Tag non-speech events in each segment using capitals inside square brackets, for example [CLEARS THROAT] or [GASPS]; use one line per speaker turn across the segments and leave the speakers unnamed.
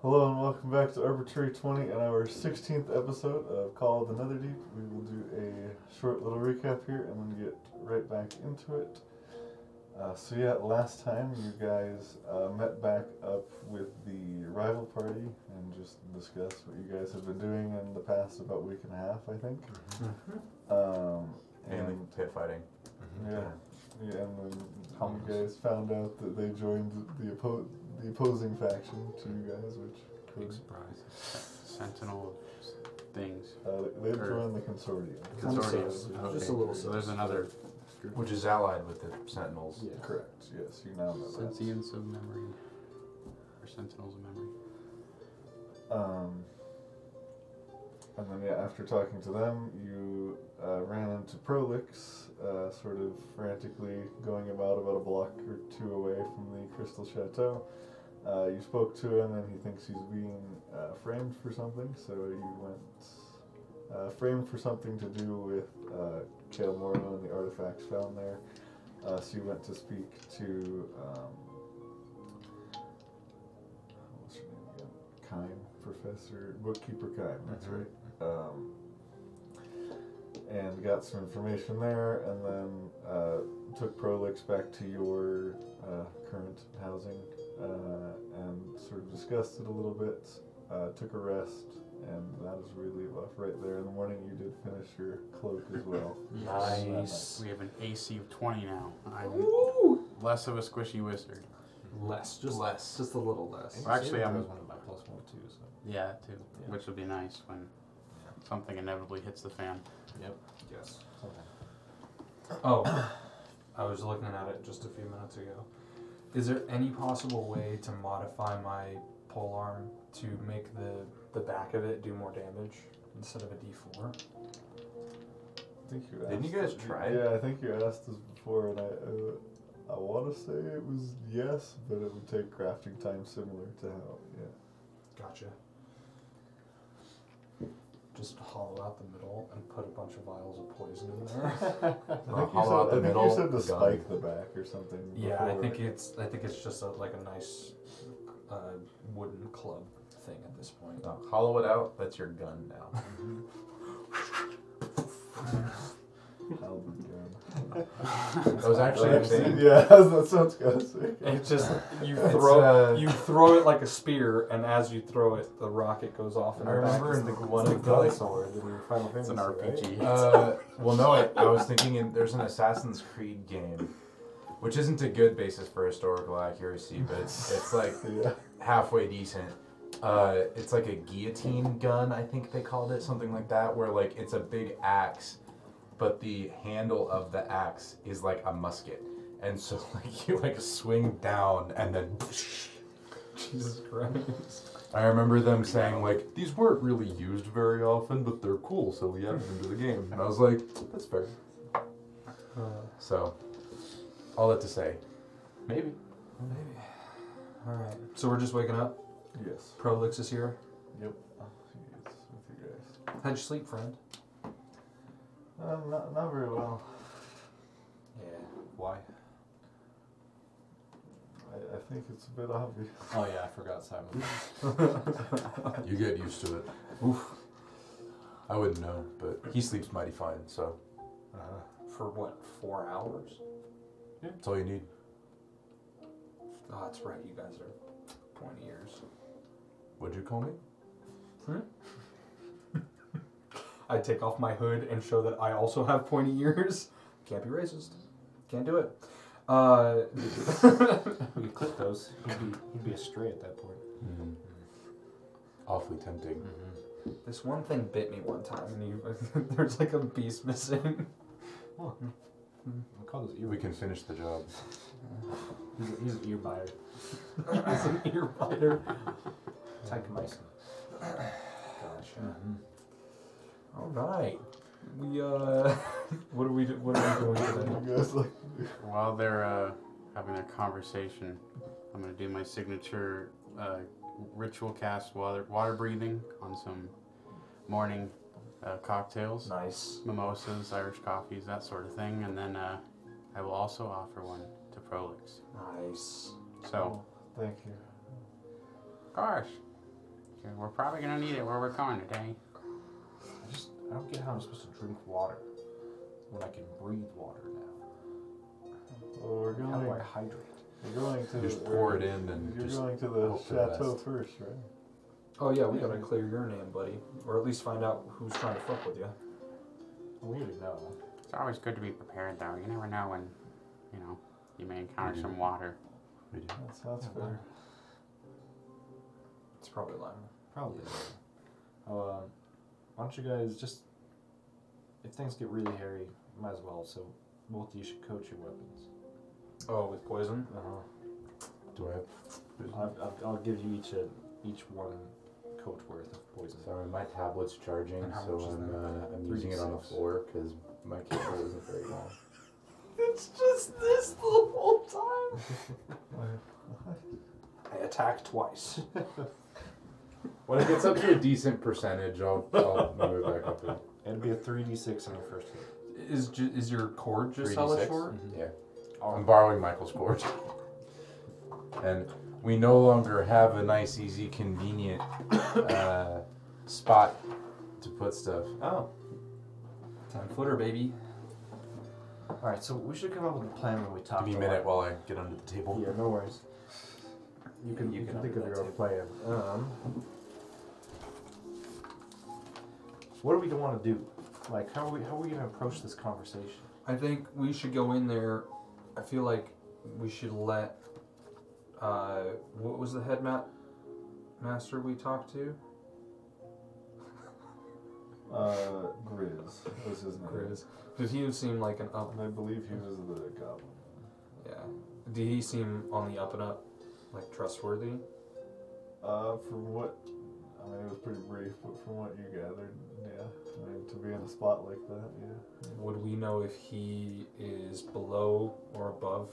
Hello and welcome back to Arbitrary 20 and our 16th episode of Call of the Netherdeep. We will do a short little recap here and then get right back into it. Uh, so, yeah, last time you guys uh, met back up with the rival party and just discussed what you guys have been doing in the past about week and a half, I think. Um,
Mainly
and
pit fighting. Mm-hmm.
yeah, yeah, and then
Hummus.
you guys found out that they joined the oppo- the opposing faction to you guys, which
Big
could
surprise. Sentinel things.
Uh, they
Or-
joined the consortium.
Consortium.
Okay.
Just a little
So there's another
Which is allied with the Sentinels.
Yeah.
Correct. Yes, you now know that.
sentience of memory. Or Sentinels of memory.
Um, and then yeah, after talking to them, you uh, ran into Prolix, uh, sort of frantically going about about a block or two away from the Crystal Chateau. Uh, you spoke to him, and he thinks he's being uh, framed for something. So you went uh, framed for something to do with uh, Kale Morrow and the artifacts found there. Uh, so you went to speak to um, what's her name again? Kime, Professor Bookkeeper Kime. That's
Mhm.
right um, and got some information there, and then uh, took Prolix back to your uh, current housing uh, and sort of discussed it a little bit. Uh, took a rest, and that is where we leave off right there. In the morning, you did finish your cloak as well.
Nice.
We have an AC of 20 now. I'm
Ooh.
less of a squishy wizard.
Less, just
Less.
just a little less.
Well, actually, I'm-
was one of my plus one too. So
Yeah, that too. Which would be nice when something inevitably hits the fan.
Yes.
something. Oh, I was looking at it just a few minutes ago. Is there any possible way to modify my pole arm to make the the back of it do more damage instead of a D four?
I think you asked.
Didn't you guys
it-
try it?
Yeah, I think you asked this before, and I. Uh, I want to say it was yes, but it would take crafting time similar to how, yeah.
Gotcha. Just hollow out the middle and put a bunch of vials of poison in there. [LAUGHS]
I
Well,
think, you
hollow
said,
out the
I think
middle,
you said to
gun.
spike the back or something.
yeah, I
before.
think it's I think it's just a, like a nice uh, wooden club thing at this point.
No, Uh, hollow it out. That's your gun now.
Halberd gun.
That was actually a
[LAUGHS]
thing. [LAUGHS]
yeah, that sounds good. [LAUGHS]
It's just [LAUGHS] you
It's,
throw
uh,
you throw it like a spear, and as you throw it, the rocket goes off. And
I remember in the one of the
guns.
sword in
Final
It's an
Fantasy,
RPG.
Uh, well, no, I, I was thinking in, there's an Assassin's Creed game, which isn't a good basis for historical accuracy, but it's, it's like
Yeah.
halfway decent. Uh, it's like a guillotine gun, I think they called it, something like that, where like it's a big axe, but the handle of the axe is like a musket, and so [LAUGHS] like you like swing down and then.
[LAUGHS] Jesus Christ!
I remember them saying like these weren't really used very often, but they're cool, so we added them to the game. And I was like, that's fair.
Uh,
So, all that to say, maybe.
maybe. All right. So we're just waking up.
Yes.
Prolix is here.
Yep. Oh, jeez, with you guys.
How'd you sleep, friend?
Uh, not, not very well.
Yeah. Why?
I, I think it's a bit obvious.
Oh yeah, I forgot Simon.
[LAUGHS] You get used to it. Oof. I wouldn't know, but he sleeps mighty fine, so
For what? Four hours?
that's all you need.
Oh, that's right. You guys are pointy ears.
What'd you call me?
I take off my hood and show that I also have pointy ears. [LAUGHS] Can't be racist. Can't do it. Uh,
We could clip those. He'd be, he'd be a stray at that point.
Mm-hmm.
Awfully tempting.
this one thing bit me one time, and you, [LAUGHS] there's like a piece missing. [LAUGHS]
We call
[LAUGHS]
Mm-hmm.
those
We
ear.
can finish the job.
He's, a, he's an ear buyer.
It's an ear biter.
Tyke Meissen.
Gotcha. All right. We uh, [LAUGHS] what are we do, what are we doing today?
you guys like.
While they're uh, having their conversation, I'm gonna do my signature uh, ritual cast water water breathing on some morning uh, cocktails,
Nice.
mimosas, Irish coffees, that sort of thing, and then uh, I will also offer one to Prolix.
Nice.
Oh,
So,
Thank you.
gosh, Okay, We're probably gonna need it where we're going today.
I just I don't get how I'm supposed to drink water when I can breathe water now.
Well, we're
How do I
going.
hydrate?
You're going to.
Just pour it
we're-
in and
You're
just
going to the
hope for the
chateau
best.
first, right?
Oh yeah, we gotta clear your name, buddy, or at least find out who's trying to fuck with you.
We already know.
It's always good to be prepared, though. You never know when, you know, you may encounter
Mm-hmm.
some water.
We do.
That's that's
Uh-huh.
Yeah,
fair.
It's probably Lima.
Probably. Um, why don't you guys just, if things get really hairy, might as well. So both of you should coach your weapons.
Oh, with poison.
Uh-huh.
Do I have?
I, I, I'll give you each a each one coat worth of poison.
Sorry, my tablet's charging,
And how
so
much is
I'm
that?
uh, I'm using it on the
3d6.
floor because my cable isn't very [LAUGHS] long.
It's just this the whole time. [LAUGHS] I attack twice.
When it gets up to a decent percentage, I'll, I'll move it back up. to
It'd be a three d six on your first hit.
Is ju- is your cord just hella
3d6?
short?
Yeah. Mm-hmm. I'm
Oh,
borrowing Michael's cord. [LAUGHS] and we no longer have a nice, easy, convenient uh, spot to put stuff.
Oh. Ten footer, baby.
all right, so we should come up with a plan when we talk.
Give me a
to
minute
Lon-
while I get under the table.
Yeah, no worries. You can
You
you,
can
can, think of
open
your
that
own plan. Um, what do we want to do? Like, how are we how are we gonna approach this conversation?
I think we should go in there. I feel like we should let. Uh, what was the head ma- master we talked to?
Uh, Grizz was his name.
Grizz. Did he seem like an up?
And I believe he was the goblin.
Yeah. Did he seem on the up and up, like trustworthy?
Uh, from what, I mean, it was pretty brief, but from what you gathered, yeah. I mean, to be in a spot like that, yeah.
Would we know if he is below or above?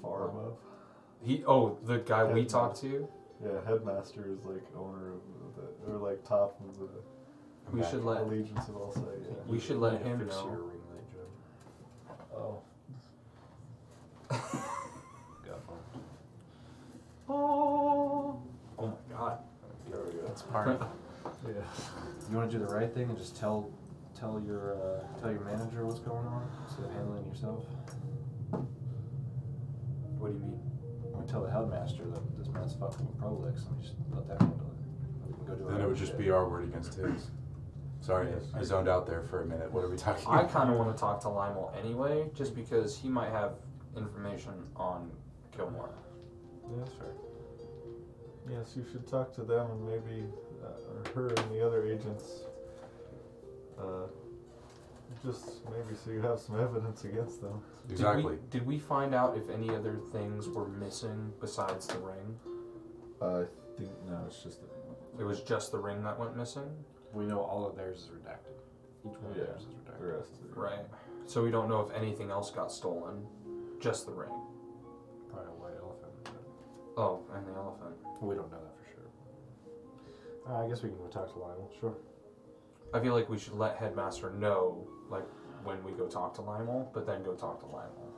Far
Wow.
above.
He oh the guy we
Head
talked to.
Yeah, headmaster is like owner of the, or like top of the
I'm
We
back.
should let
allegiance of all side, yeah.
we should let him know.
Oh.
Oh. Oh my god.
There we go.
It's part of
Yeah.
You want to do the right thing and just tell tell your uh, tell your manager what's going on instead of handling yourself.
What do you mean?
Or tell the headmaster that this man's fucking with Prolix and we just let that handle it. We can go do
Then
our
it would
own
just
shit.
be our word against his. Sorry,
Yes.
I zoned out there for a minute. What are we talking
I
about?
kind of want to talk to Limal anyway, just because he might have information on Kilmore.
Yeah, that's fair. Yes, you should talk to them and maybe uh, or her and the other agents. Uh, just maybe so you have some evidence against them.
Exactly.
Did we, did we find out if any other things were missing besides the ring?
I think no, it's just
It was just the ring that went missing,
We know all of theirs is redacted. Each one
Yeah.
of theirs is
the
redacted.
rest.
right? So we don't know if anything else got stolen, just the ring.
Probably a white elephant. but
Oh, and the elephant.
We don't know that for sure. Uh, I guess we can go talk to Lionel. Sure.
I feel like we should let Headmaster know, like when we go talk to Limal, but then go talk to Limal.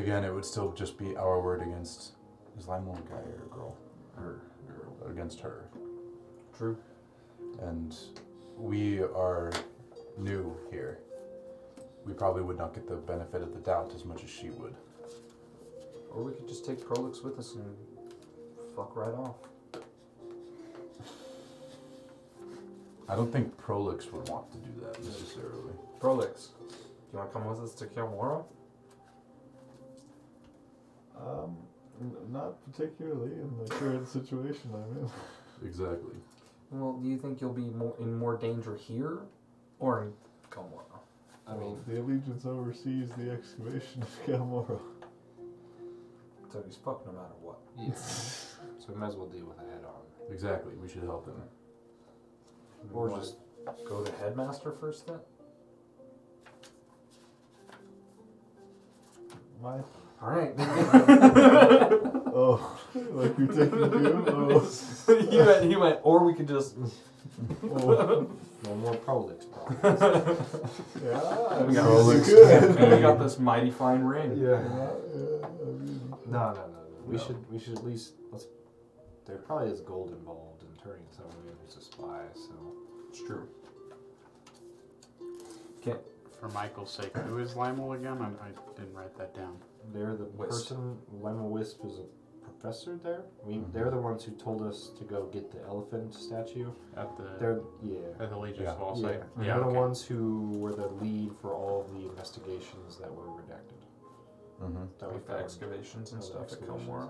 Again, it would still just be our word against. Is Lime one guy or girl? Her. Against her.
True.
And we are new here. We probably would not get the benefit of the doubt as much as she would.
Or we could just take Prolix with us and fuck right off.
I don't think Prolix would want to do that necessarily.
Prolix, do you want to come with us to Kilmora?
Um, n- not particularly in the current situation I'm in.
Exactly.
Well, do you think you'll be more in more danger here or in Kilmora?
[LAUGHS] I mean,
the allegiance oversees the excavation of Gamora.
So he's fucked no matter what.
yeah. so we might as well deal with it head on.
Exactly. We should help him.
Or
Wanna
just
go to Headmaster first then?
My
All [LAUGHS] right.
oh, like you're taking
[LAUGHS]
you. Oh,
he, went, he went, or we could just.
oh.
no more Prolix. Probably.
[LAUGHS] yeah.
We got,
Prolix
this, [LAUGHS] and we got this mighty fine ring.
Yeah, yeah, I mean,
No, no, no, no. We
No.
should we should at least let's There probably is gold involved in turning someone who's a spy, so.
It's true.
For Michael's sake, who is Limal again? I, I didn't write that down.
They're the
Wisp.
person, Lima Wisp is a professor there. I mean, they're the ones who told us to go get the elephant statue.
At the
They're, yeah.
at the Legion
Yeah.
Small
Yeah.
site.
They're the ones who were the lead for all of the investigations that were redacted.
Mm-hmm.
That were
With the
found.
excavations and
Oh, the
stuff at
excavations,
Kilmore.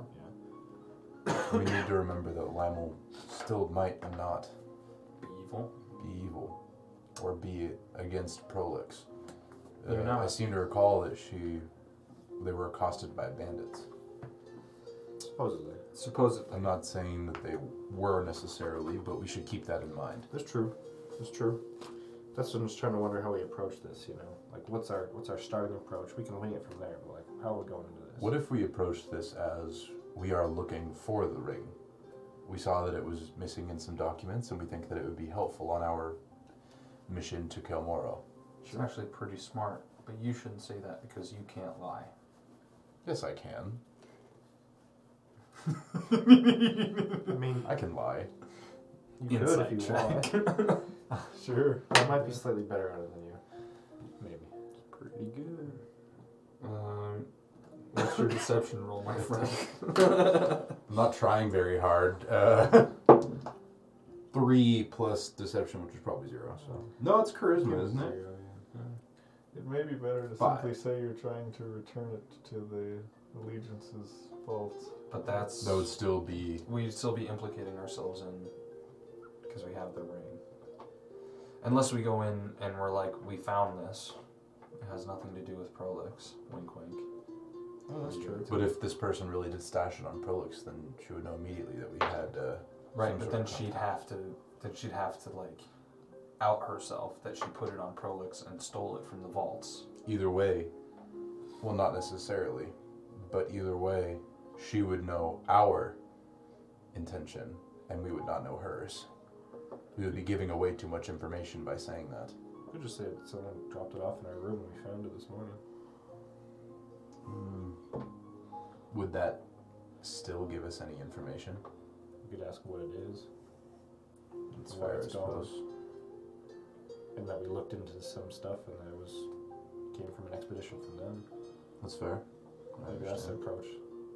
Yeah.
we need to remember that Limal still might and not
Be evil.
be evil or be against Prolix. Uh,
You're not.
I seem to recall that she, they were accosted by bandits.
Supposedly.
Supposedly.
I'm not saying that they were necessarily, but we should keep that in mind.
That's true. That's true. That's what I'm just trying to wonder how we approach this, you know? Like what's our what's our starting approach? We can wing it from there, but like how are we going into this?
What if we approach this as we are looking for the ring? We saw that it was missing in some documents, and we think that it would be helpful on our mission to Kelmoro.
She's actually pretty smart, but you shouldn't say that because you can't lie.
Yes, I can.
I mean
I can lie.
you could if you want. [LAUGHS]
Sure.
I might be slightly better at it than you. Maybe.
Pretty good.
Um, what's your deception roll, my [LAUGHS] friend?
I'm not trying very hard. Uh, [LAUGHS] three plus deception, which is probably zero. So no, it's charisma, isn't it?
Zero, yeah.
It may be better to
Five.
simply say you're trying to return it to the allegiance's vault.
But that's
That would still be
we'd still be implicating ourselves in because we have the ring. Unless we go in and we're like, we found this. It has nothing to do with Prolix. Wink, wink.
Oh, that's true.
But if this person really did stash it on Prolix, then she would know immediately that we had. Uh,
Right,
some
but
sort
then
of
she'd have to then she'd have to like out herself that she put it on Prolix and stole it from the vaults.
either way, well, not necessarily, but either way, she would know our intention, and we would not know hers. We would be giving away too much information by saying that.
We could just say that someone dropped it off in our room and we found it this morning.
Would that still give us any information?
We could ask what it is.
It's
Why
fair, I
it's gone.
suppose.
and that we looked into some stuff and that it was came from an expedition from them.
That's fair. I
Maybe that's the
understand.
approach.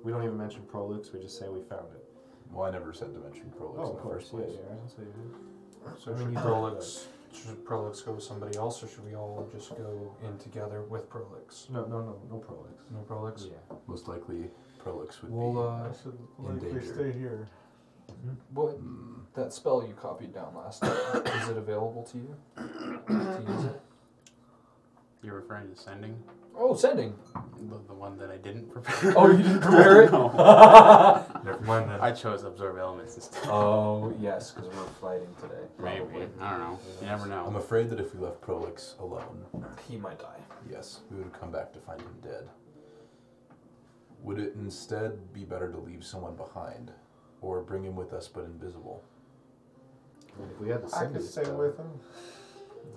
We don't even mention Prolix, we just say we found it. Oh,
Well, I never said to mention Prolix in the first place.
yeah, that's what you do.
So
I mean,
should
you don't-
Prolix should Prolix go with somebody else or should we all just go in together with Prolix?
No, no, no, no Prolix.
No Prolix?
Yeah.
Most likely, Prolix would
Well,
be.
uh,
I should likely
danger.
stay here.
what
Hmm.
that spell you copied down last [COUGHS] night, is it available to you? to use it?
You're referring to sending
Oh, sending.
the, the one that I didn't prepare.
Oh, [LAUGHS] you didn't prepare it?
Never mind then. [LAUGHS] I chose absorb elements this time.
[LAUGHS] Oh, yes, because we're fighting today.
Maybe I don't know. You never
I'm
know.
afraid that if we left Prolix alone,
He might die.
yes, we would have come back to find him dead. Would it instead be better to leave someone behind, or bring him with us but invisible?
If we had the
I
same
could stay with him.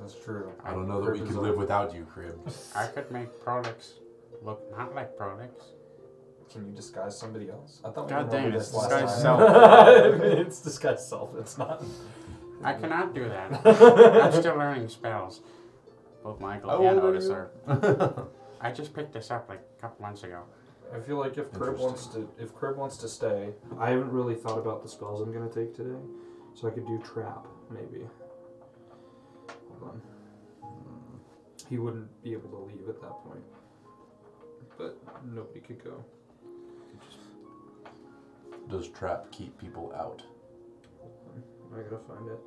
That's true.
I don't know that we could live without you, Crib.
I could make products look not like products.
Can you disguise somebody else? I thought
God
went
damn
over
it,
this
it's
last
disguise
time. [LAUGHS] it's disguise self. It's not.
I cannot do [LAUGHS] that. I'm still learning spells. Both Michael
How
and
old are
Otis
you?
are. [LAUGHS] I just picked this up like a couple months ago.
I feel like if Crib wants to, if Crib wants to stay, I haven't really thought about the spells I'm gonna take today, so I could do trap maybe. Hold on. He wouldn't be able to leave at that point, but nobody could go.
Does trap keep people out?
I gotta find it.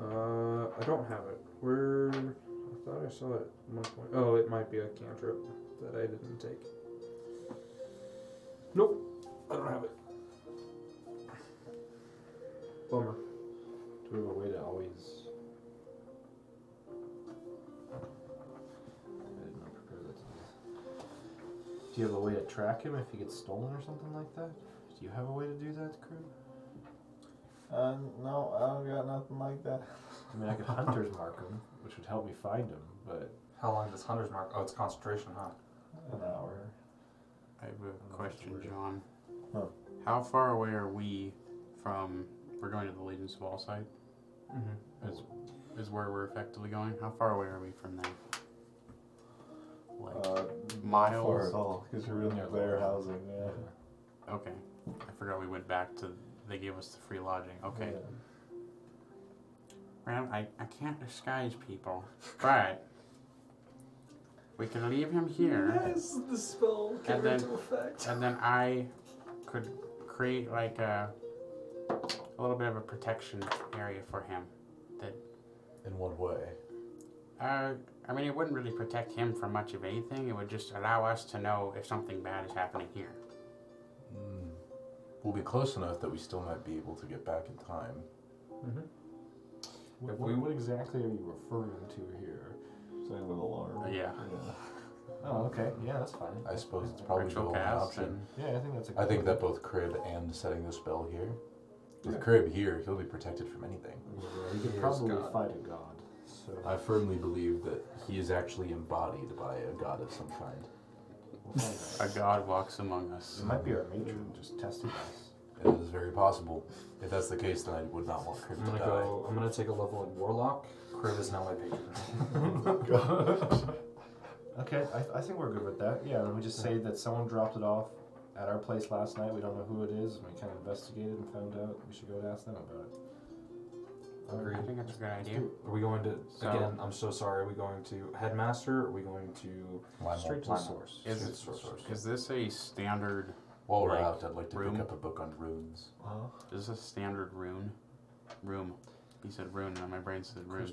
Uh, I don't have it. Where? I thought I saw it at one point. Oh, it might be a cantrip that I didn't take. Nope, I don't have it. Bummer.
Do we have a way to always. I did not prepare that today. Do you have a way to track him if he gets stolen or something like that? Do you have a way to do that, crew?
Uh, no, I don't got nothing like that.
I mean, I could [LAUGHS] hunter's mark him, which would help me find him, but
How long does Hunter's Mark? Oh, it's concentration, huh?
An hour.
I have a question, John.
Huh.
How far away are we from? We're going to the Legion of All site.
Mm-hmm.
Is is where we're effectively going? How far away are we from there? Like
Uh, for
miles.
us all, because you're in
Yeah.
their housing. Yeah. Uh,
Okay. I forgot we went back to. They gave us the free lodging. Okay.
Yeah.
Ram, I, I can't disguise people, but we can leave him here,
Yes, the spell
came And
came
then-
into
into
effect.
and then I could create like a a little bit of a protection area for him.
In what way?
Uh, I mean, it wouldn't really protect him from much of anything. It would just allow us to know if something bad is happening here.
Mm. We'll be close enough that we still might be able to get back in time.
What,
If we-
what exactly are you referring to here?
Same with alarm.
Uh, Yeah.
Yeah.
Oh, okay. Yeah, that's fine.
I suppose it's probably the
Ritual
only
cast
option.
and
Yeah, I think that's a good
I think
one.
that both Crib and setting the spell here. With
Yeah.
Crib here, he'll be protected from anything.
Yeah, you could
Here's
probably
God.
fight a god. So
I firmly believe that he is actually embodied by a god of some kind.
we'll [LAUGHS] find
a
out.
god walks among us.
It might be our matron just testing us.
It is very possible. If that's the case, then I would not want Crib
I'm
to
gonna
die.
go. I'm gonna take a level in warlock. Crib is now my patron.
Okay, I, I think we're good with that. Yeah, then we just say that someone dropped it off at our place last night. We don't know who it is, and we kind of investigated and found out. We should go and ask them about it.
Agreed.
I think that's a good idea.
Are we going to
So-
again? I'm so sorry. Are we going to headmaster? Are we going to
Lime
Straight to the
Lionel.
source.
Is
Straight
it-
to source?
Is this a standard?
While we're
like,
out, I'd like to
room?
pick up a book on runes.
Well,
Is this a standard rune? Room. He said rune, and my brain said rune.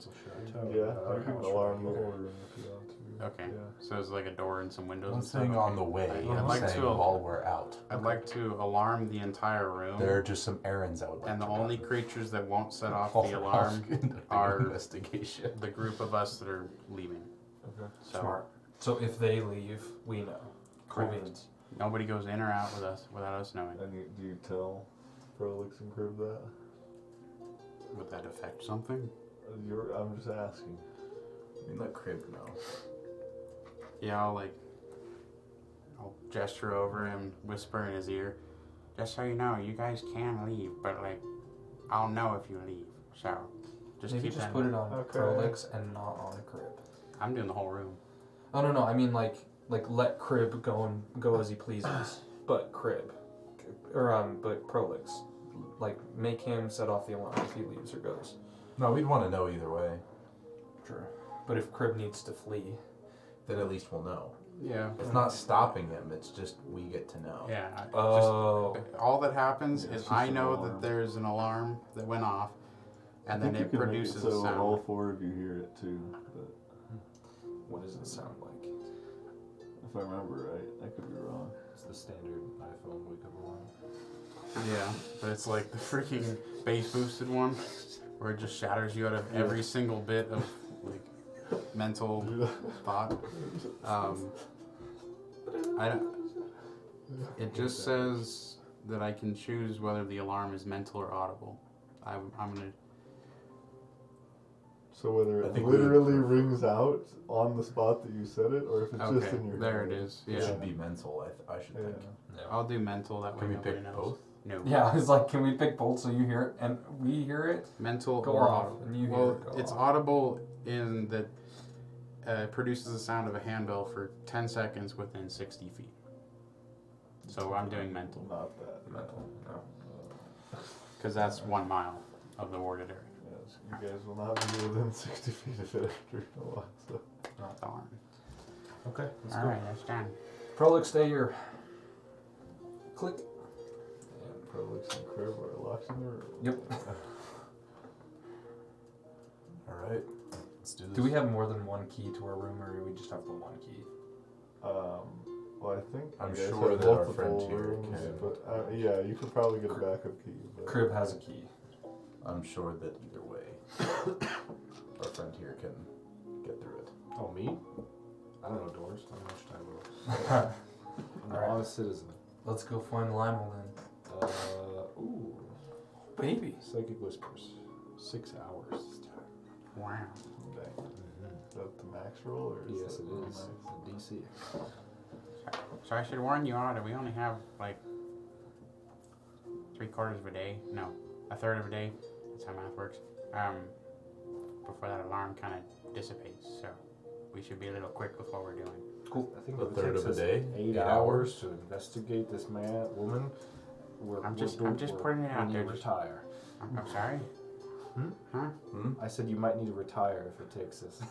yeah. Oh, I can alarm the whole room if you want to.
Okay.
Yeah.
So there's like a door and some windows.
I'm
and stuff.
saying on the
Okay.
way.
I'd
I'm
like
saying
to-
while we're out.
I'd like to alarm the entire room.
There are just some errands I would like
and the
to
only
run.
creatures that won't set off
While
the
we're
alarm
out conducting
are-
investigation.
the group of us that are leaving.
Okay.
So
Smart. So if they leave, we know.
Correct.
Prevented.
nobody goes in or out with us without us knowing.
And you, do you tell Prolix and Crib that?
Would that affect something?
You're, I'm just asking.
I mean, let Crib know.
Yeah, I'll like I'll gesture over him, whisper in his ear. Just so you know, you guys can leave, but like I'll know if you leave. So just
Maybe
keep
just
that
put
in
it on
Okay.
Prolix and not on Crib.
mind. I'm doing the whole room.
Oh no no! I mean like like let Crib go and go as he pleases, but Crib, or um, but Prolix, like make him set off the alarm if he leaves or goes.
No, we'd want to know either way.
Sure. But if Crib needs to flee,
Then at least we'll know.
Yeah.
It's not stopping him. It's just we get to know.
Yeah. I- just-
oh,
All that happens
Yeah,
is
it's just
I
an
know
alarm.
that there's an alarm that went off, and
I
then
think
it
you can make
produces
so
a sound.
all four of you hear it too. But
what does it sound like?
if I remember right, I could be wrong.
It's the standard iPhone wake up alarm.
Yeah, but it's like the freaking bass boosted one, where it just shatters you out of every single bit of like mental thought. Um, I don't, it just says that I can choose whether the alarm is mental or audible. I'm, I'm gonna.
So whether
I
it
think we would
literally
prefer-
rings out on the spot that you said it, or if it's just
Okay,
in your
there it
head.
is.
It
Yeah,
should be mental. I, th- I should
Yeah.
think.
I'll do mental. That way
Can we
nobody
pick
knows.
both?
No.
Yeah, it's like can we pick both so you hear it and we hear it?
Mental
Go
or
off,
audible.
and you
well,
hear it go
it's
off.
audible in that uh, it produces the sound of a handbell for 10 seconds within 60 feet. So I'm doing mental,
Not that. uh,
Mental. No.
because that's one mile of the warded area.
Yes, you guys will not be within [LAUGHS] 60 feet of it after a while. So.
Darn.
Okay, let's
All
go.
right, that's done.
Prolix, stay here. Click.
And Prolix and Crib are locked in the room.
Yep.
All right. Let's do this.
Do we have more than one key to our room, or do we just have the one key?
Um, well, I think
I'm
you guys
sure
have
that our
multiple
friend here
rooms,
can-
But, uh, yeah, you could probably get a backup key. But
Crib has a key. [LAUGHS]
I'm sure that either way, [COUGHS] our friend here can get through it.
Oh, me? I don't know doors. I don't know much time about. I'm an
Alright.
honest citizen.
Let's go find Limal then.
Uh, ooh,
Baby.
psychic whispers. Six hours.
Wow.
Dang. Is that the max roll? Or is
Yes,
that
it
the
is.
max?
It's a DC.
So I should warn you all that we only have like three quarters of a day. No, a third of a day. That's how math works. Um, before that alarm kind of dissipates, so we should be a little quick with what we're doing.
I think
A
if it
third
takes
of a
us
day?
Eight,
Eight
hours,
hours?
to investigate this man, woman. We're,
I'm
we're-
just-
we're-
I'm just
we're-
putting it
we
out
need
there,
to
just-
Retire.
I'm, I'm sorry.
Hmm?
Huh?
I said you might need to retire if it
[LAUGHS]
takes us.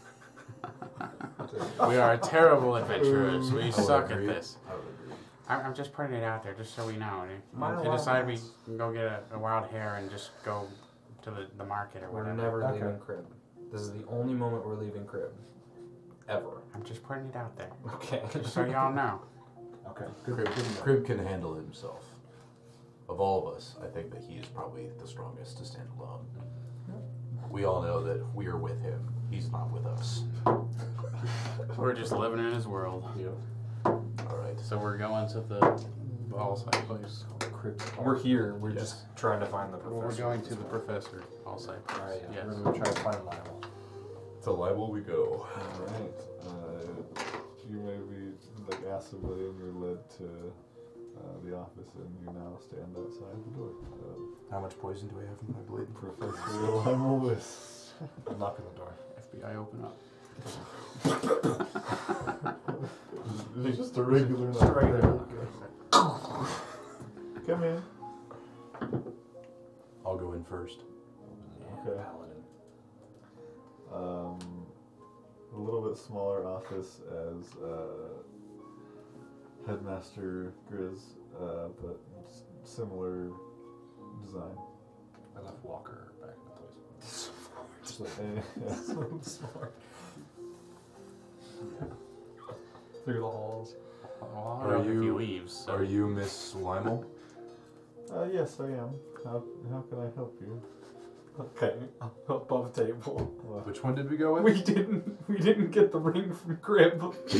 We are terrible adventurers.
I
We
would
suck at
agree.
this.
I would agree.
I'm, I'm just putting it out there, just so we know. And if-
My
If you decide we
allowance.
can go get a, a wild hare and just go to the, the market or
We're
whatever.
never
Okay.
leaving crib. This is the only moment we're leaving crib. Ever.
I'm just putting it out there,
Okay. [LAUGHS]
just so y'all know.
Okay. Good,
Crib,
good enough.
Crib can handle himself. Of all of us, I think that he is probably the strongest to stand alone. We all know that we are with him. He's not with us.
[LAUGHS] We're just living in his world.
Yeah.
All right.
So we're going to the ball site place.
Crib.
We're here. We're
Yes.
just trying to find the
Well, we're
professor.
going to the professor ball site place.
All right. Yeah.
yes.
We're gonna try to find Lionel.
To libel we go.
Alright. Uh, you may be like asked a million, you're led to uh, the office and you now stand outside the door. Uh,
How much poison do I have in my blade?
Professor Lionel Wiss.
[LAUGHS] I'm knocking the door.
FBI, open up.
It's just a regular
Just a
knock.
regular. knock.
Come in.
I'll go in first.
Okay. um, a little bit smaller office as uh, headmaster Grizz, uh, but s- similar design.
I left Walker back in the place. Just like
And-
Through the halls.
Well, I
Are
don't know if he
you-
leaves. So.
Are you Miss Slimel?
[LAUGHS] uh, yes, I am. How, how can I help you?
Okay. Above table.
[LAUGHS]
Well, [LAUGHS]
Which one did we go with?
We didn't. We didn't get the ring from crib.
We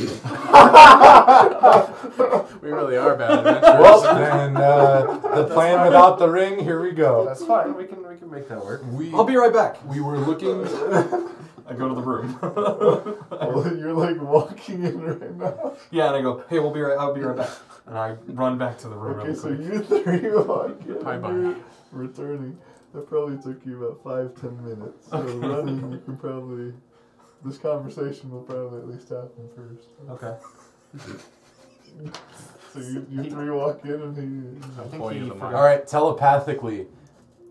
really are bad adventurers.
well, then uh, [LAUGHS] the plan without the ring. Here Oh, we
[LAUGHS]
go.
That's fine. We can we can make that work.
We
I'll be right back.
we were
[LAUGHS]
looking.
I go to the room. [LAUGHS]
you're like walking in right now.
yeah, and I go. Hey, we'll be right. I'll be right back. And I run back to the room.
Okay,
really
so
quick.
you three walk in.
Bye
and
bye.
you're Returning. That probably took you about five, ten minutes. So running, you can probably. This conversation will probably at least happen first.
Okay.
So you, you three walk in and he.
I think
Employee
he
of the
forgot-
All right, telepathically.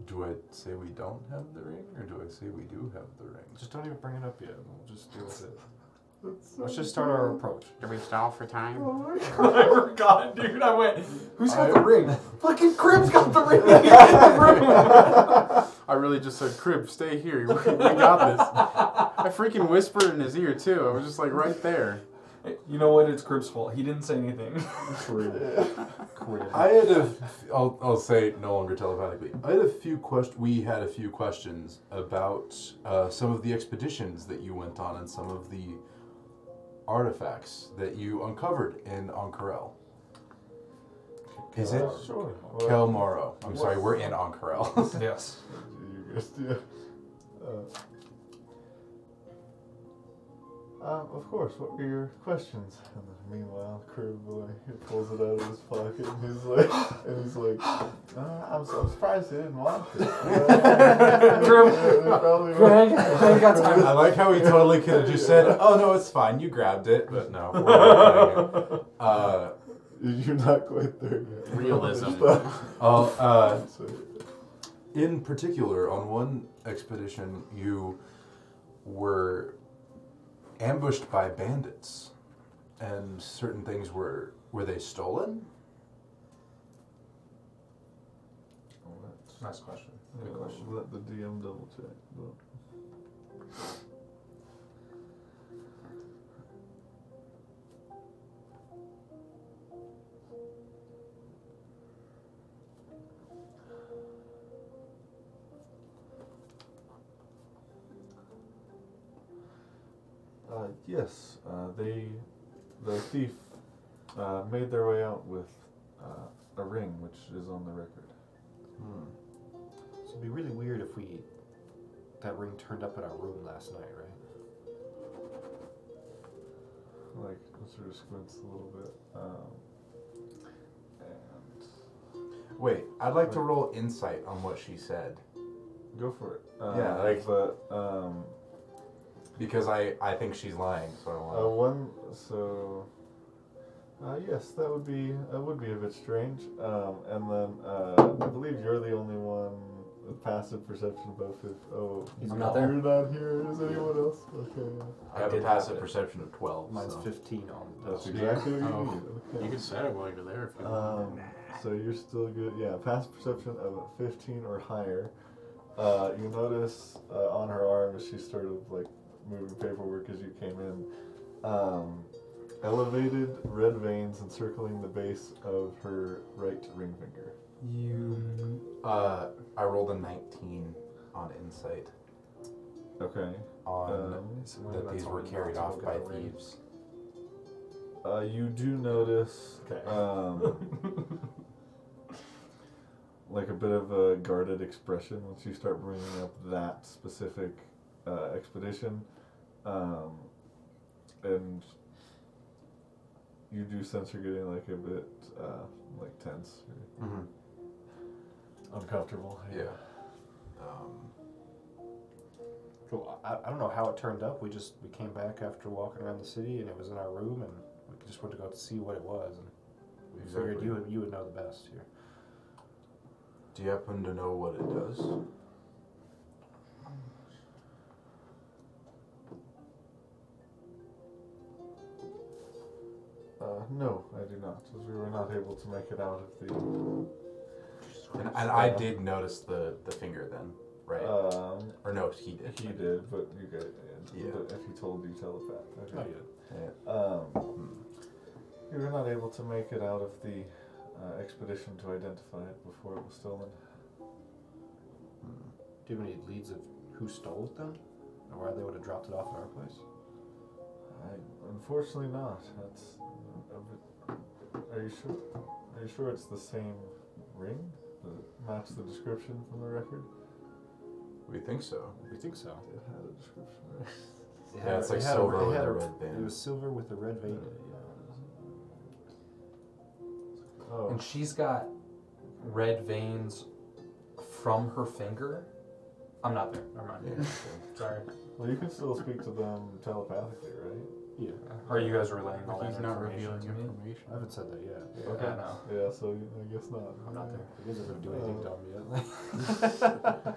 Do I say we don't have the ring, or do I say we do have the ring?
Just don't even bring it up yet. We'll just deal with it.
That's so
Let's just start our
good.
approach.
Did we stall for time?
Oh my god.
[LAUGHS]
[LAUGHS]
I forgot, dude. I went. Who's got
I-
the
[LAUGHS]
ring? Fucking crib's got the ring. in the room.
I really just said, Crib, stay here. We got this. I freaking whispered in his ear, too. I was just like right there.
You know what? It's crib's fault. He didn't say anything. [LAUGHS]
Crib. Crib.
I had a. f- I'll, I'll say no longer telepathically. I had a few questions. We had a few questions about uh, some of the expeditions that you went on and some of the artifacts that you uncovered in Onkarel. Is it
Sure.
Kelmoro? I'm sorry, we're in [LAUGHS] Onkarel.
yes.
You guys, yeah. Uh, um, of course, what were your questions? And then meanwhile, Crib boy he pulls it out of his pocket and he's like, and he's like, uh, I'm, so, I'm surprised they didn't want it. [LAUGHS]
Crib.
Crib.
I got time.
I like how he totally could have just said, "Oh no, it's fine. You grabbed it," but no. We're
[LAUGHS]
not playing it. Uh,
You're not quite there yet. [LAUGHS]
Realism.
I'll, uh,
So,
in particular, on one expedition, you were ambushed by bandits, and certain things were were they stolen?
Nice question.
uh,
Good question.
Let the DM double check. Well, Uh, yes, uh, they, the thief, uh, made their way out with uh, a ring, which is on the record.
Hmm.
So it'd be really weird if we that ring turned up in our room last night, right?
Like, sort of squints a little bit. Um, and
Wait, I'd like to roll insight on what she said
Go for it.
Yeah, like-
but um,
because I I think she's lying. So I
Uh,
want.
one, so. Uh, yes, that would be that would be a bit strange. Um, and then uh, I believe you're the only one with passive perception above fifth. Oh,
He's
you're
not there.
not here. Is anyone else? Okay. yeah.
I have
I
a
did
passive
have it.
perception of twelve.
Mine's
so.
15 on the
That's
dot.
exactly what you
Oh.
need. Okay.
You can set it while you're there if you want.
Um, so you're still good. Yeah, passive perception of a 15 or higher. Uh, you notice uh, on her arm as she's sort of like moving paperwork as you came in, um, elevated red veins encircling the base of her right ring finger.
You
Uh, I rolled a nineteen on insight
Okay.
on
Um,
that these were carried off by thieves.
uh, you do notice
Okay.
um,
[LAUGHS]
like a bit of a guarded expression once you start bringing up that specific uh, expedition. Um, and you do sense you're getting like a bit uh, like tense,
Mm-hmm.
or uncomfortable.
Yeah. Um,
Cool. I, I don't know how it turned up. We just we came back after walking around the city, and it was in our room, and we just went to go to see what it was. And we figured
Exactly.
you would you would know the best here.
do you happen to know what it does?
Uh, no, I do not, as we were not able to make it out of the.
And, and I
Uh,
did notice the the finger then, right?
Uh,
Um,
or no, he did.
He did, but you guys.
Yeah.
But if he told you, tell it back.
Not
Okay.
yet.
Um,
Hmm.
you were not able to make it out of the uh, expedition to identify it before it was stolen.
Do you have any leads of who stole it then, or where they would have dropped it off at our place?
I, unfortunately, not. That's. uh, A bit, are you sure? Are you sure it's the same ring? Does it match the description from the record?
We think so.
We think so.
It had a description. Right?
They
Yeah,
had
it's
a-
like
they had a-
silver
they
with
had
a red
It
band.
was silver with a red vein. in it, yeah.
Oh,
and she's got red veins from her finger. I'm not there. Never mind.
[LAUGHS]
[LAUGHS]
Yeah.
Sorry.
well, you can still speak to them telepathically, right?
Are you guys relaying all
But
that
He's not
information
revealing
to me?
information.
I haven't said that yet.
Yeah.
Okay, no.
Yeah, so you- I guess not.
I'm not there.
You guys haven't done anything dumb yet. [LAUGHS]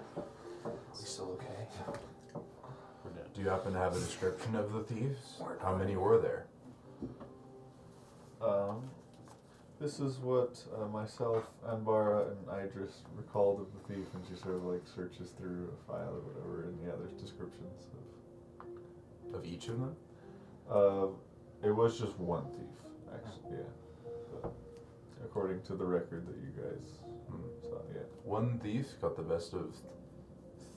Are we still okay?
We're dead.
Do you happen to have a description of the thieves? How many were there?
Um, this is what uh, myself, Anbara, and Idris recalled of the thief, and she sort of like searches through a file or whatever, and yeah, there's descriptions
Of each of them?
of. Uh, it was just one thief, actually, yeah. But according to the record that you guys
Hmm.
saw, yeah.
One thief got the best of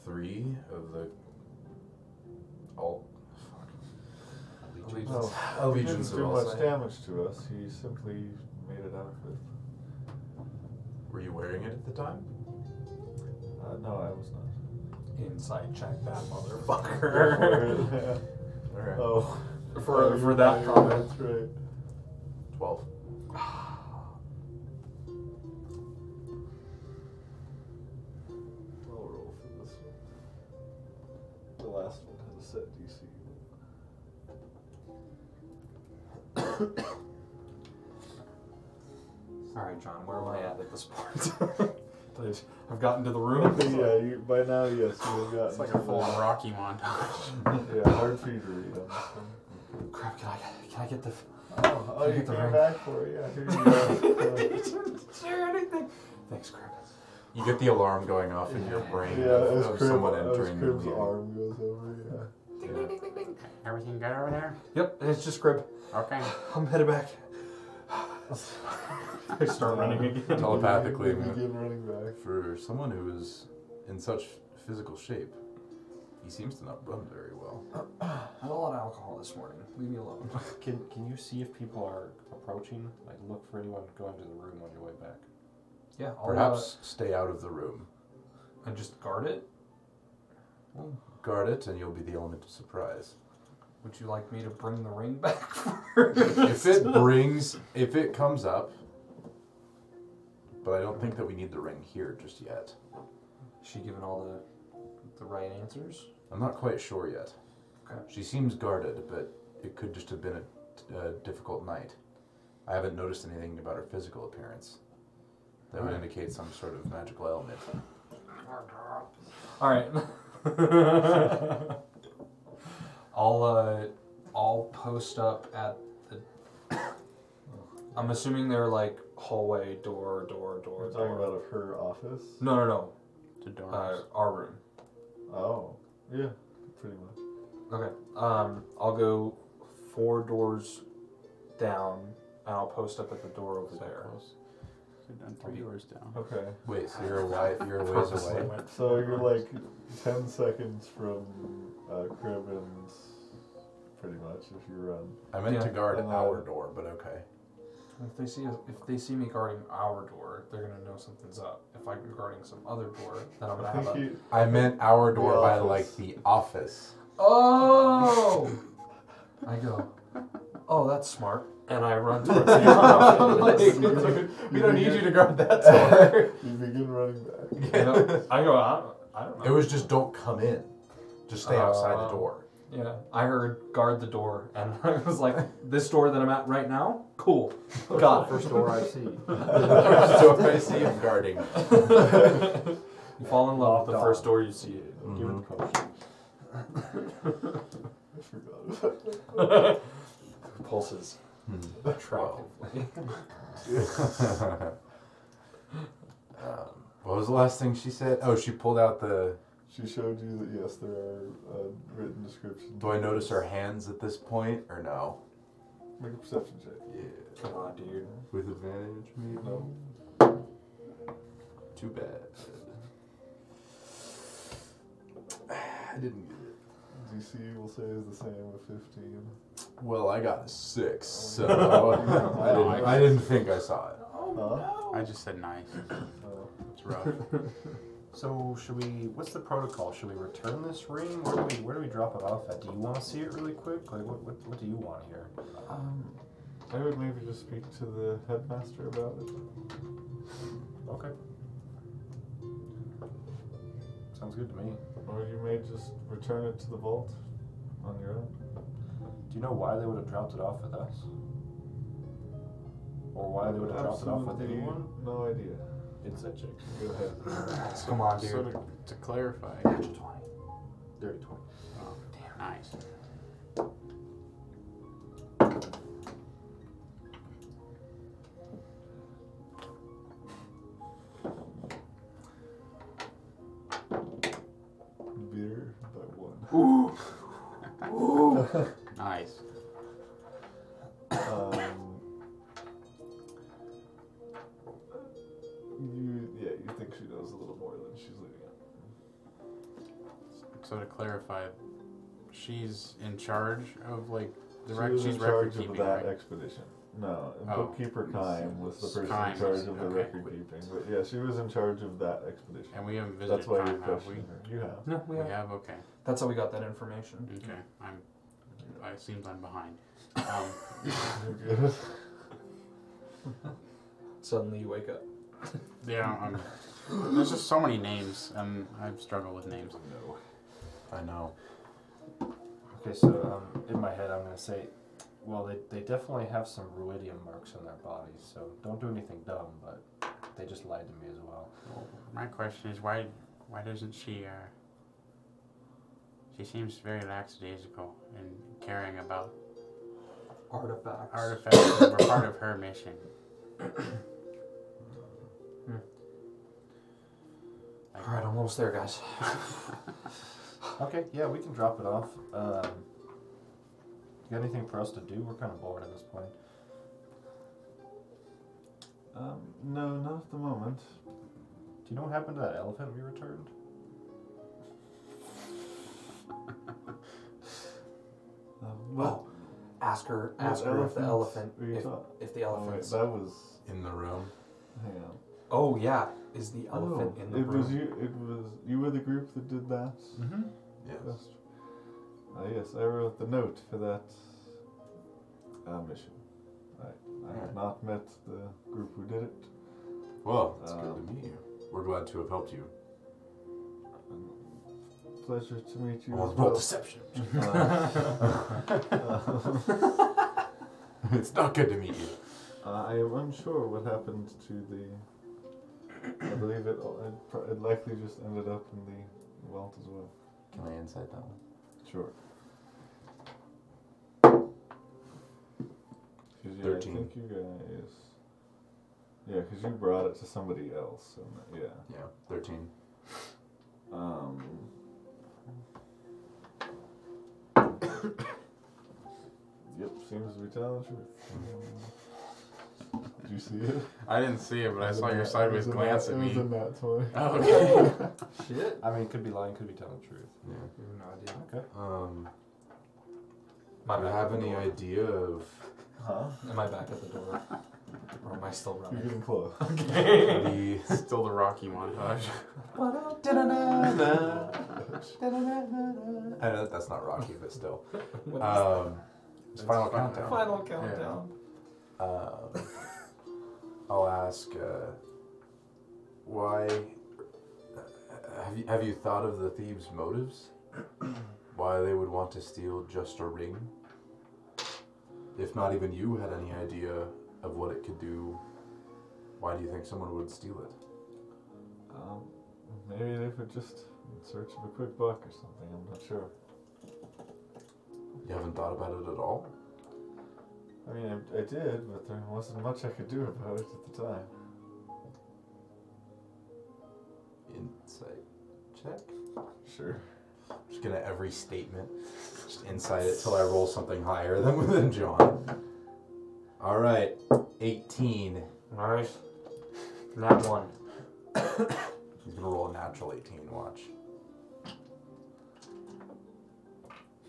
three of the all fuck. Oh.
Allegiance. [SIGHS]
he
Allegiance
didn't do
of all
much
sides.
damage to us. He simply made it out with.
Were you wearing it at the time?
Uh, no, I was not.
Inside check that
Go for [LAUGHS]
motherfucker.
it.
Alright.
oh,
for
Oh,
for
you're [LAUGHS]
that
right,
comment.
That's right.
Twelve.
I'll roll for this one. The last one has a set DC.
[LAUGHS] All right, John. Where am I at at this [LAUGHS] point? I've- I've gotten to the room.
[LAUGHS] yeah, you, by now, yes, you have gotten.
It's like
to
a full
[LAUGHS]
the-
Rocky montage.
Yeah, hard for you to read on this one.
Crap. Can I can I get the?
Oh,
oh, you came
back for it. Yeah, here
I
you
didn't share anything. Thanks, Crap.
You get the alarm going off in your brain
[LAUGHS] yeah,
of,
as
of
Crib,
someone
as
entering the
Crib's
meeting.
arm goes over,
Yeah.
Everything good over there?
Yep, it's just Crib.
Okay.
I'm headed back. I start
running yeah.
again.
Telepathically,
You
I'm gonna-
begin running back.
For someone who is in such physical shape, he seems to not run very well.
I had a lot of alcohol this morning. Leave me alone.
Can Can you see if people are approaching? Like, look for anyone going to the room on your way back.
Yeah, I'll,
Perhaps
uh,
stay out of the room.
uh, and just guard it.
Guard it, and you'll be the element of
[LAUGHS]
surprise.
Would you like me to bring the ring back? For
if it brings, if it comes up, But I don't think that we need the ring here just yet.
She given all the the right answers.
I'm not quite sure yet.
Okay.
She seems guarded, but it could just have been a, a difficult night. I haven't noticed anything about her physical appearance that would
Alright.
indicate some sort of magical element.
All right. [LAUGHS] I'll uh, I'll post up at the. [COUGHS] I'm assuming they're like hallway door door door.
We're talking
door.
about of her office.
No no no.
to Doris.
Uh, our room.
Oh, yeah, pretty much.
Okay. Um, I'll go four doors down, and I'll post up at the door over
So
there.
close. Could have done three doors down.
Oh.
Okay.
Wait, so you're a way, you're [LAUGHS] a ways away.
So you're like ten seconds from uh, crib and pretty much if you run.
I meant to
Yeah.
guard
And, uh,
our door, but okay.
If they see if they see me guarding our door, they're gonna know something's up. If I'm guarding some other door, then I'm gonna
I
have
think
a.
you,
I meant our door
The
by
office.
like the office.
[LAUGHS] Oh! I go, oh, that's smart. And I run towards the office.
you begin-
we don't need you to guard that door.
door. you begin running back.
I go, I, go I, don't, I don't
[LAUGHS]
know.
It was just don't come in. Just stay outside the [LAUGHS]
Um,
door.
Yeah, I heard guard the door. And [LAUGHS] I was like, this door that I'm at right now? Cool. Got it.
First door
[LAUGHS]
I see.
so if I see him guarding,
You fall in love with the
Dog.
first door you see it.
Give it the potion.
I forgot about
Pulses.
Hmm. Wow.
Attractively.
Um, what was the last thing she said? Oh, she pulled out the.
She showed you that yes, there are uh, written descriptions.
Do I notice her hands at this point or no?
Make a perception check.
Yeah.
Come on, dude.
With advantage, maybe.
No.
Too bad. [SIGHS] I didn't get it.
DC will say is the same with fifteen.
Well, I got a six, so [LAUGHS] I, didn't, I didn't think I saw it.
Oh
Huh?
I just said nice.
Oh.
It's rough. [LAUGHS]
So should we? What's the protocol? Should we return this ring? Where do we? Where do we drop it off at? Do you want to see it really quick? Like, what? What, what do you want here?
[LAUGHS] Um, I would maybe just speak to the headmaster about it.
Okay. Sounds good to me.
Or you may just return it to the vault on your own.
Do you know why they would have dropped it off with us? Or why they would have dropped it off with
Absolutely
anyone?
No idea.
Inside check.
Go ahead.
[LAUGHS]
Come on,
So
dude.
to, to clarify,
Natural 20.
Dirty 20.
oh, nice.
Beer by one.
Nice.
Um, you, yeah, you think she knows a little more than she's leaving out.
So to clarify, she's in charge of like the
She
rec-
was
she's
in charge
record
of
keeping.
that
Right?
expedition. No,
Oh.
bookkeeper Kime was the person
Kime
in
was-
charge of the
okay.
record keeping. But yeah, she was in charge of that expedition.
And we haven't visited
That's why you're
Prime, have we?
questioning her. You have.
No, we
We
have.
have okay.
That's how we got that information.
Okay, I'm. I seems I'm behind. Um,
You're good.
Suddenly you wake up.
yeah, I'm, there's just so many names, and I struggle with names.
I know.
Okay, so um, in my head, I'm going to say, well, they, they definitely have some ruidium marks on their bodies, so don't do anything dumb, but they just lied to me as well.
My question is why? Why doesn't she? Uh, she seems very lackadaisical and caring about
Artifacts.
artifacts that were part of her mission.
Hmm.
Like,
All right, I'm almost there, guys.
Okay, yeah, we can drop it off. Um, you got anything for us to do? We're kind of bored at this point.
um, no, not at the moment.
Do you know what happened to that elephant we returned?
Um, what-
Ask her.
what
Oh, Ask her if the
elephants
elephant.
were you
If,
talking-
if the
Oh, wait,
elephant's.
that was.
In the room.
Hang on.
Oh yeah, is the elephant
Oh,
in the
it
room?
was you. It was you were the group that did that.
Mhm.
Yes.
That's- Ah, yes, I wrote the note for that uh, mission. I, I have
Alright.
not met the group who did it.
Well, it's good
Um,
to meet you. We're glad to have helped you.
Pleasure to meet you.
Well,
as
roll
well.
deception. [LAUGHS]
[LAUGHS] Uh,
it's not good to meet you.
Uh, I am unsure what happened to the. I believe it, all- it, pro- it likely just ended up in the vault as well.
Can I inside that one?
Sure. Cause yeah,
Thirteen.
I think you guys. Yeah, because you brought it to somebody else. And, yeah.
Yeah, thirteen.
Um, [COUGHS] yep, seems to be telling the
[LAUGHS]
truth. Did you see it?
I didn't see it, but I
was a
saw your
nat- it was
sideways
a
glance
nat-
at
it
me.
was a nat 20.
Oh, [LAUGHS] okay.
Shit. I mean, could be lying, could be telling the truth.
Yeah.
You have no idea.
Um,
My
do you
back
have
at the
any
door.
idea
[LAUGHS]
of
Huh?
Am I back at the door? or am I still
You're
running?
getting close.
the?
Still the Rocky montage.
I know that's not Rocky, but still. Um, it's final countdown.
Final countdown.
Um, [LAUGHS] I'll ask, uh, why uh, have you, have you thought of the thieves' motives? [CLEARS THROAT] why they would want to steal just a ring? If not even you had any idea of what it could do, why do you think someone would steal it?
Um, maybe they were just in search of a quick buck or something. I'm not sure.
You haven't thought about it at all?
I mean, I, I did, but there wasn't much I could do about it at the time.
Insight check.
Sure.
Just gonna every statement, just inside it till I roll something higher than [LAUGHS] than John. All right, eighteen.
Nice. That one.
He's gonna roll a natural eighteen. Watch.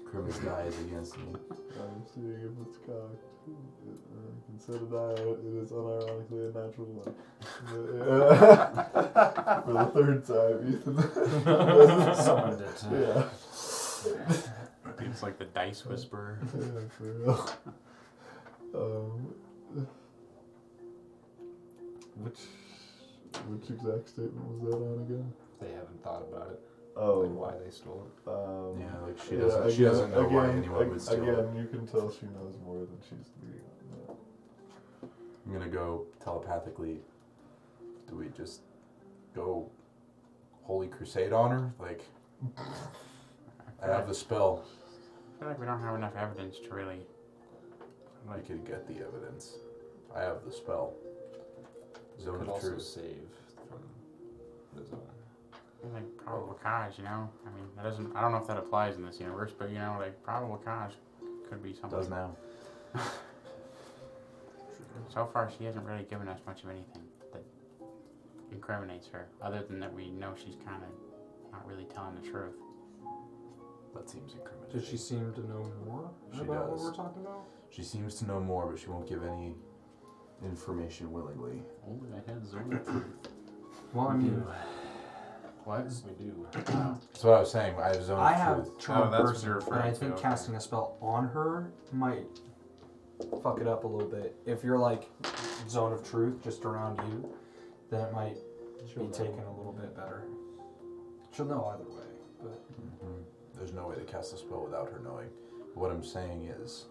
Criminal's eyes against me.
I'm seeing if it's cocked. I can set an eye out. It is unironically a natural [LAUGHS] one. For the third time, [LAUGHS] Ethan.
Someone did too.
yeah.
it's like the dice whisperer.
Yeah, for real. [LAUGHS] Um, which which exact statement was that on again?
They haven't thought about it.
Oh,
Like why they stole it.
Um,
Yeah, like she doesn't. she doesn't know why anyone would steal
Again,
it.
you can tell she knows more than she's leading on.
I'm gonna go telepathically. Do we just go holy crusade on her? Like, I have the spell.
I feel like we don't have enough evidence to really.
I could get the evidence. I have the spell. Zone
Could
of
also
truth.
save from the zone.
Like probable cause, you know. I mean, that doesn't. I don't know if that applies in this universe, but you know, like probable cause could be something.
Does now.
So far, she hasn't really given us much of anything that incriminates her, other than that we know she's kind of not really telling the truth.
That seems incriminating.
Does she seem to know more
She
about
does.
what we're talking about?
She seems to know more, but she won't give any information willingly.
Oh, that has zone of truth.
Well, I mean,
What?
We do.
That's what I was saying. I have zone
I
of
have
truth.
Oh,
charm
that's what
person,
you're
and I
referring
think
to, okay.
casting a spell on her might fuck it up a little bit. If you're like zone of truth just around you, then it might be taken a little bit better. She'll know either way, but
Mhm. There's no way to cast a spell without her knowing. What I'm saying is,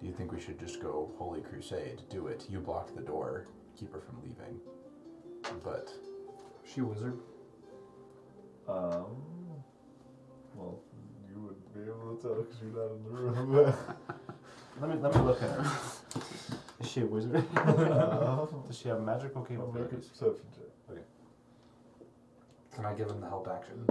do you think we should just go holy crusade? Do it. You block the door. Keep her from leaving. But
she wizard.
that. Um, well, you would be able to tell because you're not in the room. [LAUGHS]
Let me let me look at her. Is she a wizard?
um,
Does she have magical
I'll make a
capabilities?
perception check.
Can I give him the help action?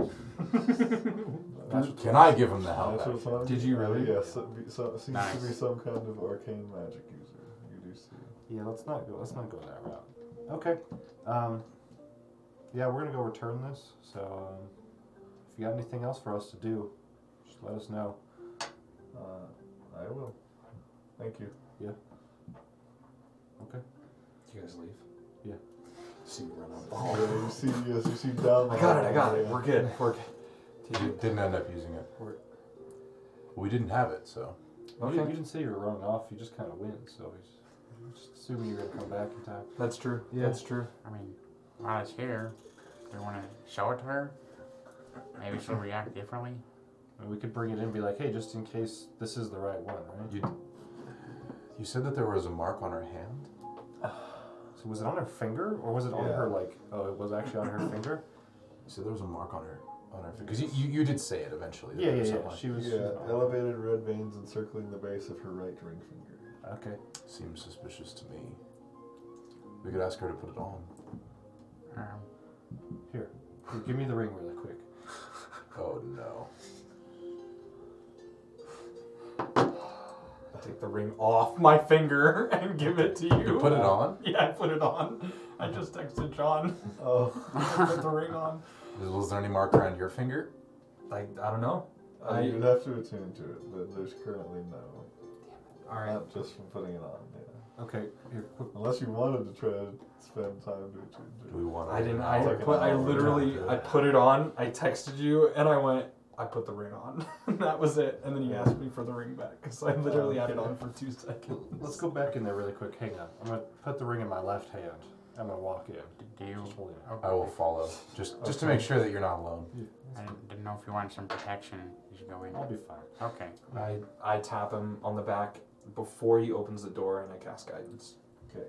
can I give him the help?
Natural
action?
five?
Did you really?
Yeah, so, be- so, seems to be
Nice.
some kind of arcane magic user. You do see.
Yeah, let's not go. Let's not go that route. Okay. Um. Yeah, we're gonna go return this. So, um, if you got anything else for us to do, just let us know.
Uh, I will. Thank you.
You guys leave.
Yeah.
See you run out. of
Yeah,
ball.
you see, yes, you see down. the
I got it. I
hall,
got it.
yeah.
We're good. We're good. Did
You
you-
didn't end up using it.
We're-
We didn't have it, so.
You, didn't-
Okay.
Oh,
you didn't say you were running off. You just kind of went. So he's Just assuming you're gonna come back in time.
That's true.
Yeah.
That's true.
I mean, while it's here, do you want to show it to her? Maybe she'll react differently.
I mean, we could bring it in and be like, hey, just in case this is the right one, right?
You said that there was a mark on her hand?
So was it on her finger or was it on
Yeah.
her like? Oh, it was actually on her finger.
You said there was a mark on her on her because you, you, you did say it eventually. that
Yeah,
there
yeah,
was
yeah.
something.
She was. she
Yeah,
was on-
elevated red veins encircling the base of her right ring finger.
Okay.
Seems suspicious to me. We could ask her to put it on.
Um,
Here, you give me the ring really quick.
Oh no.
I take the ring off my finger [LAUGHS] and give it to you.
You put it on?
Yeah, I put it on. I just texted John.
Oh,
I put the ring on.
Was- Was there any mark around your finger?
Like I don't know.
I,
I-
you'd have to attune to it, but there's currently no.
All right.
Not just from putting it on, yeah.
Okay. Here, quick.
Unless you wanted to try to spend time to attune to
Do
it.
we want?
I
to-
didn't. I
Like an
put. I
hour
literally.
down.
I put it on. I texted you, and I went. I put the ring on. [LAUGHS] that was it. And then you asked me for the ring back because I literally had it on for two seconds.
Let's go back in there really quick. Hang on. I'm gonna put the ring in my left hand. I'm gonna walk in.
d- do you?
Just holding it.
Okay.
I will follow. Just just to make sure that you're not alone.
I didn't- didn't know if you wanted some protection. You should go in.
I'll be fine.
Okay.
I [LAUGHS] I tap him on the back before he opens the door, and I cast guidance.
Okay,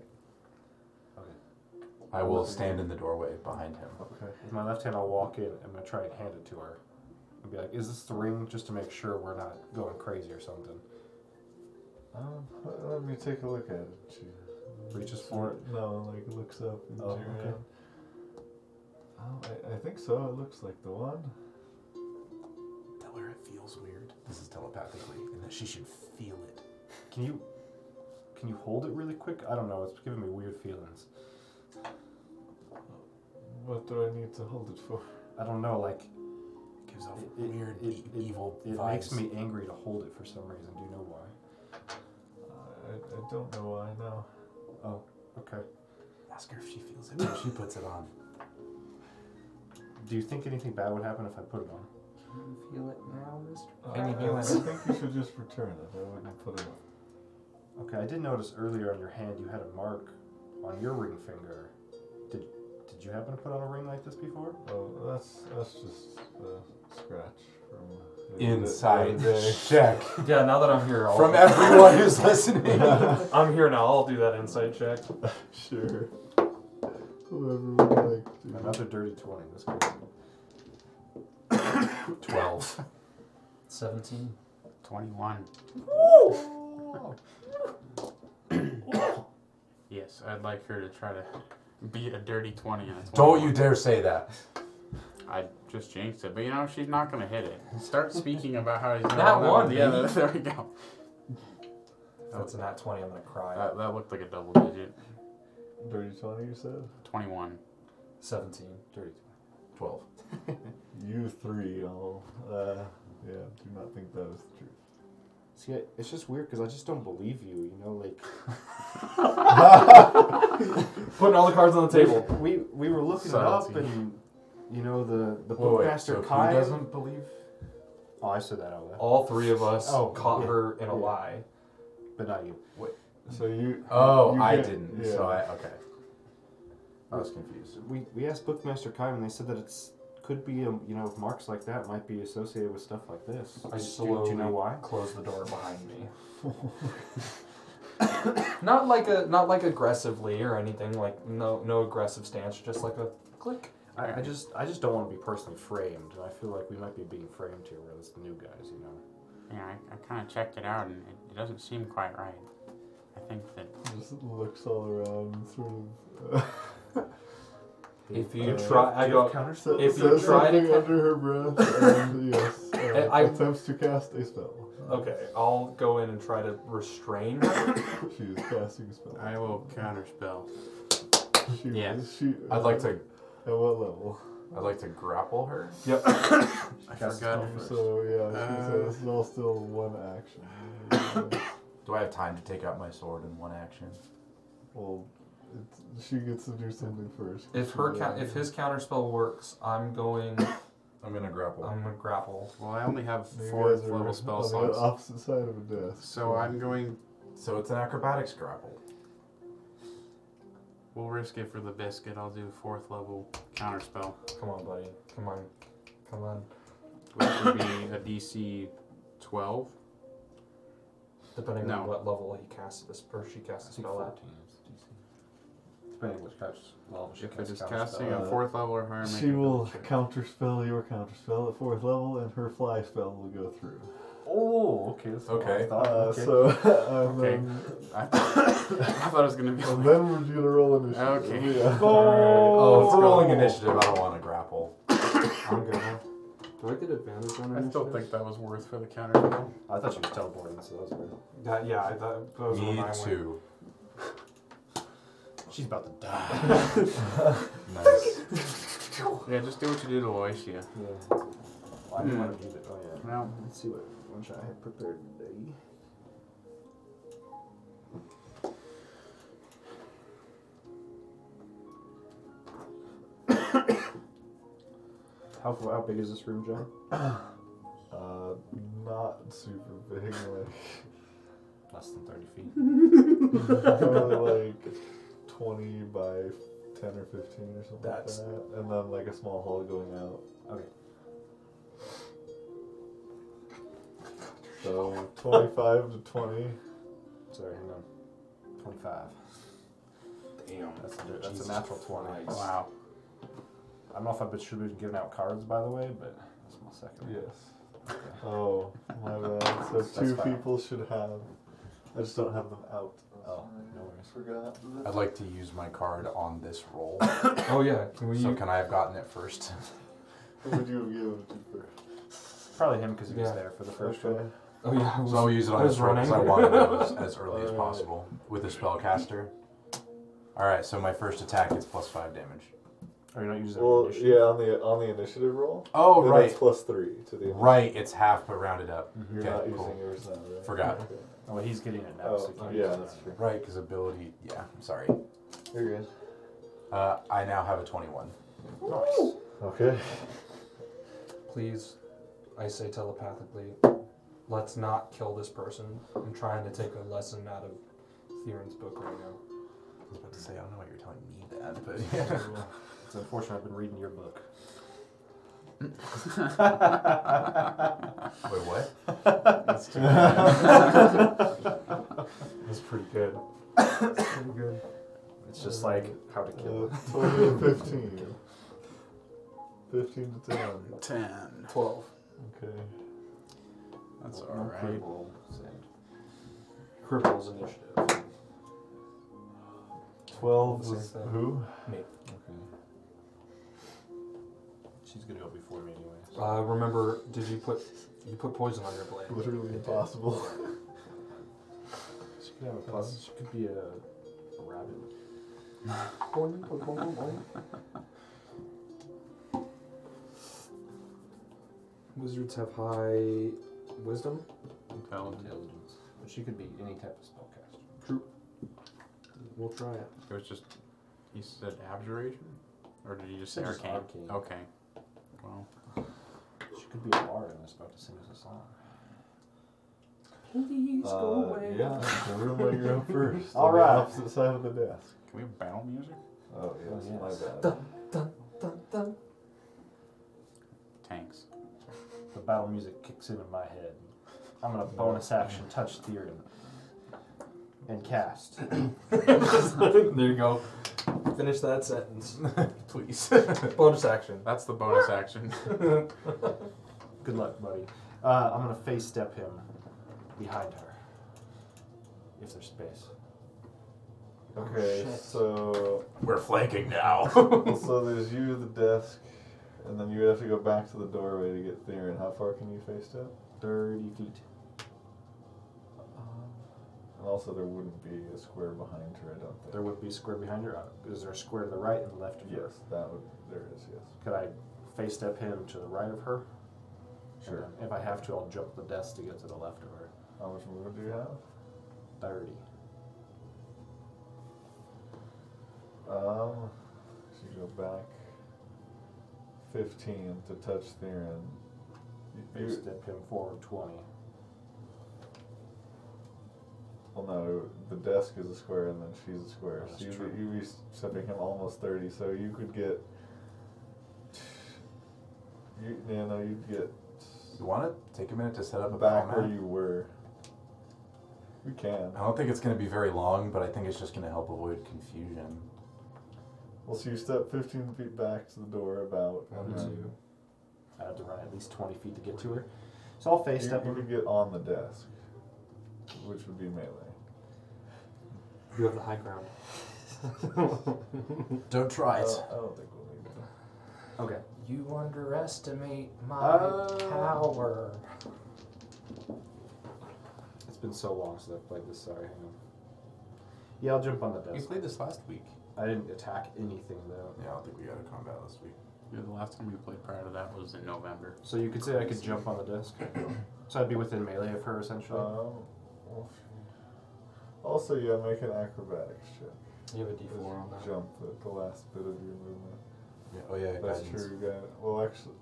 I will stand in the doorway behind him.
okay.
With my left hand, I'll walk in. I'm gonna try and hand it to her. And be like, "Is this the ring?" Just to make sure we're not going crazy or something.
Um, let- let me take a look at it. She
Reaches for it.
No, like looks up into
Oh,
your
okay.
hand. Oh, I, I think so. It looks like the one.
Tell her it feels weird. This is telepathically, and that she should feel it.
Can you? Can you hold it really quick? I don't know. It's giving me weird feelings.
What do I need to hold it for?
I don't know. Like
It gives off
It- it-
weird,
it-
e- evil
it
vibes.
makes me angry to hold it for some reason. Do you know why?
I, I- I don't know why now.
Oh, okay.
ask her if she feels it when she puts it on.
Do you think anything bad would happen if I put it on?
Feel it now, Mister.
Uh,
Any
I, I
feelings?
think you should just return it. I wouldn't put it on.
Okay, I did notice earlier on your hand you had a mark on your ring finger. Did did you happen to put on a ring like this before?
Oh, that's that's just a scratch from the- the-
Inside
the other day. [LAUGHS]
check
Yeah. Now that I'm here,
[LAUGHS]
I'll,
from everyone who's listening.
I'm here now. I'll do that insight check.
sure. Whoever would like to.
Another dirty twenty. That's good.
Twelve.
Seventeen.
21. yes, I'd like her to try to be a dirty 20. And a
[LAUGHS] Don't you
21.
dare say that.
I just jinxed it, but you know, she's not going to hit it. Start speaking about how he's going
That one,
Yeah,
baby.
that, [LAUGHS] there we go.
If Oh, it's an at twenty, I'm gonna cry.
That, that looked like a double digit.
Dirty twenty, you said.
21.
Seventeen.
Dirty.
Twelve.
You three all. Uh, yeah, do not think that is the truth.
See, I- it's just weird because I just don't believe you. You know, like
Putting all the cards on the table.
we we were looking it up
Subtlety.
and you know the the
Wait, wait,
bookmaster
so
Kai.
Who doesn't believe?
Oh, I said that out loud,
[LAUGHS] All three of us
Oh,
caught
yeah,
her in a
yeah.
lie.
but not you.
So you.
Oh,
you
I
get-
didn't.
Yeah.
So I okay. I was confused.
We we asked bookmaster Kai and they said that it's could be um you know marks like that might be associated with stuff like this.
I
Do- do, you know
slowly-
why?
Close the door behind me. [LAUGHS] not like a not like aggressively or anything. Like no no aggressive stance. Just like a click.
I, I just I just don't want to be personally framed, and I feel like we might be being framed here. We're just new guys, you know.
Yeah, I, I kind of checked it out and it, it doesn't seem quite right. I think that
Just looks all around, sort of. Uh, [LAUGHS]
If you
Uh,
try, I
Do you
go.
have counter
sa-
If you
says
try to
something
ca-
under her breath, and [LAUGHS] yes, uh,
I-
attempts to cast a spell.
Okay, I'll go in and try to restrain her.
She is casting a spell.
I will counterspell.
She,
Yes.
She, uh,
I'd like to.
At what level?
I'd like to grapple her.
[COUGHS]
yep.
I
Cast
forgot.
spell.
So yeah, she
Uh,
says this is all still one action. Uh,
Do I have time to take out my sword in one action?
well, it's, she gets to do something first.
If her ca- if his counterspell works, I'm going.
I'm gonna grapple.
I'm gonna grapple.
Well, I only have
You
fourth
guys are
level spell
on the
slots.
opposite side of a desk.
So I'm going
so it's an acrobatics grapple.
We'll risk it for the biscuit. I'll do fourth level counterspell,
Come on, buddy. Come on. Come on.
which would be a DC 12.
Depending
No.
on what level he casts this or she casts the
I think
spell at.
14 is DC. Depending which cast level she
If it
casts
is
counterspell.
casting a
Uh,
fourth level or higher, make
She
a
will
check.
counterspell your counterspell at fourth level, and her fly spell will go through.
Oh, okay. That's what I
Okay.
thought,
Uh,
okay.
So, [LAUGHS] um, and,
Okay.
then,
I, [LAUGHS] I thought it was gonna be.
and
Like,
then we're gonna roll initiative.
Okay.
Yeah.
Oh,
Oh,
it's rolling initiative. I don't want to grapple.
I'm gonna. Do I get advantage on
I still
initiative?
think that was worth for the counterspell.
I thought she was teleporting, so that was weird.
That, yeah, I thought that was when
Me
I went.
too.
She's about to die.
Nice.
Yeah, just do what you do to Loisia.
yeah. Well, I
Hmm.
didn't want to do it. Oh, yeah.
No,
Let's see what lunch I have prepared today. how, fa- how big is this room, John?
Uh, not super big,
Less than 30 feet.
like [LAUGHS] probably like twenty by ten or fifteen or something
That's-
like that, and then like a small hall going out.
Okay.
So twenty-five to twenty.
Sorry, hang on. 25.
Damn.
That's a, that's
Jesus
a natural 20.
Christ.
wow.
I don't know if I've been, should be giving out cards, by the way, but that's my second.
Yes. Oh my
[LAUGHS]
bad. So
That's
two
fine.
people should have. I just don't have them out.
Oh, no worries.
Forgot.
I'd like to use my card on this roll.
[LAUGHS] Oh yeah, can we?
So can I have gotten it first?
Who would you have given it to first?
Probably him because he was
Yeah.
there for the first
Okay.
one.
oh yeah, I was,
So I'll use it
I
on
was
his roll because I
running.
want to know as, as early as
Alright.
possible with a spellcaster. All right, so my first attack is plus five damage.
Are you not using
Well,
initiative?
yeah, on the on the initiative roll.
Oh
Then
right,
That's plus three to the.
right. It's half, but rounded up.
You're
Okay,
not
cool.
using yours now, right?
Forgot.
Okay.
Oh, well, he's getting it now, so
Oh,
he can't
yeah,
use
that's
it.
true.
Right, because ability. Yeah, I'm sorry.
You're good.
Uh, I now have a 21.
Nice.
Okay.
please, I say telepathically, let's not kill this person. I'm trying to take a lesson out of Theron's book right now.
I was about to say I don't know why you're telling me that, but [LAUGHS] yeah.
It's unfortunate I've been reading your book.
Wait, what?
That's too bad.
That's pretty good. pretty good.
It's just like how to kill.
Uh, Twenty and fifteen. Fifteen to ten.
Ten.
Twelve.
Okay.
That's
No
alright.
critical sin.
Cripples initiative.
Twelve
Same
was
thing.
who?
Me.
Okay.
She's gonna go before me anyway. so-
Uh, remember, did you put you put poison on your blade?
Literally [LAUGHS] impossible.
She could have a plus. She could be a, a rabbit.
[LAUGHS]
Wizards have high wisdom.
Intelligent.
Intelligence. But she could be any type of spellcaster.
We'll try it.
It was just. He said abjuration, or did he just say
Just
arcane?
arcane.
Okay. Well,
Oh, She could be a bard and is about to sing us a song.
Please
uh, Yeah, the room where you're [LAUGHS] up first.
All
on the
right.
opposite side of the desk.
can we have battle music?
Oh yes,
Oh, yes.
my bad.
Dun, dun.
Tanks.
The battle music kicks in in my head. I'm gonna bonus action touch Theoden. And cast.
there you go. Finish that sentence.
Please.
Bonus action.
That's the bonus action.
Good luck, buddy. Uh, I'm gonna face step him behind her. If there's space.
Okay, so
We're flanking now.
so there's you, the desk, and then you would have to go back to the doorway to get there. And how far can you face step?
30 feet.
Um, And also, there wouldn't be a square behind her. I don't think.
There would be a square behind her. Uh, Is there a square to the right and left of her?
Yes, that would. There is. Yes.
Could I face step him to the right of her? And
Sure.
then If I have to, I'll jump the desk to get to the left of her.
How much movement do you have?
30.
Um, so you go back fifteen to touch Theron. You-
Face
You,
step him forward 20.
Well, no, the desk is a square and then she's a square.
Oh, that's
so you'd,
true.
be- you'd be stepping him almost 30, so you could get. You, yeah, no, you'd get
You want to take a minute to set up a
back where
format?
you were. We can.
I don't think it's going to be very long, but I think it's just going to help avoid confusion.
Well, so you step 15 feet back to the door about.
One,
and then
two. I had to run at least 20 feet to get to her. So I'll face
You,
step
you
her.
could get on the desk, which would be melee.
You have the high ground.
Don't try
I
it.
don't, I don't think we'll need that.
Okay.
You underestimate my
Oh.
power.
It's been so long since I've played this. Sorry, hang on. Yeah, I'll jump on the
You
desk.
played this last week.
I didn't attack anything though.
Yeah, I don't think we got a combat last week.
Yeah, the last time we played prior to that was in November.
So you could say I could jump on the desk. so I'd be within melee of her essentially.
Um, well, if- also, yeah, make an acrobatics check.
You have a
Just
D4 on that.
Jump the, the last bit of your movement.
Yeah. Oh yeah,
That's
guidance.
true. You got it. Well, actually,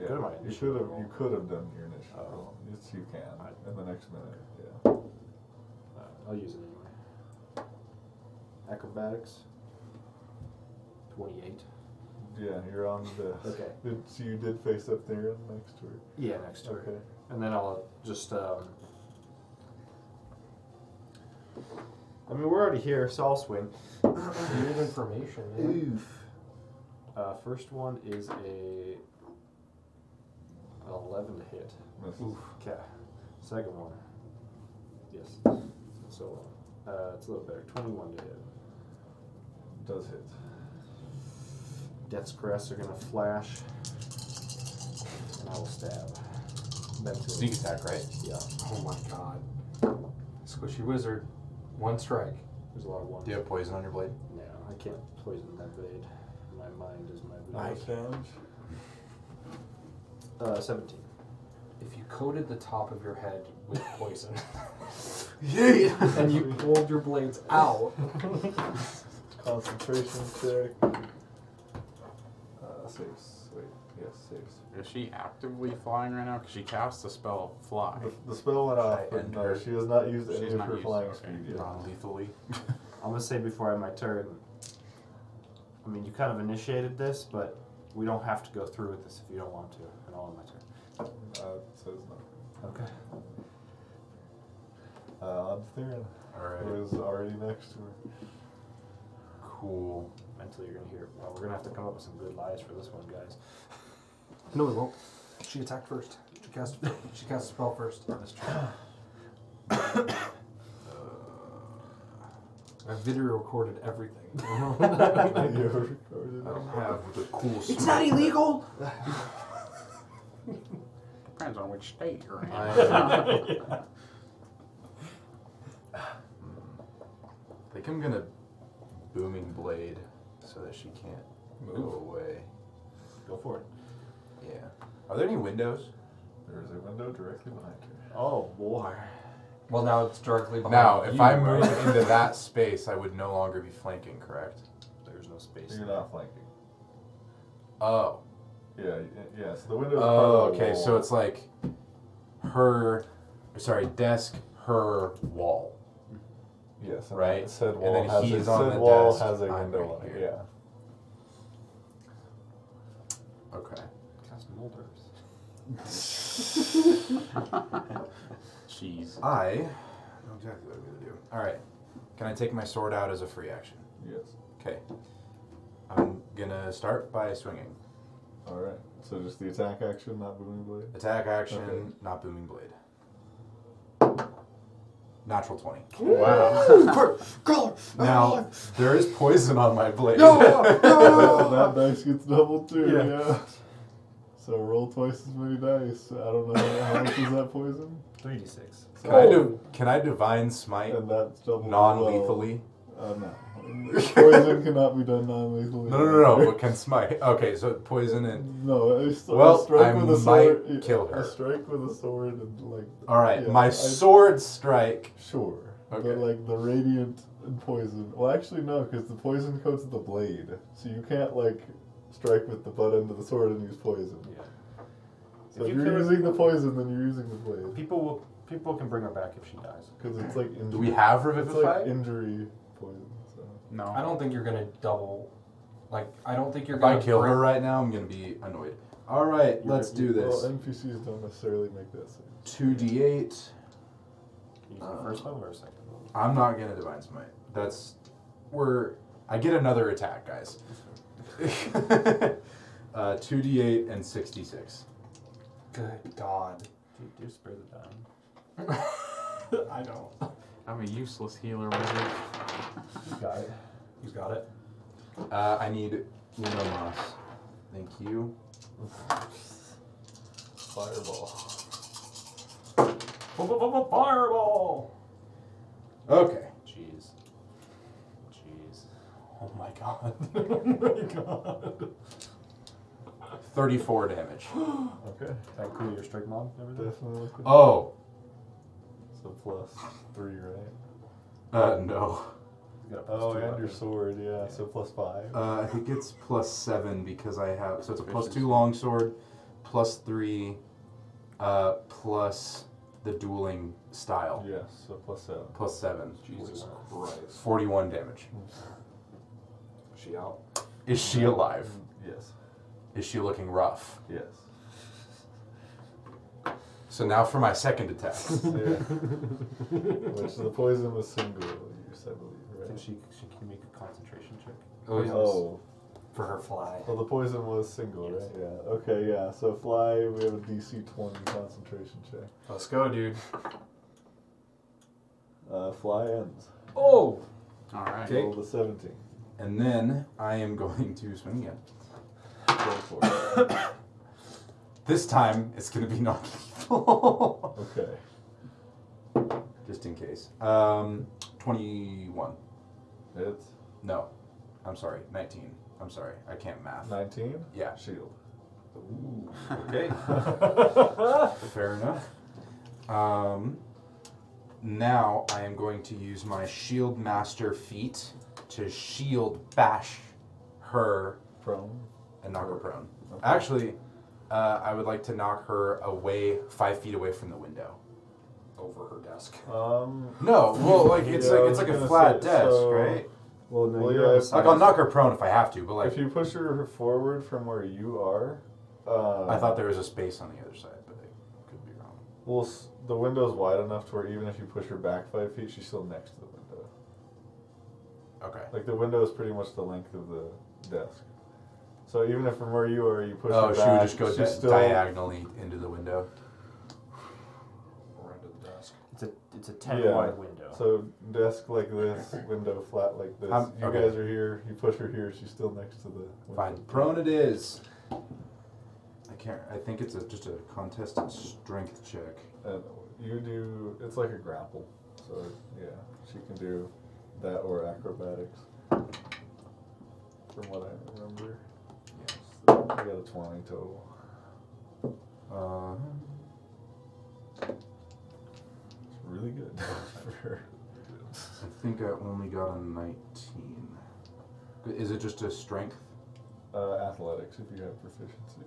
yeah,
Good, my
you
initiative
should have
roll.
you could have done your initiative.
Oh.
roll. Yes, you can
I-
in the next minute. Yeah.
Uh, I'll use it anyway. Acrobatics. Twenty-eight.
Yeah, you're on the desk.
Okay.
Did, so you did face up there and next to her.
Yeah, next to her.
Okay.
And then I'll just. Um, I mean, we're already here, so I'll swing.
You need information, man.
Oof. Uh, first one is a an eleven to hit.
Misses.
Okay. Second one. Yes. It's so long. Uh, it's a little better. Twenty-one to hit.
Does hit.
Death's crests are gonna flash, and I will stab. Mentally.
Sneak attack, right?
Yeah.
Oh my god. Squishy Wizard. One strike.
There's a lot of ones.
Do you have poison on your blade?
No, I can't poison that blade. My mind is my blade.
can.
Uh, 17.
If you coated the top of your head with poison
Yeah.
[LAUGHS] and you pulled your blades out,
Concentration check. Uh, saves. Wait. Yes, saves.
Is she actively flying right now? Because she cast the spell fly.
The, the spell went off,
I
but
end
no,
her?
she has not used any
She's
of
not
her
used-
flying
okay.
speed yet.
Non-lethally.
[LAUGHS]
I'm gonna say before I have my turn. I mean, you kind of initiated this, but we don't have to go through with this if you don't want to, and I'll have my turn.
Uh, it says nothing.
Okay.
Uh, on Theron,
All right.
who is already next to her.
Cool.
Mentally, you're gonna hear. Well, we're gonna have to come up with some good lies for this one, guys.
No, we won't. She attacked first. She cast. She cast a spell first.
That's true.
Uh, I've video recorded [LAUGHS] everything.
[LAUGHS] you recorded
I
it.
don't have the cool.
It's not illegal!
Depends on which state you're in.
I
[LAUGHS]
think I'm gonna booming blade so that she can't move away.
Go for it.
Yeah. Are there any windows?
There is a window directly behind her.
Oh boy.
well, now it's directly behind
Now, if
you,
I
right?
move into that space, I would no longer be flanking, correct?
There's no space.
You're not flanking.
Oh.
Yeah, y- yeah. So the window.
Oh, okay. So it's like her, sorry, desk, her wall.
yes, and
right,
it Said
and
wall
then
has
he
a,
is on
said
the
wall
desk,
has a
I'm
window
right
on it.
here.
Yeah.
Okay.
Cast molders.
Jeez.
I know exactly what I'm gonna do. All right. Can I take my sword out as a free action?
Yes.
Okay. I'm gonna start by swinging.
All right. So just the attack action, not booming blade.
Attack action,
Okay.
not booming blade. Natural twenty. [LAUGHS]
Wow.
Now there is poison on my blade. Oh.
that dice gets doubled too. Yeah.
Yeah.
So roll twice as many dice. I don't know how much is that poison.
3d6.
[LAUGHS] can, I do, can I divine smite
And that's double. as well.
non-lethally?
Uh, no. Poison cannot be done non-lethally.
No, no, no, no. But can smite? Okay, so poison and
No, a, s- a
Well,
strike
I
with a
might
sword. yeah,
kill her.
A strike with a sword and like.
all right.
yeah,
my
I-
sword strike.
Sure,
Okay.
but like the radiant and poison. Well, actually no, because the poison coats the blade, so you can't like strike with the butt end of the sword and use poison.
Yeah.
So
If
if,
you
you're
kill-
using the poison, then you're using the blade.
People will people can bring her back if she dies.
Because it's like injury.
Do we have
it's like
revivify?
injury poison. So.
No.
I don't think you're gonna double. Like, I don't think you're
If I
gonna
kill
break-
her right now, I'm gonna be annoyed. All right, let's do this.
Well, NPCs don't necessarily make that save.
Two d eight.
Use the first level or second level?
I'm not gonna divine smite. That's we're I get another attack, guys. [LAUGHS] uh, 2d8 and 66.
Good God.
Do, do spare the dying.
I don't.
I'm a useless healer wizard.
You got it.
You got it.
Uh, I need Uno Moss. Thank you.
Fireball.
Fireball.
Okay.
Jeez. Jeez.
Oh my
[LAUGHS]
God. oh my God.
34 damage.
Okay.
That cool your strike mod and everything?
Definitely.
[GASPS] Oh,
So plus three, right?
uh, no.
You got a plus
Oh,
two
and your
weapon.
sword, yeah. So plus five.
Uh, I think it's plus 7 because I have. So it's a plus 2 longsword, plus 3, uh, plus the dueling style,
yes. So plus seven.
plus 7.
Jesus Christ.
41 damage.
She out.
Is she alive?
Yes.
Is she looking rough?
Yes. [LAUGHS]
So now for my second attack.
Yeah. Which the poison was single use, I
I
believe,
think
right?
she, she can make a concentration check.
Oh, yes.
Oh,
For her fly.
well, Oh, the poison was single,
Yes.
right? Yeah. Okay, yeah. So fly, we have a DC 20 concentration check.
Let's go, dude.
Uh, fly ends.
Oh.
All right.
Okay.
Roll the 17.
And then I am going to swing again.
Go for it.
This time it's going to be [LAUGHS] not lethal. [LAUGHS]
Okay.
Just in case. Um, 21.
It's
No. I'm sorry. 19. I'm sorry. I can't math.
19.
Yeah.
Shield. [LAUGHS]
Okay. Fair enough. Um, now I am going to use my Shield Master feat to shield bash her
Prone.
and knock her prone. Actually, uh, I would like to knock her away five feet away from the window, over her desk.
Um,
No, well, like it's
Yeah, I
like
was
it's like a
gonna
flat
say,
desk,
so-
right?
Well, no,
Well,
you're
yeah,
on the
if-
side.
Like I'll knock her prone if I have to, but like
if you push her forward from where you are, uh,
I thought there was a space on the other side, but I could be wrong.
Well, s- the window's wide enough to where even if you push her back five feet, she's still next to the window.
Okay.
Like the window is pretty much the length of the desk. So even if from where you are, you push
oh,
her
she
back,
would just go
she's
di-
still,
diagonally into the window.
Or under the desk.
It's a, it's a 10
Yeah.
wide window.
So desk like this, window flat like this.
I'm-
you
okay.
guys are here. You push her here. She's still next to the. Window.
Fine. Prone it is. I can't. I think it's a, just a contested strength check.
And you do. It's like a grapple. So yeah, she can do that or acrobatics. From what I remember,
Yes.
I got a twenty total.
Uh,
It's really good. [LAUGHS] For-
I think I only got a 19. Is it just a strength?
uh, athletics, if you have proficiency.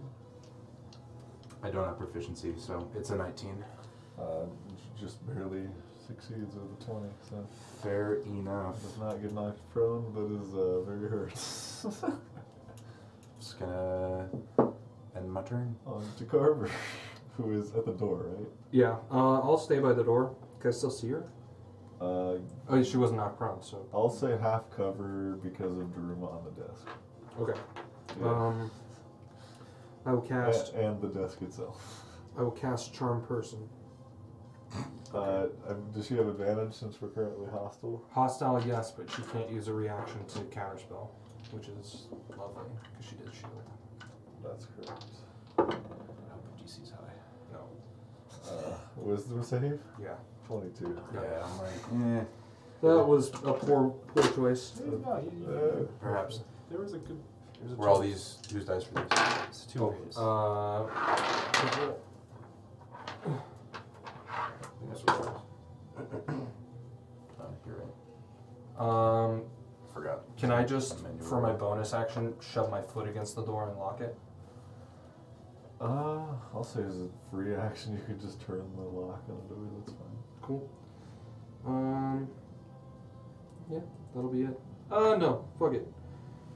I don't have proficiency, so it's a 19.
Uh, j- just barely succeeds with a 20, so
Fair enough.
does not get knocked prone, but is uh, very hurt. [LAUGHS]
Just gonna end my turn.
On to Carver, Um, [LAUGHS] who is at the door, right?
Yeah. Uh, I'll stay by the door. Can I still see her?
Uh,
Oh, she wasn't knocked prone, so.
I'll say half cover because of Daruma on the desk.
Okay.
Yeah.
Um. I will
A-
cast.
and the desk itself.
I will cast charm person.
Uh, um, does she have advantage since we're currently hostile?
Hostile, yes, but she can't use a reaction to counterspell, which is lovely because she did shield.
That's correct.
I hope the DC's high.
No.
Uh, wisdom save?
Yeah.
22.
Yeah, I'm like, eh,
That was a poor, poor choice.
no, you,
Uh,
you,
perhaps.
there was a good. There was a
Were all these whose dice for these?
It's two ways.
Uh.
Uh, you're right.
Um.
Forgot.
Can I just,
Menu
for my
roll.
bonus action, shove my foot against the door and lock it?
Uh, I'll say as a free action, you could just turn the lock on the door. That's fine.
Cool. Um. Yeah, that'll be it. Uh, no, fuck it.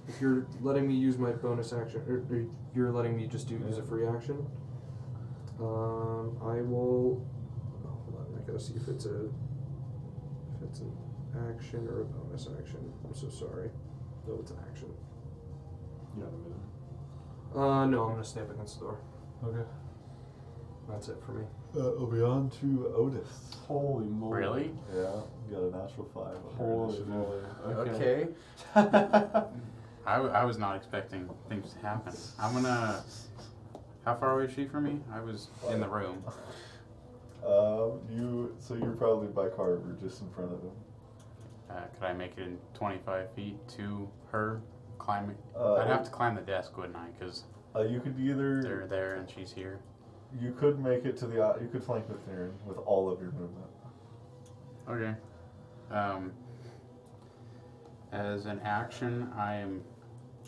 If you're letting me use my bonus action, or, or you're letting me just do use a free action, um, I will. oh, Hold on, I gotta see if it's a if it's an action or a bonus action. I'm so sorry. No, it's an action.
You have a minute.
Uh, no, I'm gonna stay up against the door.
Okay.
That's it for me.
Uh, we'll be on to Otis.
Holy moly.
Really?
Yeah, you got a natural five. on your
Holy
initiative.
moly.
Okay.
[LAUGHS] okay.
I, w- I was not expecting things to happen. I'm gonna. How far away is she from me? I was in the room.
Um, you so you're probably by Carver, just in front of him.
Uh, could I make it in 25 feet to her? Climb.
Uh,
I'd have to climb the desk, wouldn't I? Because
Uh, you could either
they're there and she's here.
you could make it to the o- you could flank with Theron with all of your movement.
Okay. Um, as an action, I am.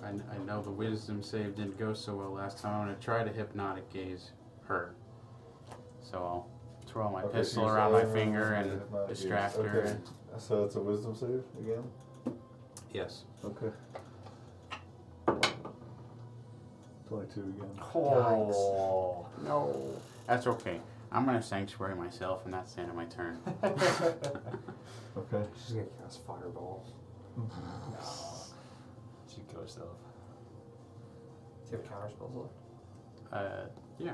I, kn- I know the wisdom save didn't go so well last time. I'm gonna try to hypnotic gaze her. So I'll twirl my
Okay, so
pistol
you're
around my
saying
finger
with
and
hypnotic gaze.
distract her.
Okay. So it's a wisdom save again.
Yes.
Okay. Twenty-two again.
Oh.
No. That's okay. I'm gonna sanctuary myself, and that's the end of
[LAUGHS]
my turn.
Okay.
She's gonna cast fireball.
She kill herself.
Do you have counter spells left?
Uh, yeah.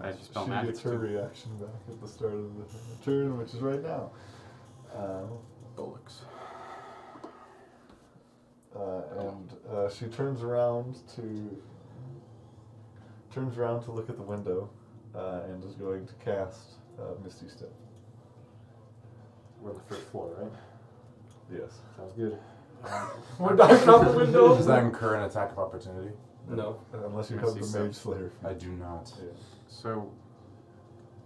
I just spell
she
magic
gets her
too.
reaction back at the start of the turn, which is right now. Um,
Bullocks.
uh, and uh, she turns around to turns around to look at the window, uh, and is going to cast uh, Misty Step.
We're on the first floor, right?
Yes.
Sounds good.
We're
[LAUGHS]
diving out the window.
Does that incur an attack of opportunity?
No.
Unless you
Misty
have the
Step.
Mage Slayer.
I do not.
Yeah.
So,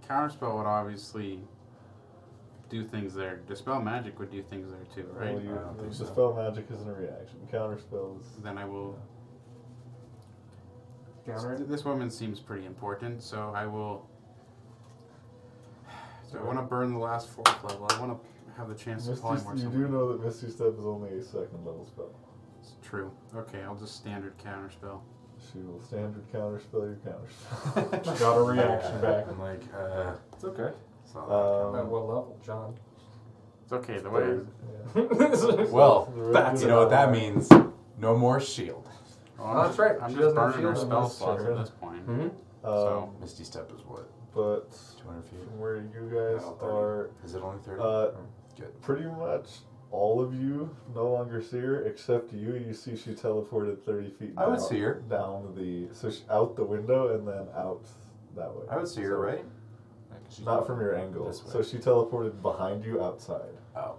counterspell would obviously do things there. Dispel magic would do things there too, right?
Well, you,
I don't think so.
dispel magic isn't a reaction. Counter spells.
Then I will.
Counter it?
This woman seems pretty important, so I will. So I want to burn the last fourth level. I want to have the chance to
Misty,
apply more.
you do know that Misty Step is only a second level spell.
It's true. Okay, I'll just standard counterspell.
She will standard counter spell your counter spell. [LAUGHS]
She got a reaction back. I'm like, uh,
It's okay.
it's not
At
um,
what level,
[LAUGHS]
John?
It's okay. The way.
yeah.
Hmm?
that. Well,
Back
you
to
know what
the-
that means. No more shield.
Well,
Oh, that's right.
I'm
She
just
doesn't have
burning her
shield
spell
unless
slots at
you're-
this point.
Mm-hmm.
Um,
So-
Misty Step is what?
but
200 feet?
from where you guys
No, 30.
are,
Is it only 30?
Uh,
Good.
pretty much all of you no longer see her except you. You see she teleported thirty feet.
I would
down,
see her.
down the so she, out the window and then out that way.
I would see her,
So-
right? Like, she's
Not from your angle.
This way.
So she teleported behind you outside.
Oh.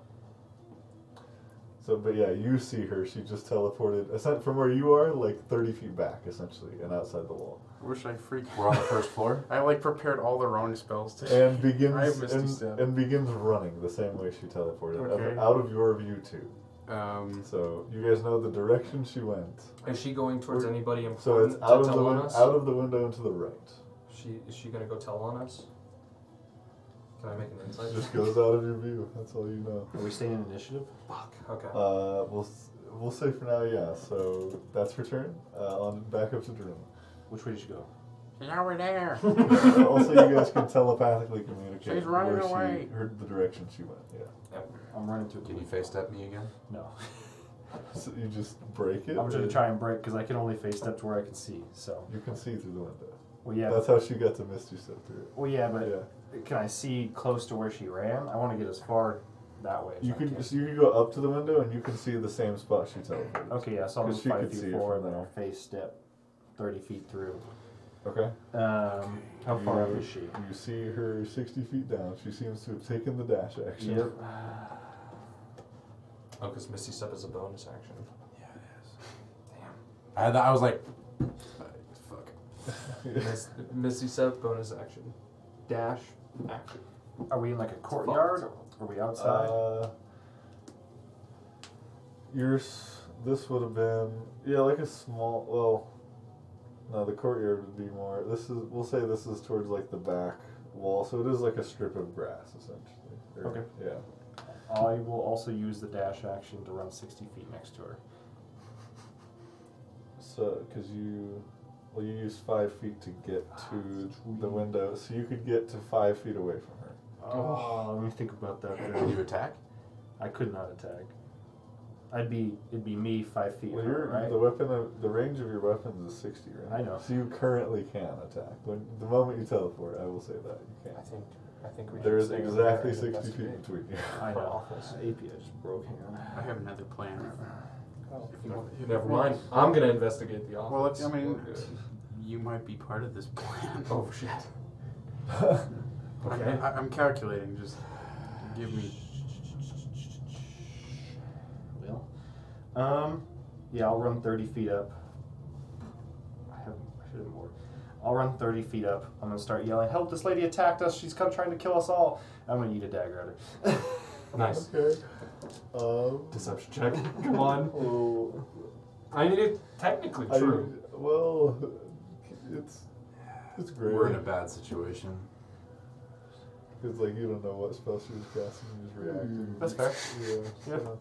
So, but yeah, you see her. She just teleported ascent from where you are, like thirty feet back, essentially, and outside the wall,
I wish I freaked.
We're on the first floor?
[LAUGHS] I like prepared all the wrong spells today.
and
[LAUGHS] I have
begins
Misty
and,
Step.
and begins running the same way she teleported, out of-
Okay.
out of your view too.
[LAUGHS] Um,
So you guys know the direction she went.
Is she going towards anybody important
So it's
Um, to
out of
tell
the
on
win-
us?
out of the window and to the right.
She is she gonna go tell on us? Can I make an insight?
It just goes out of your view. That's all you know.
Are we staying in initiative?
Fuck. Okay.
Uh, we'll s- we'll say for now, yeah. So that's her turn. Uh, on back up to Drew.
[LAUGHS]
Which way did she go?
yeah, we're there.
also, you guys can telepathically communicate.
She's running
where she
away.
heard the direction she went. Yeah.
I'm running through.
Can you face step me again?
No.
So you just break it.
I'm just
or
gonna try and break because I can only face step to where I can see. So.
You can see through the window.
Well, yeah.
That's how she got to Misty Step through.
well, yeah, but
Yeah.
can I see close to where she ran? I want to get as far that way. as
You
I
can so you can go up to the window and you can see the same spot she teleported.
Okay, yeah. So I'll
'Cause
move
she
five
could see
feet
it
forward,
from
then I'll
there.
face step thirty feet through.
Okay.
Um, how far up
You-
is she?
You see her 60 feet down. She seems to have taken the dash action.
Yep.
Oh, because Misty Step is a bonus action. [LAUGHS]
Yeah, it is. Damn. I, had that- I was like, fuck.
[LAUGHS]
Mis- Misty Step bonus action. Dash action.
Are we in like a courtyard? Are we outside?
Uh, yours. This would have been yeah, like a small. Well, No, the courtyard would be more. This is we'll say this is towards like the back wall, so it is like a strip of grass essentially. Or-
Okay.
Yeah.
I will also use the dash action to run 60 feet next to her.
So because you, well, you use five feet to get to the window, so you could get to five feet away from her.
Oh, let me think about that.
Can you attack?
I could not attack. I'd be it'd be me five feet.
Well,
in her,
your
right?
the weapon of, the range of your weapons is sixty, right?
I know.
So you currently can attack. When the moment you teleport, I will say that you
I
can.
think I think we
There is
should stay over
exactly
there and
sixty feet
investigate.
between you.
I
For
know.
office.
AP, I just broke hand.
I have another plan. Oh,
Never mind. I'm gonna investigate the office.
Well, let's, I mean,
We're good.
you might be part of this plan.
[LAUGHS] oh shit.
I'm-
[LAUGHS] Okay.
I, I'm calculating. Just give me.
Will. Um, yeah, I'll run 30 feet up. I have I should have more. I'll run 30 feet up. I'm gonna start yelling, "Help! This lady attacked us. She's come trying to kill us all." I'm gonna eat a dagger at her. [LAUGHS]
Nice.
[LAUGHS] okay. Um.
Deception check. Come on.
well,
I mean, it's technically
I-
true.
well, it's it's great.
We're in a bad situation.
Because like you don't know what spell she was casting, you just reacting.
Mm. That's fair.
[LAUGHS] Yeah.
[LAUGHS]
so-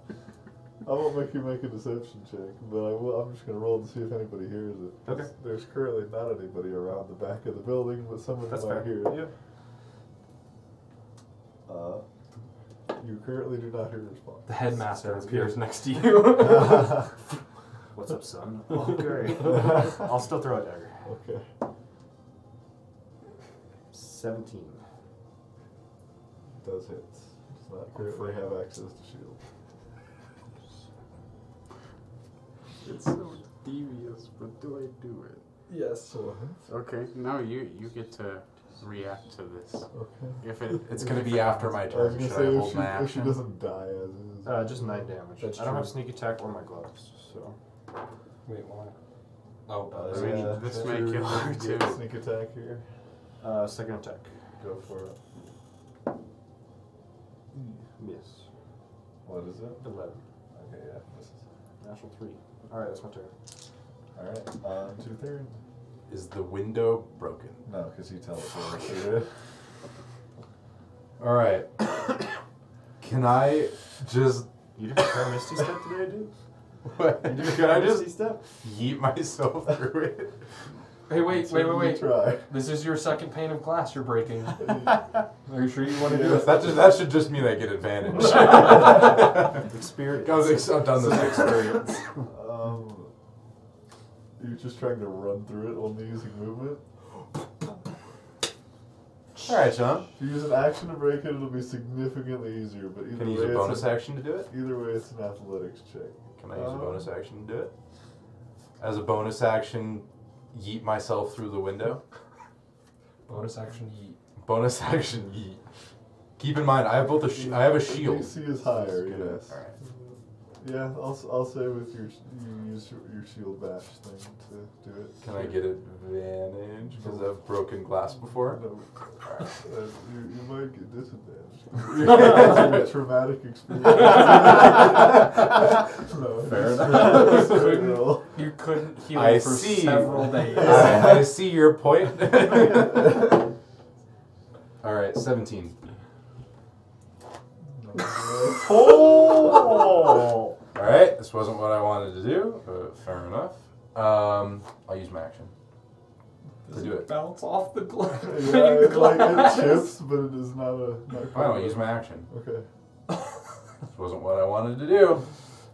I won't make you make a deception check, but I will, I'm just gonna roll to see if anybody hears it. 'Cause
Okay.
There's currently not anybody around the back of the building, but someone
That's
might
fair.
hear it. Uh, you currently do not hear a response.
The
[LAUGHS]
[LAUGHS]
headmaster
Sounds
appears next to you.
okay.
What's up, son?
[LAUGHS]
Okay. I'll still throw a dagger. 17.
Does hit. Does not currently have access to shield.
It's so devious, but do I do it?
yes.
So,
Okay. No, you you get to react to this.
okay.
If it
It's gonna be after my
I was
turn.
gonna
Should
say
I
if
hold
she,
my
if she
action?
doesn't die as is.
Uh, just 9 damage.
That's
I don't
true.
have sneak attack or my gloves, so.
Wait, why? Oh,
Uh,
I mean,
yeah,
this
if
may
you're
kill her,
gonna get a
too.
Sneak attack here.
Uh, second attack.
Go for it.
Yes.
What is it?
11.
Okay, yeah, this is
Natural 3. Alright, that's my turn.
all right. Um, two thirds.
Is the window broken?
No, because he [LAUGHS] teleported through it.
All right. [COUGHS] Can I just
You didn't try Misty Step today, dude?
what?
You didn't
Can
try
I
Misty
just
Step?
[LAUGHS] yeet myself through it?
Hey, wait, wait, wait, wait.
You [LAUGHS] try.
This is your second pane of glass
[LAUGHS]
you're breaking. Are you sure you want to do it?
That just, that should just mean I get advantage. [LAUGHS]
Experience.
Guys, ex- I've done this experience.
Um, you're just trying to run through it only using movement.
All right, Sean.
If you use an action to break it, it'll be significantly easier. But either
Can I use
way,
a
it's
bonus
an,
action to do it?
Either way, it's an athletics check.
Can I use a
Um,
bonus action to do it? As a bonus action, yeet myself through the window. [LAUGHS]
Bonus action yeet.
Bonus action yeet. Keep in mind, I have both a sh- I have a shield.
DC is higher.
All
Yes.
right.
Yeah. I'll, s- I'll say with your sh- you use your, your shield bash thing to do it.
Can I get advantage because I've broken glass before?
No. Uh, you, you might get
[LAUGHS]
disadvantaged. [LAUGHS] It's a
Fair
traumatic experience. no,
enough.
it's a
[LAUGHS]
good roll.
You couldn't heal
I
for
see.
several days.
[LAUGHS] I, I see your point. [LAUGHS] All right, seventeen.
Oh!
All right, this wasn't what I wanted to do. But fair enough. Um, I'll use my action to do it.
Bounce off the [LAUGHS] glass.
Yeah, it, like, it chips, but it is not a. Not
Fine, I'll use my action.
Okay.
This wasn't what I wanted to do.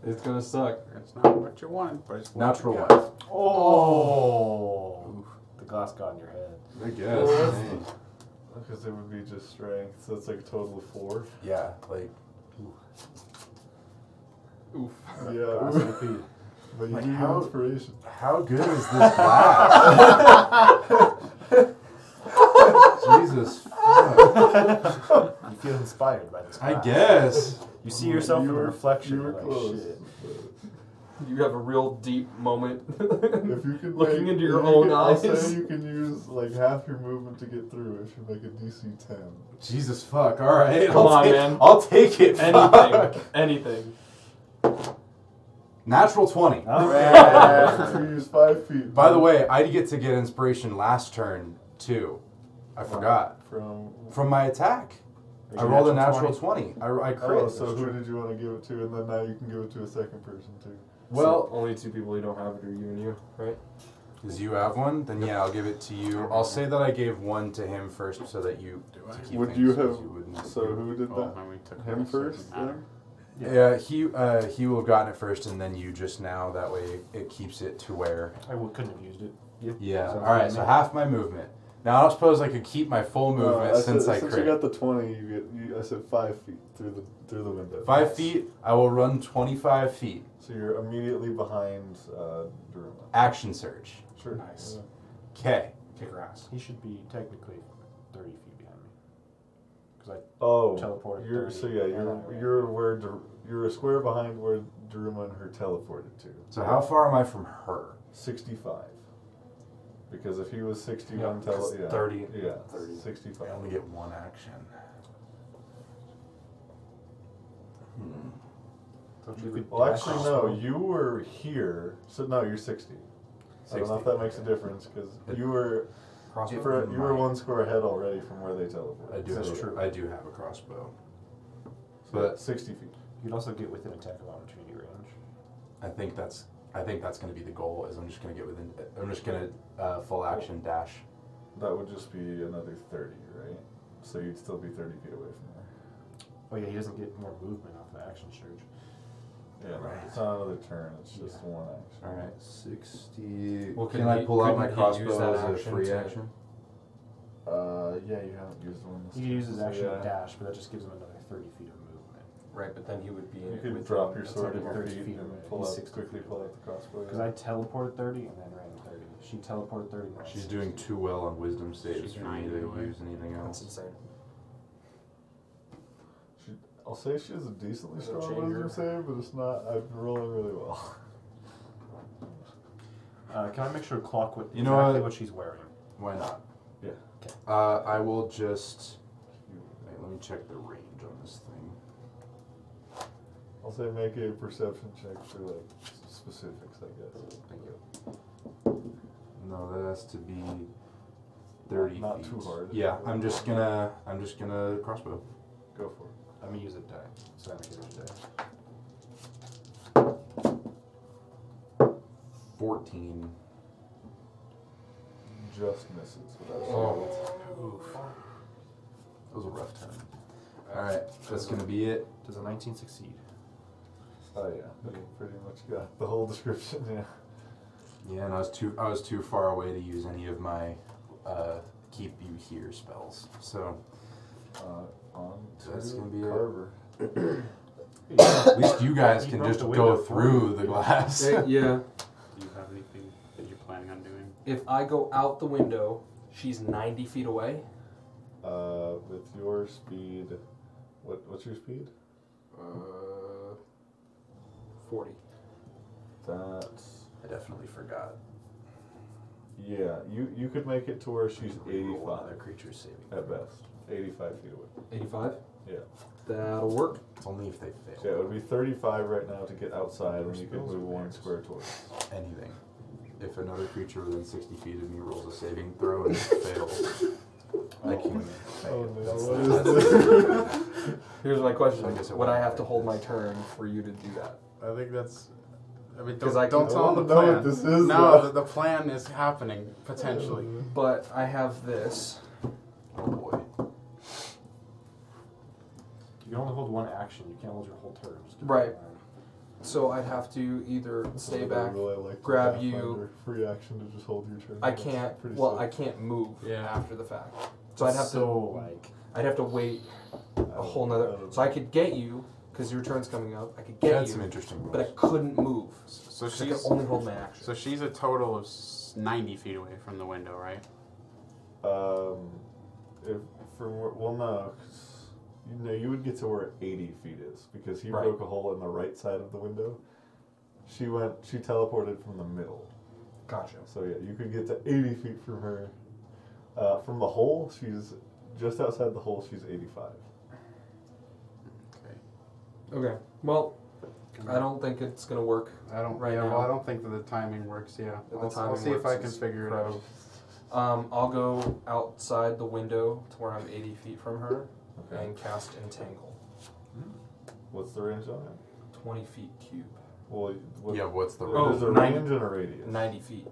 It's gonna suck.
[LAUGHS] It's not what you wanted, but it's what
Natural
you got.
one.
Oh! The glass got in your head.
I
Well, that's- Because it would be just strength, so it's like a total of four.
Yeah, like
Oof.
[LAUGHS] Yeah. but you
Like,
do need
how-
inspiration.
How good is this glass? [LAUGHS] Jesus. fuck.
You feel inspired by this.
I
glass.
guess.
You see yourself in
You
the
were-
reflection.
You were
you're like,
close.
shit.
You have a real deep moment. [LAUGHS]
If you can
Looking
make-
into
if
your
you
own
can- I'll say
eyes. [LAUGHS]
you can use like half your movement to get through if you make a DC 10.
Jesus fuck. All right.
Come
I'll
on,
take,
[LAUGHS]
man.
I'll take it. fuck.
anything. anything.
Natural 20.
Yeah, we use five feet.
By the way, I get to get inspiration last turn, too. I forgot.
from
From my attack.
Like
I
a
rolled a
natural
natural 20. I, I crit.
oh, so who did you want to give it to, and then now you can give it to a second person too.
Well,
well,
only two people who don't have it are you and you, right?
does you have one? Then yeah, I'll give it to you. I'll say that I gave one to him first so that you. to keep
Would
things
you
so
have-
wouldn't-
So who did
Oh,
that?
and we took
Him
it, so it
first,
doesn't matter.
then?
Yeah, he uh, he will have gotten it first, and then you just now. That way, it keeps it to where.
I w- couldn't have used it.
Yeah.
Sounds
All right.
good to
So
me.
half my movement. Now I don't suppose I could keep my full
No,
movement
Uh, I
since
said,
I
since
crit.
you got the twenty, you get. You, I said five feet through the through the window.
Five feet. I will run twenty-five feet.
So you're immediately behind uh, Daruma.
Action surge.
Sure.
Nice.
Okay.
Kick her ass.
He should be technically 30 feet behind me. Because I
Oh,
Teleported
You're,
30,
so yeah, you're
and I-
you're where Dar- you're a square behind where Daruma and her teleported to.
So how far am I from her?
Sixty-five. Because if he was
Yeah,
sixty-one,
because
tele- yeah,
30.
yeah,
30.
sixty-five.
I only get one action.
you could
Well, actually, no. You were here, so no, you're sixty. I don't know if
60,
that makes a difference because you were
Crossbow.
for, you were
might.
one square ahead already from where they teleported.
I do.
so
have,
true.
I do have a crossbow.
but
But
sixty feet.
you'd also get within attack of opportunity range.
I think that's. I think that's going to be the goal. Is I'm just going to get within. I'm just going to uh, full action dash.
That would just be another thirty, right? So you'd still be thirty feet away from
Oh yeah, he doesn't get more movement off the action surge.
there. Yeah, no,
Right.
it's not another turn. It's just one action.
All right, sixty.
Well,
can
couldn't
I
he-
pull out my
couldn't he use
crossbow
that
as a
action
free
to-
action?
Uh, yeah, you haven't used one. this
He could
turn,
use his
so
action to
yeah.
dash, but that just gives him another 30 feet of movement.
Right, but then he would be.
You
with
could
the-
drop your
that's
sword at
like
like
your
30
feet
feet
and
away.
pull
He's
out
60
quickly
feet
pull
away.
out the crossbow.
Because I teleported 30 and then ran 30. She teleported 30. now
She's
it's
doing
60.
too well on wisdom saves
She's
for me
nine
to
anyway.
use anything
That's
else.
insane.
I'll say she has a decently
It'll
strong
change
wisdom
her.
save, but it's not. I've been rolling really well. [LAUGHS]
Uh, can I make sure to clock what
You know
exactly
what?
what she's wearing?
Why not?
Yeah.
Uh, I will just. Wait, let me check the range on this thing.
I'll say make a perception check for like s- specifics, I guess.
Thank you. No, that has to be thirty.
Not
feet.
too hard.
Yeah, I'm just gonna. I'm just gonna crossbow.
Go for it.
I'm gonna use a die. So I'm gonna use a die.
Fourteen.
Just misses. Without
Oh.
Oof.
That was a rough turn. All right, that's gonna be it.
Does a 19 succeed?
Oh yeah, you pretty much got the whole [LAUGHS] description. Yeah.
Yeah, and I was too I was too far away to use any of my uh, keep you here spells. So
Uh, on to
That's gonna be it.
Carver.
at least
[LAUGHS]
you guys
You
can
broke
just
the
go
window for
through the glass.
yeah.
Do you have anything that you're planning on doing?
If I go out the window, she's 90 feet away.
Uh, with your speed, what what's your speed?
Uh,
40.
That's
[LAUGHS] I definitely forgot.
yeah. You you could make it to where she's
Roll Another
eighty-five
creature saving.
at best. Eighty-five feet away.
85?
Yeah.
That'll work.
It's only if they
So yeah, it
fail
would be thirty-five right now to get outside, and you could
Spells
move
are
one
next.
square towards.
anything. If another creature within sixty feet of me rolls a saving
[LAUGHS]
throw and it fails, I can.
Oh no!
That's
what
not-
is this?
Here's my question.
I guess it
Would I
won't
have to
work.
hold my turn for you to do that?
I think that's. I mean,
'Cause
don't,
I
don't
can-
I
tell
wanna
them the
know
plan.
what this is,
no,
though.
the, the plan is happening potentially.
But I have this.
Oh boy.
You can only hold one action. You can't hold your whole turn. Just keep
Right.
going.
So I'd have to either stay
Something I
back.
really like the
grab
Pathfinder,
you.
Free action to just hold your turn.
I
That's
can't.
pretty
Well,
sick.
I can't move
Yeah.
after the fact. So I'd have
so, like
to. I'd have to wait a whole
I
nother.
don't-
So I could get you because your turn's coming up. I could get
That's some
you,
interesting
but I
rolls.
couldn't move.
So
So you
she's
can only hold my action.
so she's a total of s- 90 feet away from the window, right?
Um, if from where, well, no, 'cause, you know, you would get to where eighty feet is because he
Right.
broke a hole in the right side of the window. She went. She teleported from the middle.
Gotcha.
So yeah, you could get to eighty feet from her. Uh, from the hole, she's just outside the hole. She's eighty-five.
Okay.
Okay. Well, I don't think it's gonna work.
I don't.
Right
yeah,
now.
Well, I don't think that the timing works. Yeah.
The
I'll, I'll
timing
see if
works
I can
is
figure it out.
Um, I'll go outside the window to where I'm 80 feet from her
Okay.
and cast Entangle.
What's the range on that?
20 feet cube.
Well, what,
yeah, what's the
Oh,
there's a
nine-
range and a radius.
90 feet.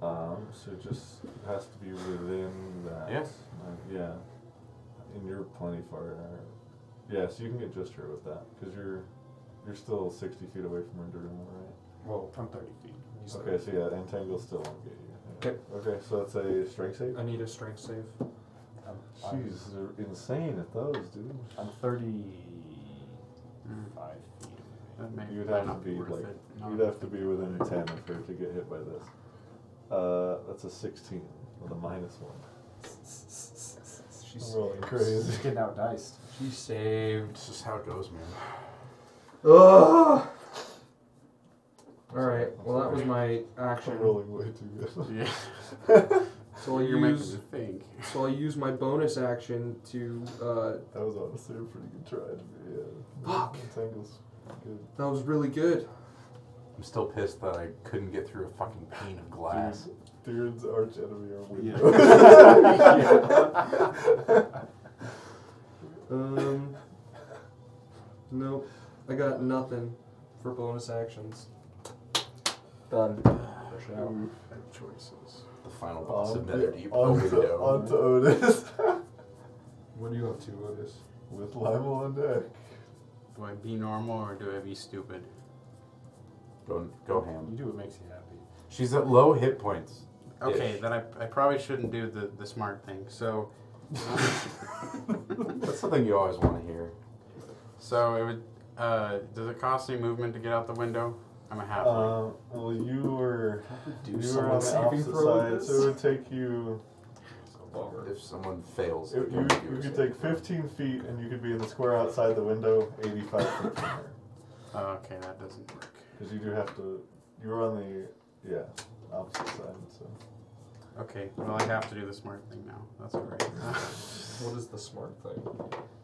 Um, so it just it has to be within that.
Yes.
Uh, yeah. And you're plenty far. Yeah, so you can get just her with that because you're you're still 60 feet away from her during the right.
Well,
I'm 30 feet.
he's like,
Okay, so yeah, entangle still won't get you.
Okay.
Okay, Uh, so that's a strength save.
I need a strength save.
I'm-
She's insane at those, dude.
I'm 35 feet away.
That may,
Mm-hmm. You'd
might
have to
not be
be,
worth
like,
it. No.
You'd have to be within 10 of her to get hit by this. Uh, that's a 16 with a minus one.
She's
I'm [LAUGHS] rolling crazy.
Just getting outdiced.
She saved.
This is how it goes, man.
Ugh! All right. Well, that was my
I'm
action.
rolling way too good.
[LAUGHS] Yeah.
So I'll
You're making
use.
me think.
So I'll use my bonus action to. Uh,
That was honestly a pretty good try to be. Yeah.
Fuck.
Entangle's good.
that was really good.
I'm still pissed that I couldn't get through a fucking pane of glass.
Mm. Dude's arch enemy are
Yeah.
windows.
Um. Nope. I got nothing for bonus actions.
Done.
Choices. The final boss of
On-
Netherdeep. Oh,
On to,
window.
on to Otis. [LAUGHS]
What do you have to, Otis?
With Lima on deck.
Do I be normal or do I be stupid?
Go, go ham.
You do what makes you happy.
She's at low hit points.
Okay,
Ish.
then I, I probably shouldn't do the, the smart thing. So,
[LAUGHS]
[LAUGHS]
That's something you always want to hear.
so it would. Uh, does it cost any movement to get out the window? I'm a half.
Um, well, you were, you were on the opposite side, so it would take you.
If someone fails,
It, you, you could take 15 feet and you could be in the square outside the window, 85 feet from her.
oh, okay, that doesn't work.
Because you do have to. You were on the yeah opposite side, so
Okay, well I have to do the smart thing now. That's all [LAUGHS] right.
What is the smart thing?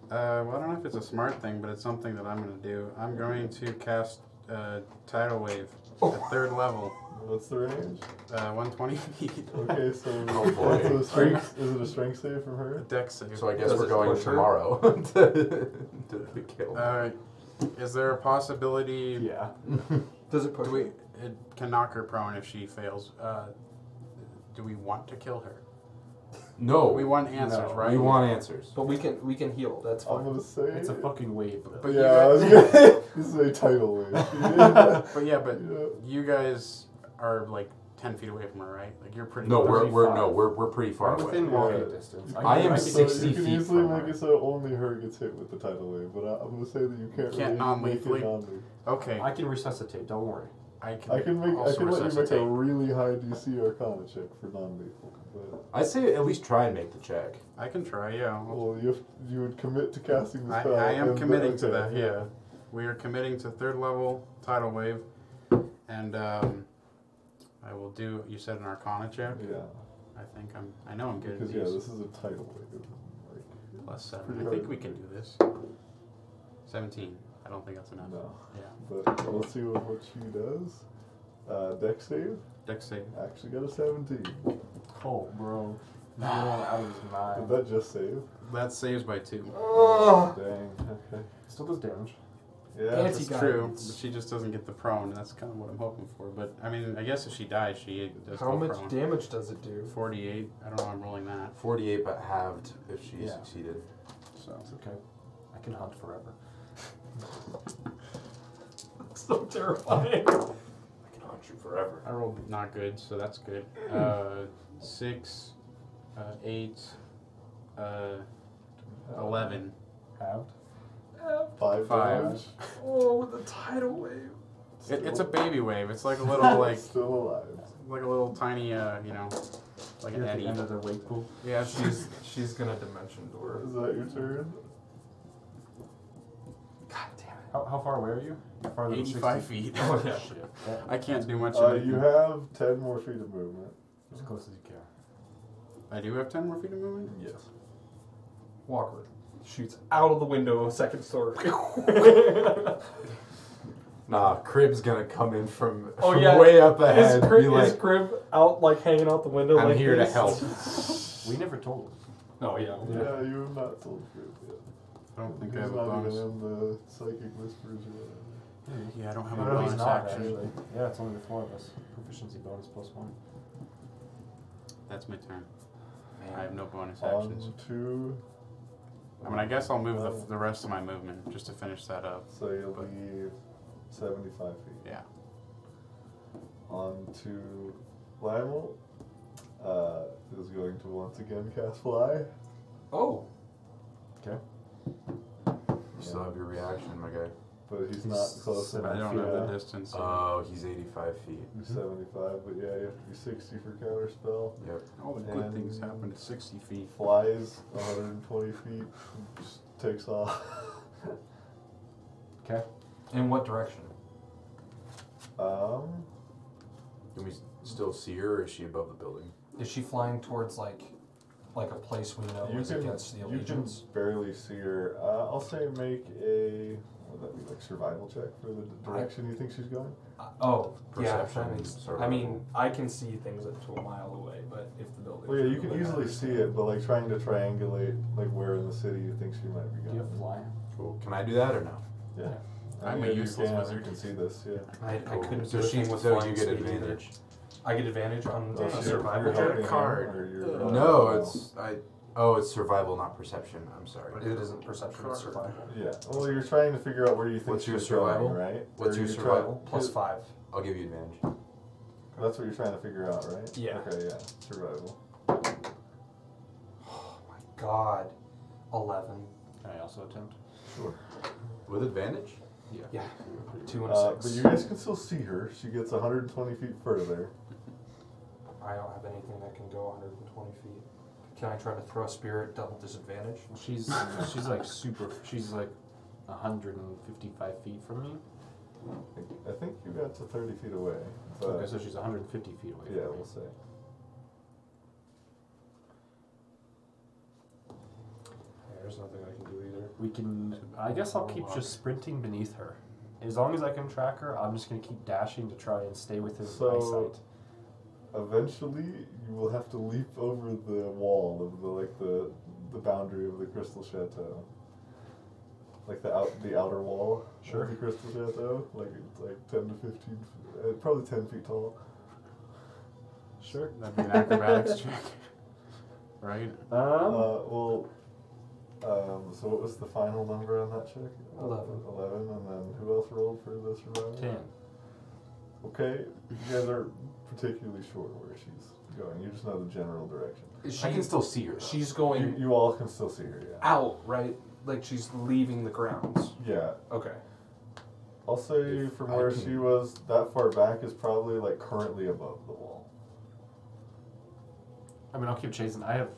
Uh, well, I don't know if it's a smart thing, but it's something that I'm going to do. I'm going to cast uh, tidal wave
Oh.
at third level,
what's the range?
uh, 120 [LAUGHS] feet.
Okay, so
[LAUGHS]
Oh, boy.
that's a strength. Is it a strength save from her?
Deck save.
So I guess
Does
we're
it
going
push her?
tomorrow [LAUGHS] to, to the kill.
Uh, is there a possibility?
Yeah.
Does it push?
Do we? It can knock her prone if she fails. Uh, do we want to kill her?
Oh,
no,
We want answers,
No.
right?
We want answers.
But we can we can heal. That's
I'm
fine.
gonna say.
It's a fucking wave, though.
But
yeah,
you
I was
guys,
gonna. [LAUGHS] this is a tidal
[LAUGHS]
wave. yeah.
but yeah, but
Yeah.
you guys are like ten feet away from her, right? Like you're pretty.
No,
close.
we're, we're no,
35.
we're, we're pretty far
I'm
away.
within walking distance.
You
I
can
I am
make it
can-
so-
60
You can
feet
easily
from
make
her.
it so only her gets hit with the tidal wave, but I, I'm gonna say that you can't,
Can't
really
non-lethally?
make it non-lethal.
okay.
I can resuscitate, don't worry.
I can.
I can make. I
also
can let you make
resuscitate.
a really high DC Arcana check for non-lethal, but
I say at least try and make the check.
I can try. Yeah.
well, you have, you would commit to casting the
I,
spell.
I am
uh, and-
committing to
okay,
that. Yeah. We are committing to third level tidal wave, and um, I will do. You said an Arcana check.
Yeah.
I think I'm. I know I'm good at
Because
these.
yeah, this is a tidal wave. Like,
Plus
Pretty
seven. I
hard.
think we can do this. Seventeen. I don't think that's enough.
no.
Yeah.
But let's see what, what she does. Uh, deck save.
Deck save.
Actually got a 17.
Oh, bro. You're out of his
Did [LAUGHS]
mind.
that just save?
That saves by two.
Dang. Okay.
Still does damage.
Yeah.
Anti-
That's true. But she just doesn't get the prone. That's kind of what I'm hoping for. But I mean, I guess if she dies, she does
How
go
much
prone.
damage does it do?
Forty-eight. I don't know. why I'm rolling that.
48, but halved if she
Yeah.
succeeded.
So
It's okay. I can hunt forever.
so terrifying.
I can haunt you forever.
I rolled not good. So that's good. Uh, six, uh, eight, uh, eleven.
Halved.
Five,
Five.
damage.
Oh, with the tidal wave.
It, it's a
Still-
baby wave. It's like a little like
Still alive.
like a little tiny uh, you know, like
You're
an
at the
eddy.
end of the wave pool.
Yeah, [LAUGHS] she's she's gonna dimension door.
Is that your turn?
God damn
How, how far away are you? You're farther than 60
Eighty-five feet.
Oh,
[LAUGHS]
yeah.
I can't do much.
Uh,
of it.
you have 10 more feet of movement.
As close as you can.
I do have 10 more feet of movement?
Yes.
Walker shoots out of the window, second story.
Nah, Crib's gonna come in from,
Oh,
from
yeah.
way up ahead.
Is,
and
Crib,
be
is
like,
Crib out like hanging out the window?
I'm
like
here
this?
to help.
We never told him.
Oh yeah.
Yeah, you've not told Crib yet.
I don't think
He's
I have a
not
bonus.
even in the psychic whispers or whatever.
Yeah, I don't have
No,
a
no, he's
bonus
not
action.
actually. Yeah, it's only the four of us. Proficiency bonus plus one.
That's my turn. I have no bonus actions.
On to.
I mean, I guess I'll move
Oh.
the, the rest of my movement just to finish that up.
So you'll be 75 feet.
Yeah.
On to Lionel. Uh, is going to once again cast Fly.
Oh,
You still have your reaction, my guy.
But he's
He's
not close
seven
enough.
I don't
yeah.
know the distance. yet.
Oh, he's 85 feet.
You're 75, but yeah, you have to be 60 for counter spell.
Yep.
All the good
and-
things happen at 60 feet.
Flies 120 feet, and just takes off. [LAUGHS]
Okay.
in what direction?
um,
Can we s- still see her, or is she above the building?
Is she flying towards like, like a place we know
you
is
can,
against the
you can
allegiance?
barely see her. Uh, I'll say make a would that be like survival check for the d- direction you think she's going.
Uh, oh, yeah.
Perception,
That makes, I
survival.
mean, I can see things up to a mile away, but if the building.
Well, yeah, you can easily see it, but like trying to triangulate like where in the city you think she might be
Do
going.
you have fly?
Cool. Can I do that or no?
Yeah. I
I'm
mean,
a
if
useless
you can,
wizard.
You can see this. Yeah.
I, I
Cool.
couldn't.
So
do a
she-
thing with
so you
flying
get
speed
advantage.
either. I get advantage on
Oh,
the
shit,
survival
you're
check.
helping him,
card.
or you're-
Uh,
Ugh.
No, it's I. Oh, it's survival, not perception. I'm sorry.
But it isn't perception, it's
Card.
survival.
Yeah. Well, you're trying to figure out where you think
What's your
she's going,
survival?
right?
What's
Or
your
you're try-
survival?
Plus five.
I'll give you advantage.
That's what you're trying to figure out, right?
Yeah.
Okay. Yeah. Survival.
Oh my god. 11.
Can I also attempt?
Sure.
With advantage?
Yeah. 2 and a
Uh,
6.
but you guys can still see her. She gets 120 feet further.
I don't have anything that can go 120 feet. Can I try to throw a spear at double disadvantage?
She's she's like super. She's like 155 feet from me.
I think you got to 30 feet away. But
okay, so she's 150 feet away.
yeah,
From me.
we'll say.
there's nothing I can do either.
We can. I guess I'll keep just sprinting beneath her. As long as I can track her, I'm just gonna keep dashing to try and stay within
So-
eyesight.
Eventually, you will have to leap over the wall of the like the the boundary of the crystal chateau. Like the out the outer wall
Sure.
of the crystal chateau, like it's like ten to fifteen, f- uh, probably ten feet tall.
Sure.
That'd be an [LAUGHS] acrobatics check. Right?
Um.
Uh, well, um, so what was the final number on that check?
Eleven.
Eleven, and then who else rolled for this round?
Ten.
Okay, you guys aren't particularly sure where she's going. You just know the general direction.
Is
I
she,
can still see her.
she's
You,
going
you all can still see her, yeah.
out, right? Like she's leaving the grounds.
Yeah.
Okay.
I'll say
If
from
I
where
can-
she was that far back is probably like currently above the wall.
I mean, I'll keep chasing. I have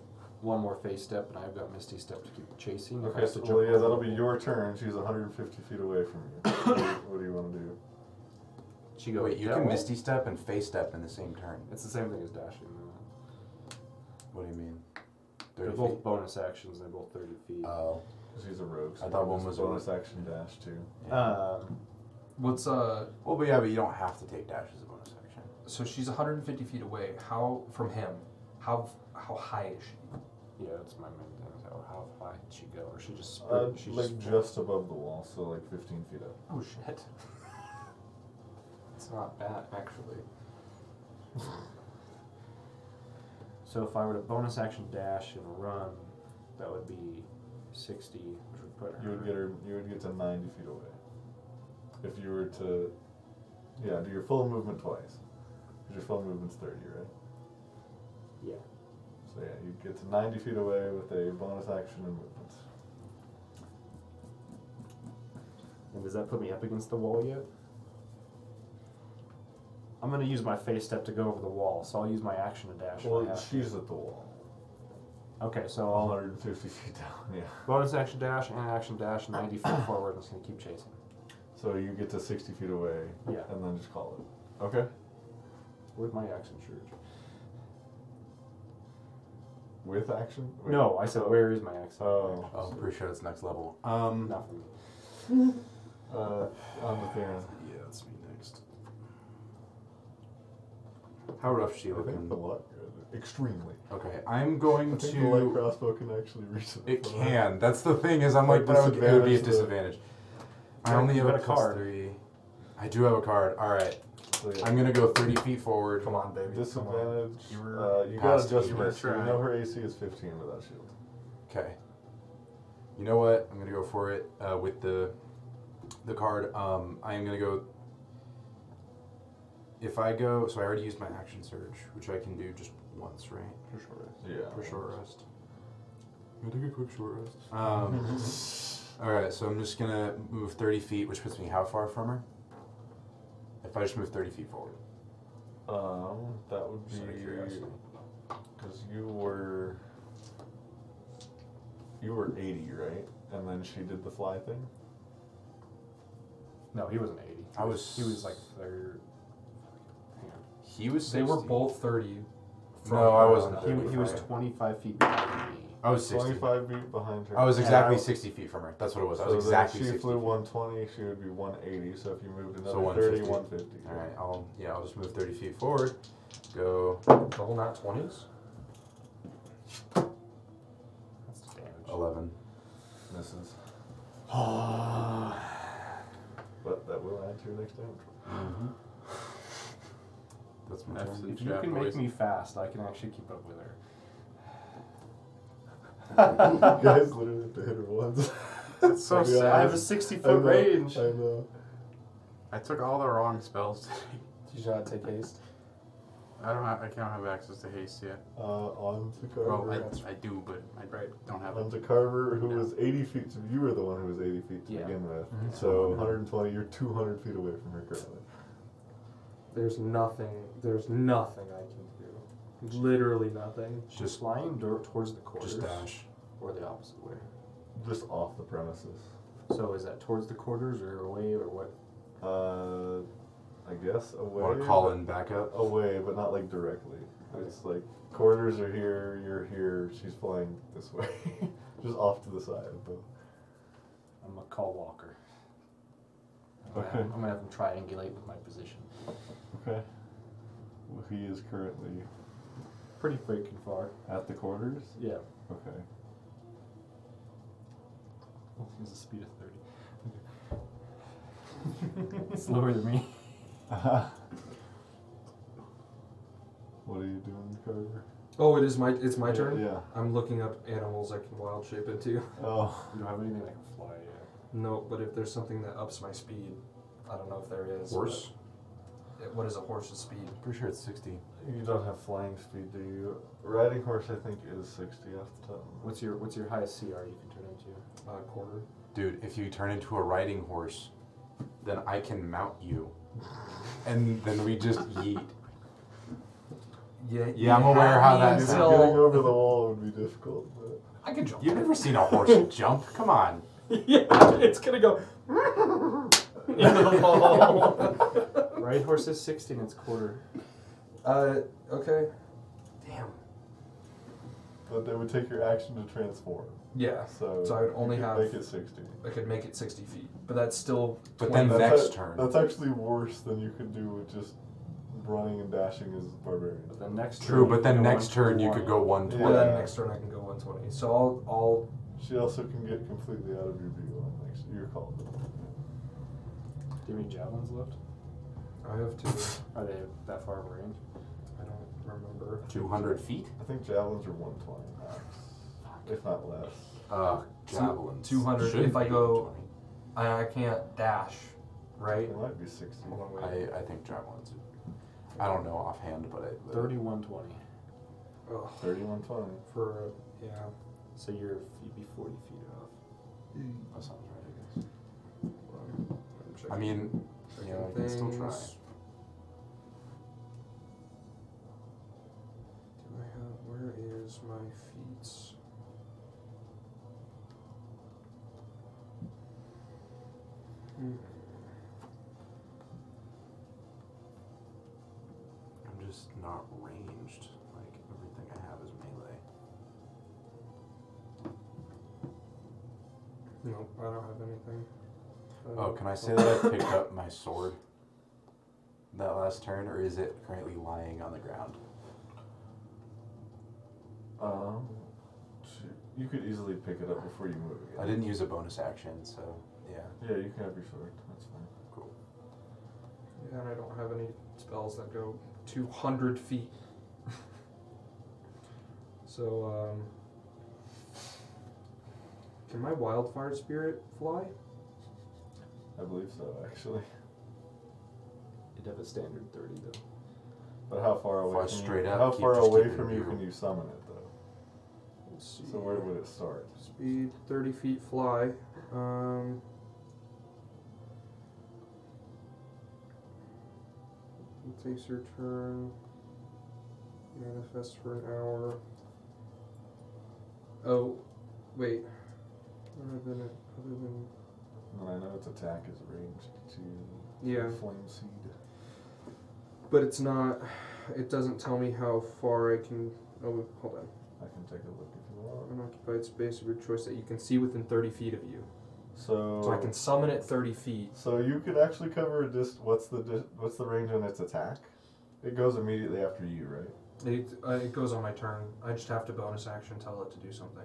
one more face step, and I've got Misty step to keep chasing. If I
Okay,
have
so
to
well, yeah,
over
that'll
the
be
wall.
your turn. She's 150 feet away from you. what, do you what do you want to do?
She goes.
Wait, you
that
can
way?
misty step and face step in the same turn.
It's the same thing as dashing. though.
What do you mean?
They're
Thirty
both
feet.
bonus actions. They're both 30 feet.
Uh,
Oh,
'Cause She's a rogue.
I thought one
it's a
was a
bonus action dash too.
Um,
What's uh?
well, but yeah, but you don't have to take dash as a bonus action.
So she's 150 feet away. How from him? How how high is she?
yeah, that's my main thing. is How, how high did she go? Or she just
Uh,
sprint? she
like
just
just above the wall, so like 15 feet up.
Oh shit. [LAUGHS] It's not bad actually.
So if I were to bonus action dash and run, that would be 60, which would put her.
You would get her. You would get to 90 feet away. If you were to, yeah, do your full movement twice. 'Cause Your full movement's 30, right?
Yeah.
So yeah, you get to 90 feet away with a bonus action and movement.
And does that put me up against the wall yet? I'm gonna use my face step to go over the wall, so I'll use my action to dash. if I
Well,
have to.
she's at the wall.
okay, so
All
I'll uh,
150 feet down, [LAUGHS] yeah.
bonus action dash and action dash 90 feet forward. I'm just gonna keep chasing.
So you get to 60 feet away
Yeah.
and then just call it. Okay.
Where's my action shirt?
With action? Wait.
No, I said where is my action?
Oh.
Oh, I'm pretty sure that's next level. Um,
Nothing.
Uh, on the Theron.
yeah.
How rough is she
I think
looking?
the luck. Extremely.
Okay.
I'm going
I think the light
to.
crossbow can [LAUGHS] actually reach it.
It
for that.
can. That's the thing is, I'm
Like
like, but I would- it would be a
disadvantage,
disadvantage. I only
You
have
got
a
a
plus
card.
three. I do have a card. All right.
So, yeah.
I'm gonna go 30 feet forward.
Come on, baby. Come on.
Disadvantage.
You
You,
were
uh, you got
past- you
adjustment.
were
So you know
trying.
her AC is 15 without shield.
Okay. You know what? I'm gonna go for it uh, with the the card. Um, I am gonna go. If I go, so I already used my action surge, which I can do just once, right? For short rest.
Yeah.
For short rest. I take a quick short rest. Um, all right, so I'm just gonna move 30 feet, which puts me how far from her? If I just move 30 feet forward,
Um, that would
just out of curiosity.
be because you were you were 80, right? And then she did the fly thing.
No, he wasn't 80.
I was.
He was like third.
He was. 60.
They were both 30. from
No, I
her.
wasn't.
He,
30
he was
from her.
25 feet behind me.
I was 60.
25 feet behind her.
I was
And
exactly
I-
60 feet from her. That's what it was.
So
I was
then
exactly
She
60
flew
feet.
120. She would be 180. So if you moved another
So
30,
150.
150.
All right, I'll yeah, I'll just move 30 feet forward. Go
Double not twenties.
That's the damage.
11. [SIGHS]
Misses. But that will add to your next damage. [LAUGHS]
That's my
That's
turn.
it.
If you
Yeah,
can
boys.
make me fast, I can actually keep up with her.
you guys literally have to hit her once.
That's so
Yeah.
I
sad.
have a 60
I know,
foot range.
I know.
I took all the wrong spells. today.
Did you not take haste?
I don't have. I can't have access to haste yet.
Uh, on to Carver.
Well, I, I do, but I don't have
on
it.
to Carver, who was 80 feet. So you were the one who was 80 feet to
Yeah.
begin with. So 120, you're 200 feet away from her currently.
There's nothing. There's nothing I can do. Literally nothing.
She's flying door towards the quarters.
Just dash.
Or the opposite way.
Just off the premises.
So is that towards the quarters or away or what?
Uh, I guess away.
Want to call in backup?
Away, but not like directly. It's like quarters are here, you're here, she's flying this way. [LAUGHS] Just off to the side. But
I'm gonna call Walker. I'm gonna,
Okay.
I'm gonna have him triangulate with my position.
okay. He is currently
Pretty freaking far.
at the quarters.
Yeah.
Okay. [LAUGHS]
Well, He has a speed of 30. Okay. [LAUGHS] Slower than me.
What are you doing, Carver?
Oh, it is my it's my turn.
Yeah.
I'm looking up animals I can wild shape into. [LAUGHS]
Oh.
You don't have anything that can fly yet.
No, but if there's something that ups my speed, I don't know if there is. but-
Horse?
It- What is a horse's speed?
Pretty sure it's 60.
You don't have flying speed, do you? Riding horse, I think, is 60 off the top. of my-
What's your what's your highest CR you can turn into?
A quarter.
Dude, if you turn into a riding horse, then I can mount you. And then we just yeet.
Yeah.
Yeah, I'm aware how that
Just
sounds.
Getting
Until
over the wall would be difficult. But
I can jump.
You've
[LAUGHS]
never seen a horse jump? Come on.
yeah, it's gonna go into the wall.
[LAUGHS]
Right horse is 60 and it's quarter.
uh, okay.
Damn.
but that would take your action to transform.
Yeah.
So,
So I would
you
only
could
have-
Make it 60.
I could make it 60 feet, but that's still.
But
20
then
feet.
next
a-
turn.
That's actually worse than you could do with just running and dashing as barbarian.
But then next
True,
turn you
but then
can go
next turn you could go 120.
Well, then
Yeah.
next turn I can go 120. So I'll, I'll
She also can get completely out of your view on next your call.
Do you have any javelins left?
I have to.
Are they that far of range?
I don't remember.
200 feet?
I think javelins are 120 max, if not less.
Uh,
Two-
javelins.
200
Should
if I
be
go-
120.
I, I can't dash, right?
It might be 60.
Hold on, wait.
I, I think javelins. I don't know offhand, but it,
3120.
Ugh,
3120.
for yeah.
So you're you'd be 40 feet off.
Hmm.
that sounds right.
Hold on, I'm
I guess. I
checking-
mean,
checking
you know, I can still try.
things. Do I have? Where is my feats? Hmm.
I'm just not ranged. Like everything I have is melee.
Nope, Oh,
Uh,
I don't have anything.
oh,
Oh, can I say that I picked up my sword?
that last turn, or is it currently lying on the ground?
Um, shoot, you could easily pick it up before you move again.
I didn't use a bonus action, so yeah.
Yeah, you can have your sword. That's fine.
Yeah, and I don't have any spells that go 200 feet. [LAUGHS] so, um. Can my wildfire spirit fly?
I believe so, actually. [LAUGHS]
You'd have a standard 30, though.
But how far away?
Fly
from
straight
you,
up,
How
keep-
far
just keep
away
it in
from you
view.
can you summon it though?
Let's see.
So where would it start?
Speed 30 feet fly. Um. It takes your turn. Manifest for an hour. Oh, wait. Other than it, other than
And I know its attack is ranged to
yeah,
flame seed.
but it's not. It doesn't tell me how far I can. Oh, hold on.
I can take a look if you want.
Unoccupied space of your choice that you can see within 30 feet of you.
So,
So I can summon it 30 feet.
so you could actually cover a dist. What's the dis- what's the range on its attack? It goes immediately after you, right?
It, uh, it goes on my turn. I just have to bonus action tell it to do something.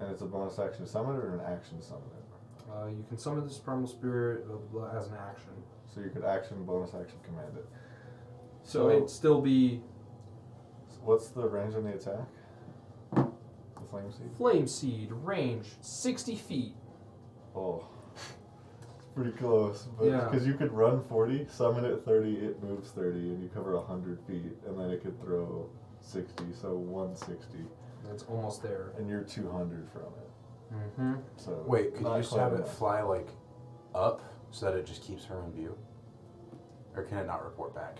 And it's a bonus action to summon it or an action to summon it.
Uh, you can summon this primal spirit blah, blah, blah, as an action.
So you could action bonus action command it.
So it'd still be
So what's the range on the attack? The flame seed.
flame seed range 60 feet.
Oh. It's pretty close. But
Yeah.
because you could run forty, summon it thirty, it moves thirty, and you cover hundred feet, and then it could throw sixty, so one sixty.
It's almost there.
And you're two hundred from it.
Mm-hmm.
So
Wait, could
not
you just
quite
have it
enough.
fly like up so that it just keeps her in view? Or can it not report back?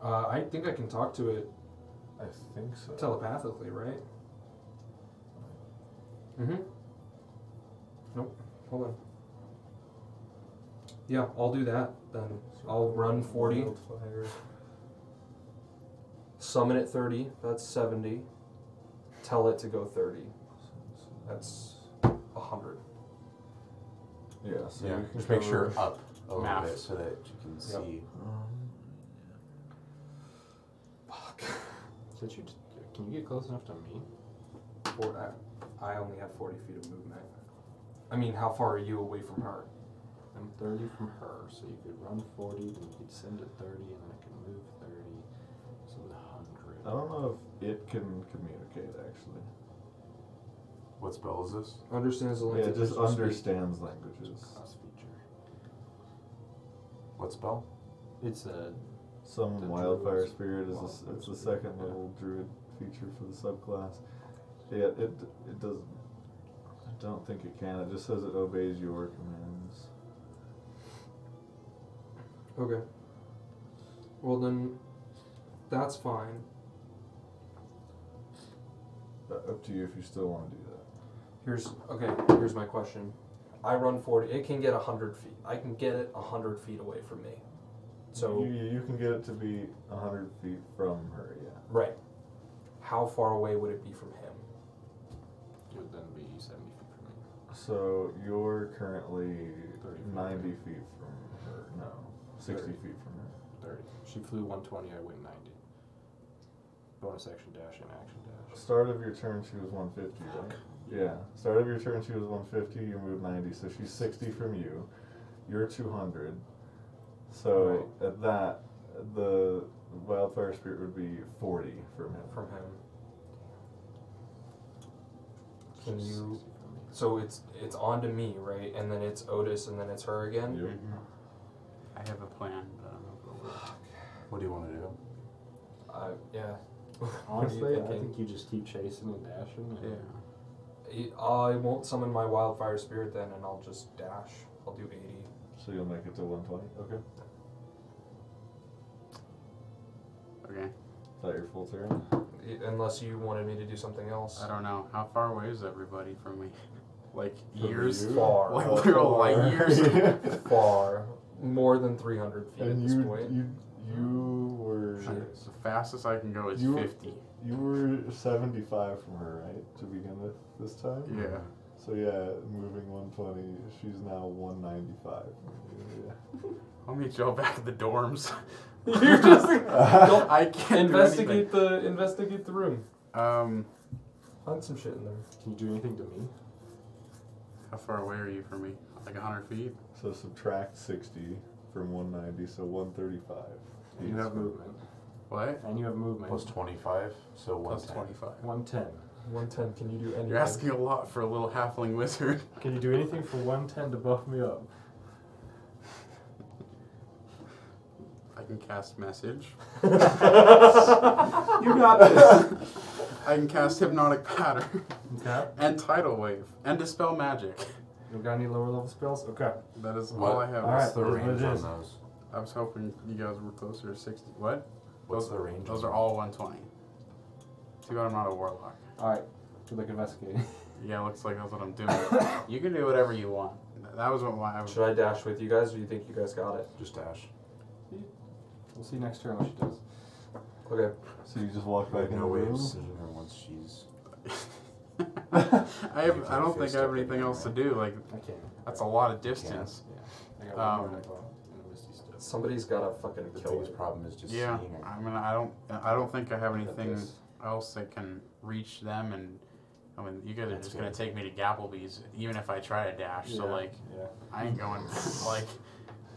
Uh, I think I can talk to it
I think so.
telepathically, right? Mm-hmm. Nope. Hold on. Yeah, I'll do that then. I'll run 40.
Wildfire.
Summon at 30, that's 70. Tell it to go 30, that's 100.
Yeah, so
yeah,
you can
just make sure
cover-
up a little
Math.
bit so that you can see.
Um,
Fuck.
Can't you, t- can you get close enough to me?
Four, I, I only have 40 feet of movement. I mean, how far are you away from her?
I'm 30 from her, so you could run 40, then you could send it 30, and then I can move 30, so the 100.
I don't know if it can communicate actually.
What spell is this?
Understands the
Yeah,
language.
it just
of speak.
understands languages.
Class feature.
What spell?
It's a
Some
The
wildfire
druids.
spirit is a s
Wildfire
it's the
spirit,
second
yeah.
level druid feature for the subclass. Yeah, it it does. I don't think it can. It just says it obeys your commands.
Okay. Well, then, that's fine.
But uh, up to you if you still want to do that.
Here's, okay, here's my question. I run 40, it can get 100 feet. I can get it 100 feet away from me. So.
you, you you can get it to be hundred feet from her. Yeah.
Right. How far away would it be from him?
It would then be 70 feet from me.
So you're currently
30 feet.
ninety feet from her. No, sixty
30.
feet from her.
30. She flew 120, I went 90. Bonus action dash and action dash.
Start of your turn, she was one fifty, right? Yeah. Start of your turn, she was one fifty. You moved ninety, so she's sixty from you. You're two hundred. So at that, the wildfire spirit would be forty from him.
From him. Can
She's
you?
60 from me.
So it's it's on to me, right? And then it's Otis, and then it's her again.
Yep.
Mm-hmm. I have a plan, but I don't know if it'll work.
What do you want to do?
Uh, yeah. [LAUGHS] What are you
Honestly, I
thinking?
think you just keep chasing and dashing. And
I- I won't summon my wildfire spirit then, and I'll just dash. I'll do eighty.
So you'll make it to one twenty. Okay.
Okay.
Is that your full turn?
I- Unless you wanted me to do something else.
I don't know. How far away is everybody from me? [LAUGHS] Like
From
years?
you?
[LAUGHS]
Far.
Like
[LAUGHS]
Oh,
we're all
far.
light years?
[LAUGHS]
Far more than three hundred feet at
and
this
you,
point.
you, you were,
Shit.
The fastest I can go is
You-
50.
you were seventy-five from her, right, to begin with this time.
Yeah.
So yeah, moving one twenty, she's now one ninety-five. Yeah. [LAUGHS]
I'll meet y'all back at the dorms. [LAUGHS]
[LAUGHS] You're just Don't-
I [LAUGHS] can't
investigate the investigate the room.
Um,
Find some shit in there.
Can you do anything to me?
how far away are you from me? Like hundred feet.
So subtract 60 from 190, so 135.
And you have movement.
What?
And you have movement.
Plus 25, so
Plus
110.
twenty-five.
110.
One ten. Can you do anything?
You're asking a lot for a little halfling wizard. [LAUGHS]
Can you do anything for 110 to buff me up?
I can cast message.
[LAUGHS]
you
[LAUGHS]
got this.
I can cast hypnotic pattern [LAUGHS]
Okay.
and tidal wave and dispel magic.
You got any lower level spells? Okay.
That is
What?
all I have.
All
What's the
right. is what it
range on
is.
those?
I was hoping you guys were closer to sixty. What?
What's
Those-
the range?
Those
on
are all one twenty. Too bad I'm not a warlock.
All right. Good luck investigating.
Yeah, looks like that's what I'm
[LAUGHS]
doing. you can do whatever you want. That was what my. I was,
Should I dash with you guys, or you think you guys got it?
them? Just dash.
We'll see next turn what she does.
Okay.
So you just walk
I
back
have
in the
no way
room.
of seeing her once she's.
I have.
You
I
can't
don't think
fist
I have
up in
anything
there,
else to
right?
do. Like
I can.
that's a lot of distance.
I got one more
Um,
neck roll and a misty step.
Somebody's gotta fucking
The
kill
biggest
it.
problem is just
Yeah.
seeing her.
I mean, I don't. I don't think I have anything
This.
else that can reach them. And I mean, you guys are
That's
just gonna
good.
take me to Gapplebee's, even if I try to dash. So
Yeah,
like,
yeah.
I ain't going. like,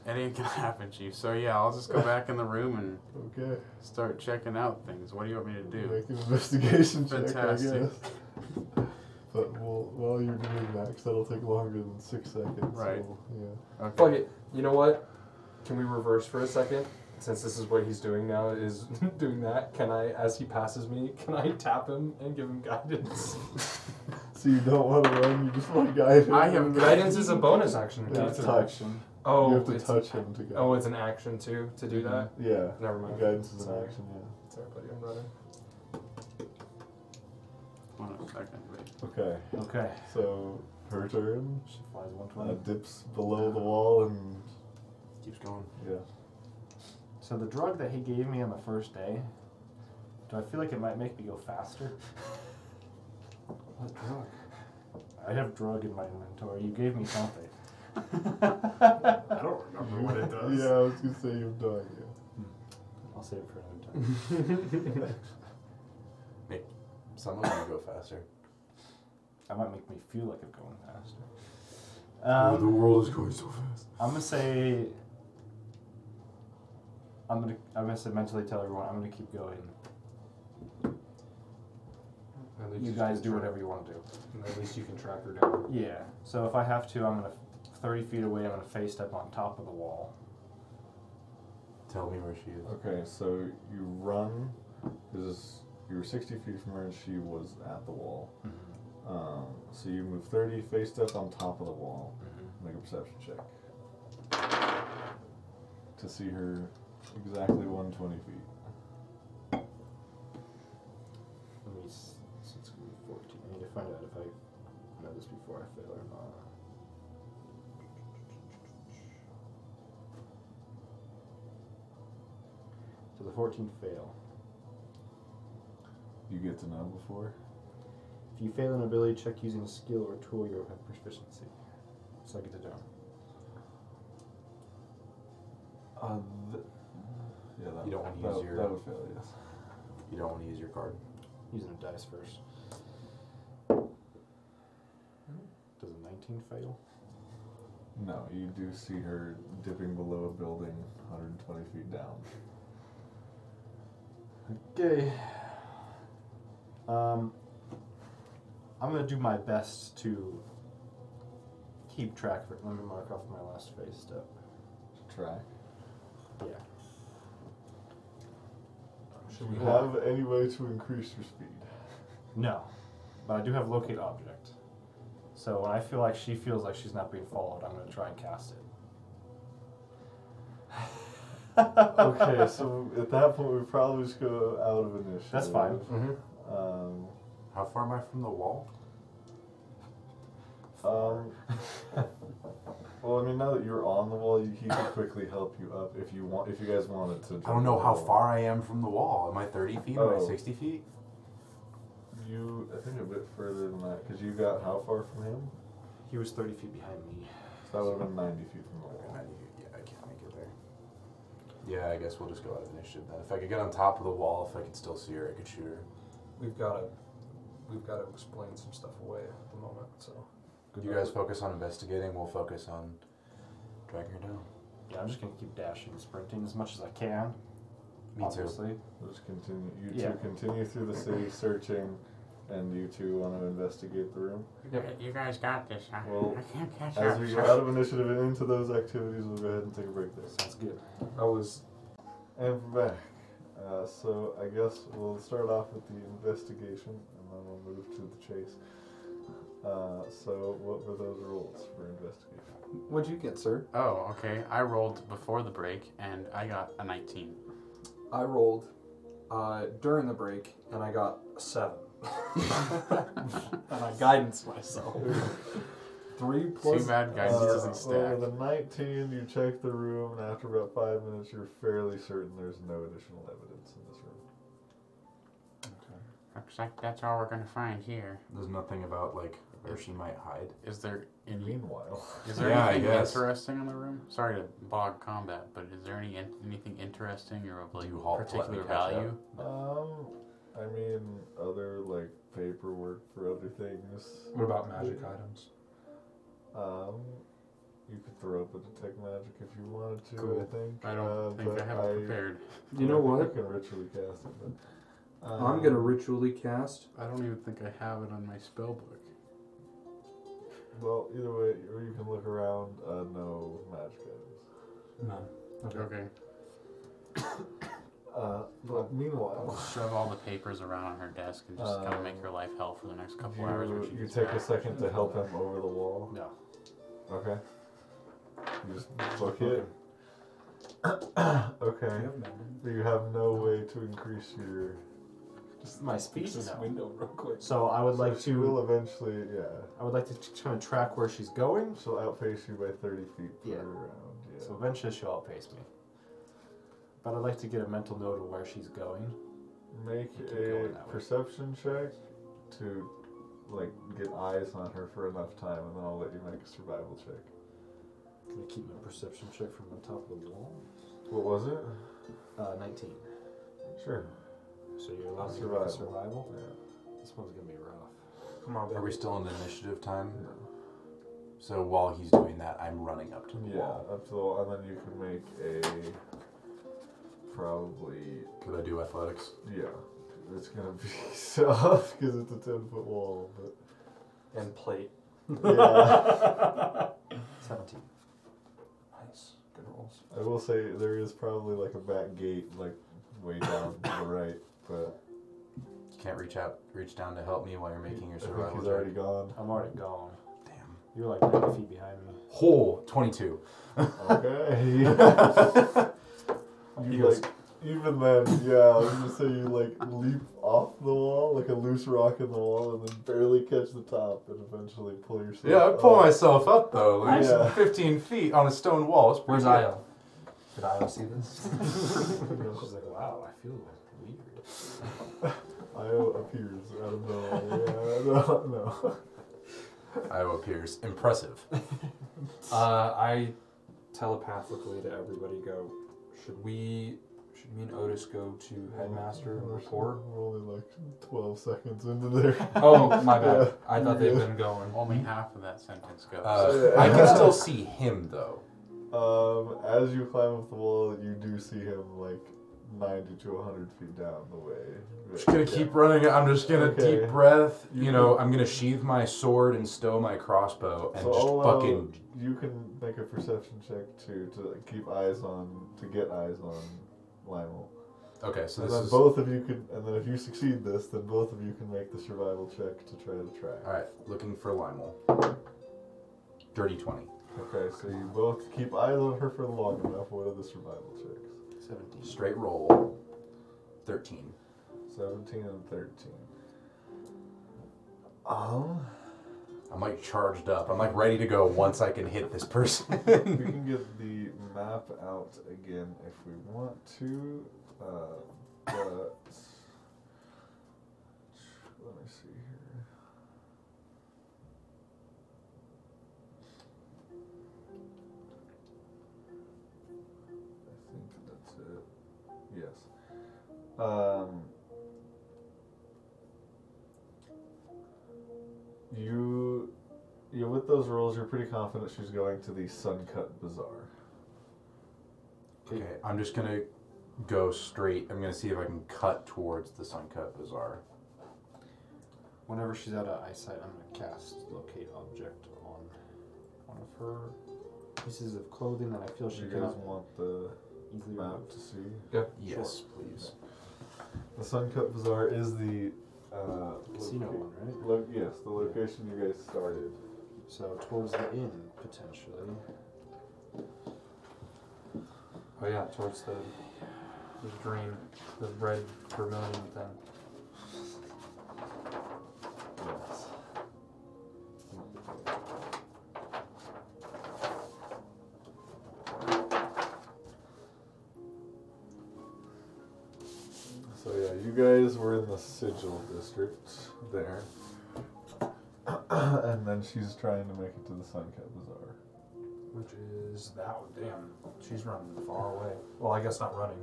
it ain't gonna [LAUGHS] happen, Chief. So yeah, I'll just go back in the room and
Okay.
start checking out things. What do you want me to do?
Make an investigation check, I
Fantastic.
guess. [LAUGHS] But while, while you're doing that, 'cause that'll take longer than six seconds.
Right.
so, yeah.
Okay.
Fuck it. You know what? Can we reverse for a second? Since this is what he's doing now, is [LAUGHS] doing that. Can I, as he passes me, [LAUGHS] can I tap him and give him
[LAUGHS]
guidance?
So you don't want to run, you just want to guide him.
I have
guidance is a bonus action.
Yeah,
It's
it's
a-
touch.
oh,
you have to
it's-
touch him to guide.
oh, it's an action too to do that.
yeah.
Never mind.
Guidance is an
Sorry.
action, yeah.
Sorry, buddy. I'm running.
Hold on a second, wait.
Okay.
Okay.
So her turn.
She flies
Uh,
120.
dips below the wall and
Keeps going.
yeah.
So the drug that he gave me on the first day, do I feel like it might make me go faster?
What drug?
I have drug in my inventory. You gave me something.
I don't remember what it does.
yeah, I was gonna say you're done.
I'll save it for another time.
Some of them go faster.
That might make me feel like I'm going faster. Um,
Oh, world is going so fast.
I'm gonna say. I'm gonna. I'm gonna say mentally tell everyone I'm gonna keep going.
[LAUGHS] At least
You guys do whatever you want to do.
can- At least you can track her down.
Yeah. So if I have to, I'm gonna thirty feet away. I'm gonna face step on top of the wall.
Tell me where she is.
Okay, so you run. Because you were 60 feet from her and she was at the wall.
Mm-hmm.
Um, so you move 30, face step on top of the wall.
Mm-hmm.
Make a perception check. To see her exactly 120 feet.
Let me. s- So it's gonna be fourteen. I need to find out if I know this before I fail or not. So the fourteen fail.
You get to know before.
If you fail an ability check using a skill or tool, you'll have proficiency. So I get to do.
Uh, th- yeah, that
You don't
would-
wanna
that
use
would-
your-
That would fail, yes.
You don't want to use your card.
Using a dice first. Does a 19 fail?
No, you do see her dipping below a building 120 feet down.
Okay. Um, I'm gonna do my best to keep track of it. Let me mark off my last phase step.
Track.
Yeah.
Should
Do
we
you
have?
have any way to increase your speed?
No, but I do have locate object. So when I feel like she feels like she's not being followed, I'm gonna try and cast [LAUGHS] it.
okay, [LAUGHS] so at that point we probably just go out of initiative.
That's fine.
hmm
Um,
How far am I from the wall?
um, well, I mean, now that you're on the wall, you, he could quickly help you up if you want. If you guys wanted to.
I don't know how far I am from the wall. Am I 30 feet? Am I
Oh.
60 feet?
You, I think, a bit further than that because you got how far from him?
He was 30 feet behind me.
So that would have been ninety feet from the wall.
Yeah, I can't make it there.
Yeah, I guess we'll just go out of initiative then. If I could get on top of the wall, if I could still see her, I could shoot her.
We've got to we've got to explain some stuff away at the moment. So
You guys focus on investigating. We'll focus on tracking her down.
Yeah, I'm just gonna keep dashing, and sprinting as much as I can.
Me too.
obviously.
We'll just continue. You
Yeah.
two continue through the city searching, and you two want to investigate the room.
You guys got this. I,
Well,
I can't catch
As
up.
we go out of initiative and into those activities, we'll go ahead and take a break there.
Sounds good.
I was
And we're back. Uh, so I guess we'll start off with the investigation, and then we'll move to the chase. Uh, so what were those rules for investigation?
What'd you get, sir?
Oh, okay. I rolled before the break and I got a 19.
I rolled uh, during the break and I got a seven. [LAUGHS] and I guidance myself. Three
Too
plus
bad, guys. This
Uh,
doesn't
well,
stack.
with a 19, you check the room, and after about five minutes, you're fairly certain there's no additional evidence in this room.
Looks like that's all we're gonna find here.
There's nothing about like where she might hide.
Is there any?
Meanwhile,
Is there
Yeah, I
anything
guess.
interesting in the room? Sorry to bog combat, but is there any in- anything interesting or of like
Do you halt to let me
particular
catch up?
value?
um, I mean, other like paperwork for other things.
What about magic items?
Um, you could throw up a detect magic if you wanted to.
Cool.
I think.
I
uh,
don't think
but
I have it prepared.
I
You know
think
what?
You can ritually cast it. But, um,
I'm gonna ritually cast.
I don't even think I have it on my spell book.
Well, either way, or you can look around. Uh, no magic items.
None. Okay.
Okay.
Uh, but meanwhile,
I'll shove all the papers around on her desk and just kind
Um,
of make her life hell for the next couple hours. When
you,
she
you
gets
take
back.
a second to help him over the wall.
No.
Okay. You just book it. [COUGHS] okay. You have no way to increase your.
Just my speech.
Fix this
No.
window real quick.
So I would like
So she
to.
will eventually, yeah.
I would like to kind of track where she's going.
She'll outpace you by 30 feet per
Yeah.
round. Yeah.
So eventually she'll outpace me. But I'd like to get a mental note of where she's going.
Make
Keep
a
going that way.
perception check to like get eyes on her for enough time, and then I'll let you make a survival check.
Can I keep my perception check from the top of the wall?
What was it?
Uh, 19.
Sure.
So you're allowed to
Survival.
survival. survival?
Yeah.
This one's gonna be rough.
Come on,
Are
baby.
we still in initiative time? So while he's doing that, I'm running up to the
Yeah.
wall.
Up to the wall, and then you can make a probably
Could I do athletics?
yeah. It's gonna be [LAUGHS] tough because it's a ten foot wall, but
And plate.
yeah.
17.
Nice. Good rolls.
I will say there is probably like a back gate like way down to the right, but
You can't reach out, reach down to help me while you're making your
I think
survival
he's
check.
already gone.
I'm already gone.
Damn.
You're like 90 feet behind
[LAUGHS]
me.
Hole 22.
Okay. [LAUGHS] You like even then, yeah, I was gonna say you like leap off the wall like a loose rock in the wall and then barely catch the top and eventually pull yourself.
Yeah, I pull
up.
myself up though. Like,
Yeah.
15 feet on a stone wall. It's pretty
Where's
good.
Io?
Did I see this? She's like, wow, I feel weird.
Io oh, appears out of nowhere. Yeah, no, no.
Io appears
[LAUGHS]
impressive.
Uh, I telepathically to everybody go. Should we? Should me and Otis go to [LAUGHS] headmaster and report?
We're only like twelve seconds into there.
Oh my
[LAUGHS]
bad. I thought they'd been going.
Only half of that sentence goes.
Uh, I can still see him though.
Um, as you climb up the wall, you do see him like ninety to hundred feet down the way.
Just gonna keep running. I'm just gonna
Okay.
deep breath. You know, I'm gonna sheathe my sword and stow my crossbow and
So
just
I'll uh, allow-
fucking.
You can make a perception check to to keep eyes on to get eyes on Lionel.
Okay, so
and
this
then
is.
both of you can, and then if you succeed this, then both of you can make the survival check to try to track.
Alright, looking for Limal. Dirty 20.
Okay, so you both keep eyes on her for long enough. What are the survival checks?
17.
Straight roll. 13.
17 and 13. Um,
I'm like charged up. I'm like ready to go once I can hit
[LAUGHS]
this person.
we can get the map out again if we want to. Uh, but let me see here. I think that's it. Um, yeah, with those rolls, you're pretty confident she's going to the Suncut Bazaar.
Okay, I'm just gonna go straight. I'm gonna see if I can cut towards the Suncut Bazaar.
Whenever she's out of eyesight, I'm gonna cast locate object on one of her pieces of clothing that I feel she
You guys
cannot
want the
easily remove.
map to see?
Yes, please.
The Suncut Bazaar is the uh,
Casino
loca-
one, right?
Lo- yes, the location you guys started.
So towards the inn potentially.
Oh yeah, towards the the green, the red vermilion thing.
Yes. So yeah, you guys were in the sigil district there, [CLEARS THROAT] and then she's trying to make it to the Suncat Bazaar.
Which is that one. Damn, she's running far away. Well, I guess not running.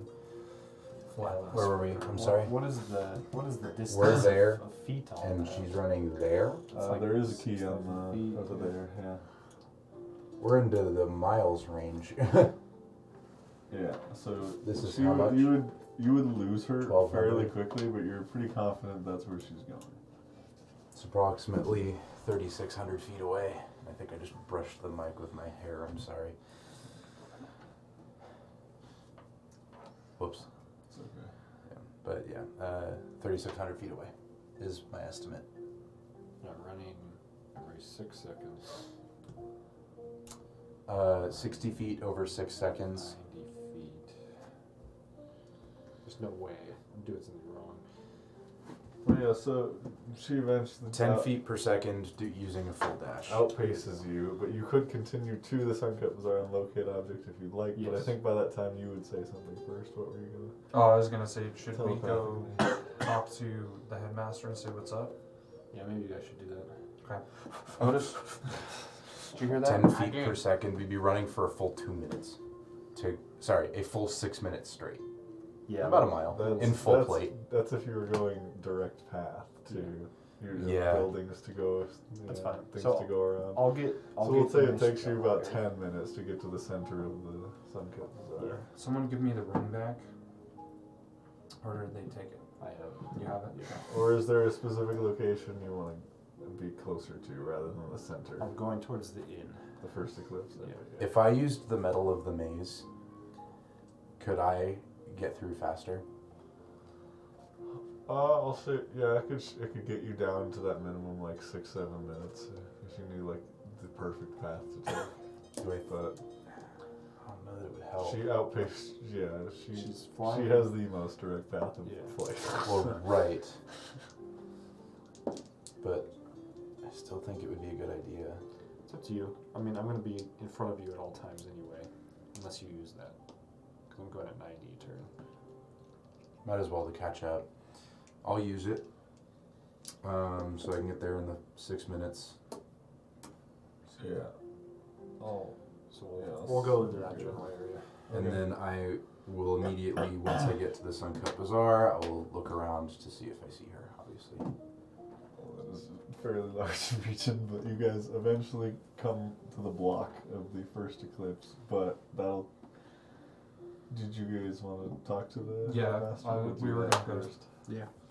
Fly less.
Where were we? I'm sorry.
What is the what is the distance?
We're
of-
there,
Of feet on
and
that?
she's running there.
Uh,
like
there is a
six
key on
thousand
the
feet,
over
yeah.
there. Yeah.
We're into the miles range. [LAUGHS]
Yeah, so
This is
she
how
would,
much?
you would you would lose her
1200.
fairly quickly, but you're pretty confident that's where she's going.
it's approximately 3,600 feet away. I think I just brushed the mic with my hair. I'm sorry. Whoops.
It's okay.
Yeah. But yeah, uh, 3,600 feet away is my estimate.
I'm running every six seconds.
Uh, 60 feet over six seconds.
Ninety feet. There's no way I'm doing something wrong.
Well, yeah, so she eventually
10
out-
feet per second do, using a full dash.
Oh. outpaces you, but you could continue to the Suncut Bazaar and locate object if you'd like. But I
Yes.
think by that time you would say something first. What were you gonna?
Oh, I was gonna say, should we go
telepathically?
talk to the headmaster and say what's up?
Yeah, maybe I should do that. [LAUGHS]
Otis, did you hear that?
10 feet per second. We'd be running for a full two minutes. To, sorry, a full six minutes straight.
Yeah.
About a mile. in full
that's,
plate.
That's if you were going direct path to your
Yeah.
buildings to go. you
That's
know,
fine.
Things
So
to go around.
I'll get. I'll
so we'll
get
say
the
it
nice
takes you
job
about
there.
ten minutes to get to the center of the Suncut Bazaar.
Someone give me the ring back, or did they take it?
I have.
You have it.
Or is there a specific location you want to be closer to rather than the center?
Um,
I'm going towards the inn.
The first eclipse.
Yeah.
If I used the metal of the maze, could I get through faster?
Uh, I'll say yeah. I could sh- I could get you down to that minimum like six seven minutes uh, if you knew like the perfect path to take.
Do I
But
I don't know that it would help.
she outpaced. Yeah, she
She's flying.
she has the most direct path of
Yeah.
flight.
[LAUGHS]
[LAUGHS]
well, right. But I still think it would be a good idea.
It's up to you. I mean, I'm gonna be in front of you at all times anyway, unless you use that. Cause I'm going at ninety a turn.
Might as well to catch up. I'll use it. Um, so I can get there in the six minutes.
So, yeah. Oh.
So we'll,
Yeah,
we'll go into
that's
that
good.
general area.
And
Okay.
then I will immediately, once I get to the Suncut Bazaar, I will look around to see if I see her, obviously.
Well, that was a fairly large [LAUGHS] region, but you guys eventually come to the block of the first eclipse. But that'll. Did you guys want to talk to the
Yeah,
headmaster?
I
We'll
would-
do
we were
that
gonna go-
first.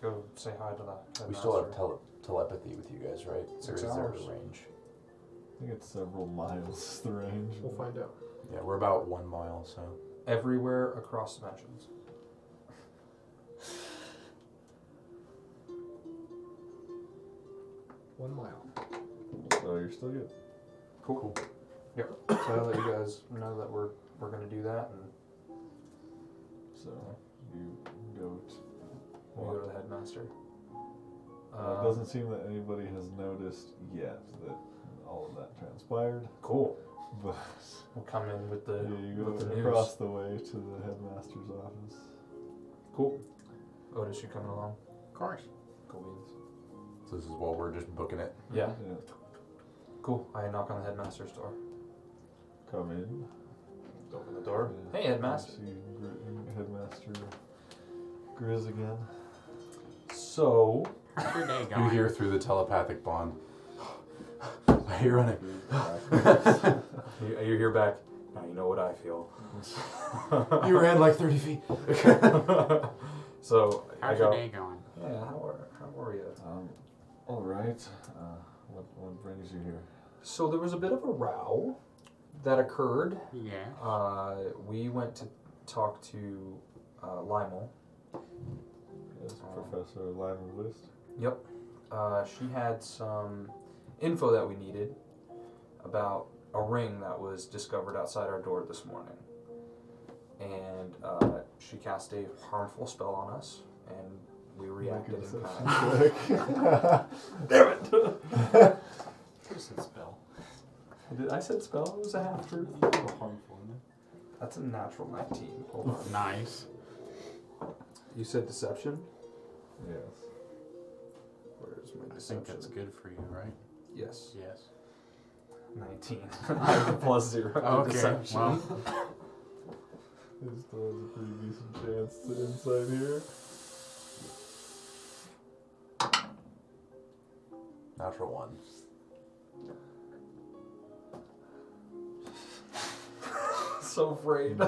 Go say hi to that.
We still have
headmaster.
tele- telepathy with you guys, right?
Six
or is there
hours.
a range?
I think it's several miles [LAUGHS] the range.
We'll find out.
Yeah, we're about one mile, so.
everywhere across dimensions.
One mile.
So you're still good.
Cool. Yep. So I let you guys know that we're we're gonna do that, and
So you go. To,
we'll go to the headmaster.
Well,
Um,
it doesn't seem that anybody has noticed yet that all of that transpired.
cool.
But
[LAUGHS] We'll come in with the
yeah, you go
with the news.
across the way to the headmaster's office.
Cool. Otis, you coming along?
Of course.
Cool beans.
So this is while we're just booking it.
Yeah.
Yeah.
Cool. I knock on the headmaster's door.
Come in.
Open the door. Hey, headmaster.
See Gri- Headmaster Grizz again.
So
Your day
[LAUGHS] You hear through the telepathic bond. Why are you running?
You, you hear back. Now you know what I [LAUGHS] feel. [LAUGHS]
You ran like 30 feet.
so I
How's your
go.
day going?
Yeah, how are how are you?
Um, all right. Uh, what, what brings you here?
So there was a bit of a row that occurred.
Yeah.
Uh, we went to talk to uh, Limal.
Yes,
Um,
Professor Lyman List.
Yep. Uh, she had some info that we needed about a ring that was discovered outside our door this morning. And uh, she cast a harmful spell on us, and we
Make a
reacted in
deception
[LAUGHS] kind.
check. [LAUGHS]
spell.
Did I said spell? It was a half truth.
harmful in
That's a natural 19. [LAUGHS] Hold on.
Nice.
You said deception?
yes.
Where's my
I think
deception?
that's good for you, right?
Yes.
Yes.
[LAUGHS] 19. I have a plus zero. to
Okay.
deception.
Well,
He still has a pretty decent chance to inside [LAUGHS] here.
Natural one.
[LAUGHS] so afraid.
[LAUGHS]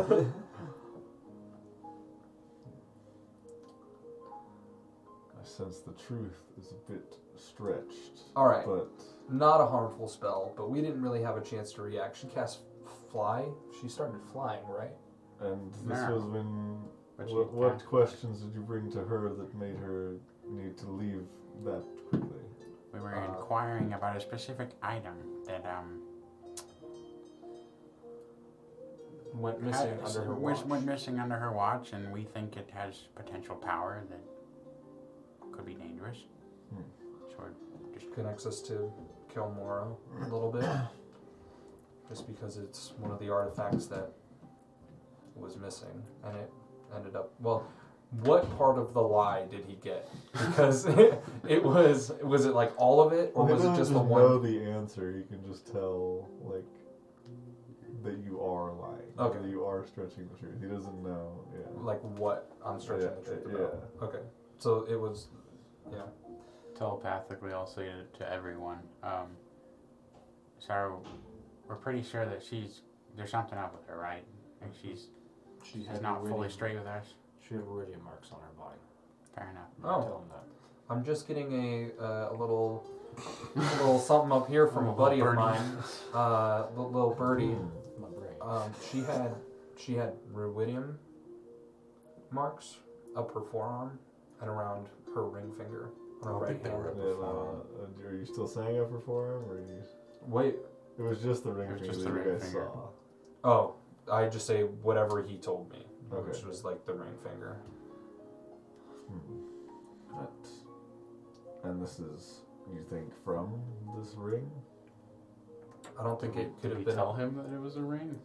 I sense the truth is a bit stretched.
Alright.
But
not a harmful spell, but we didn't really have a chance to react. She cast fly. She started flying, right?
and this
Now.
was when.
But
what,
she
what
attacked.
questions did you bring to her that made her need to leave that quickly?
we were
Uh,
inquiring about a specific item that um
Went
had-
missing under her
which
watch.
went missing under her watch, and we think it has potential power that could be dangerous.
Hmm.
So we're just
Connects us to Kilmora a little bit, just because it's one of the artifacts that was missing, and it ended up well. What part of the lie did he get? Because [LAUGHS] it, was was it like all of it, or
Well, he
was it
doesn't
just the
know
one?
the answer. He can just tell like that you are lying. or
Okay.
That you are stretching the truth. He doesn't know. Yeah.
Like what I'm stretching the
Yeah,
truth
yeah.
about. Okay, so it was, yeah.
telepathically I'll say it to everyone. Um, so we're pretty sure that she's there's something up with her, right? Like she's
She
she's not fully straight with us.
She had iridium marks on her body.
Fair enough.
Oh.
Tell him that.
I'm just getting a, uh, a little a little something up here from a
Little
buddy of
birdie. [LAUGHS]
mine, uh, li- little birdie.
Hmm.
My brain.
Uh,
Um, she had she had ruidium marks up her forearm and around her ring finger. On her
don't
right
think they
hand.
were
And,
ever found.
uh, are you still saying up for him, or are you?
Wait,
It was just the ring
It was
finger
just
that
the
you
ring
guys
finger.
saw.
oh, I just say whatever he told me, which
Okay.
was like the ring finger.
Hmm. That, and this is you think from this ring?
I don't think
Did
it
we-
could
did
have
we
been.
tell him that it was a ring.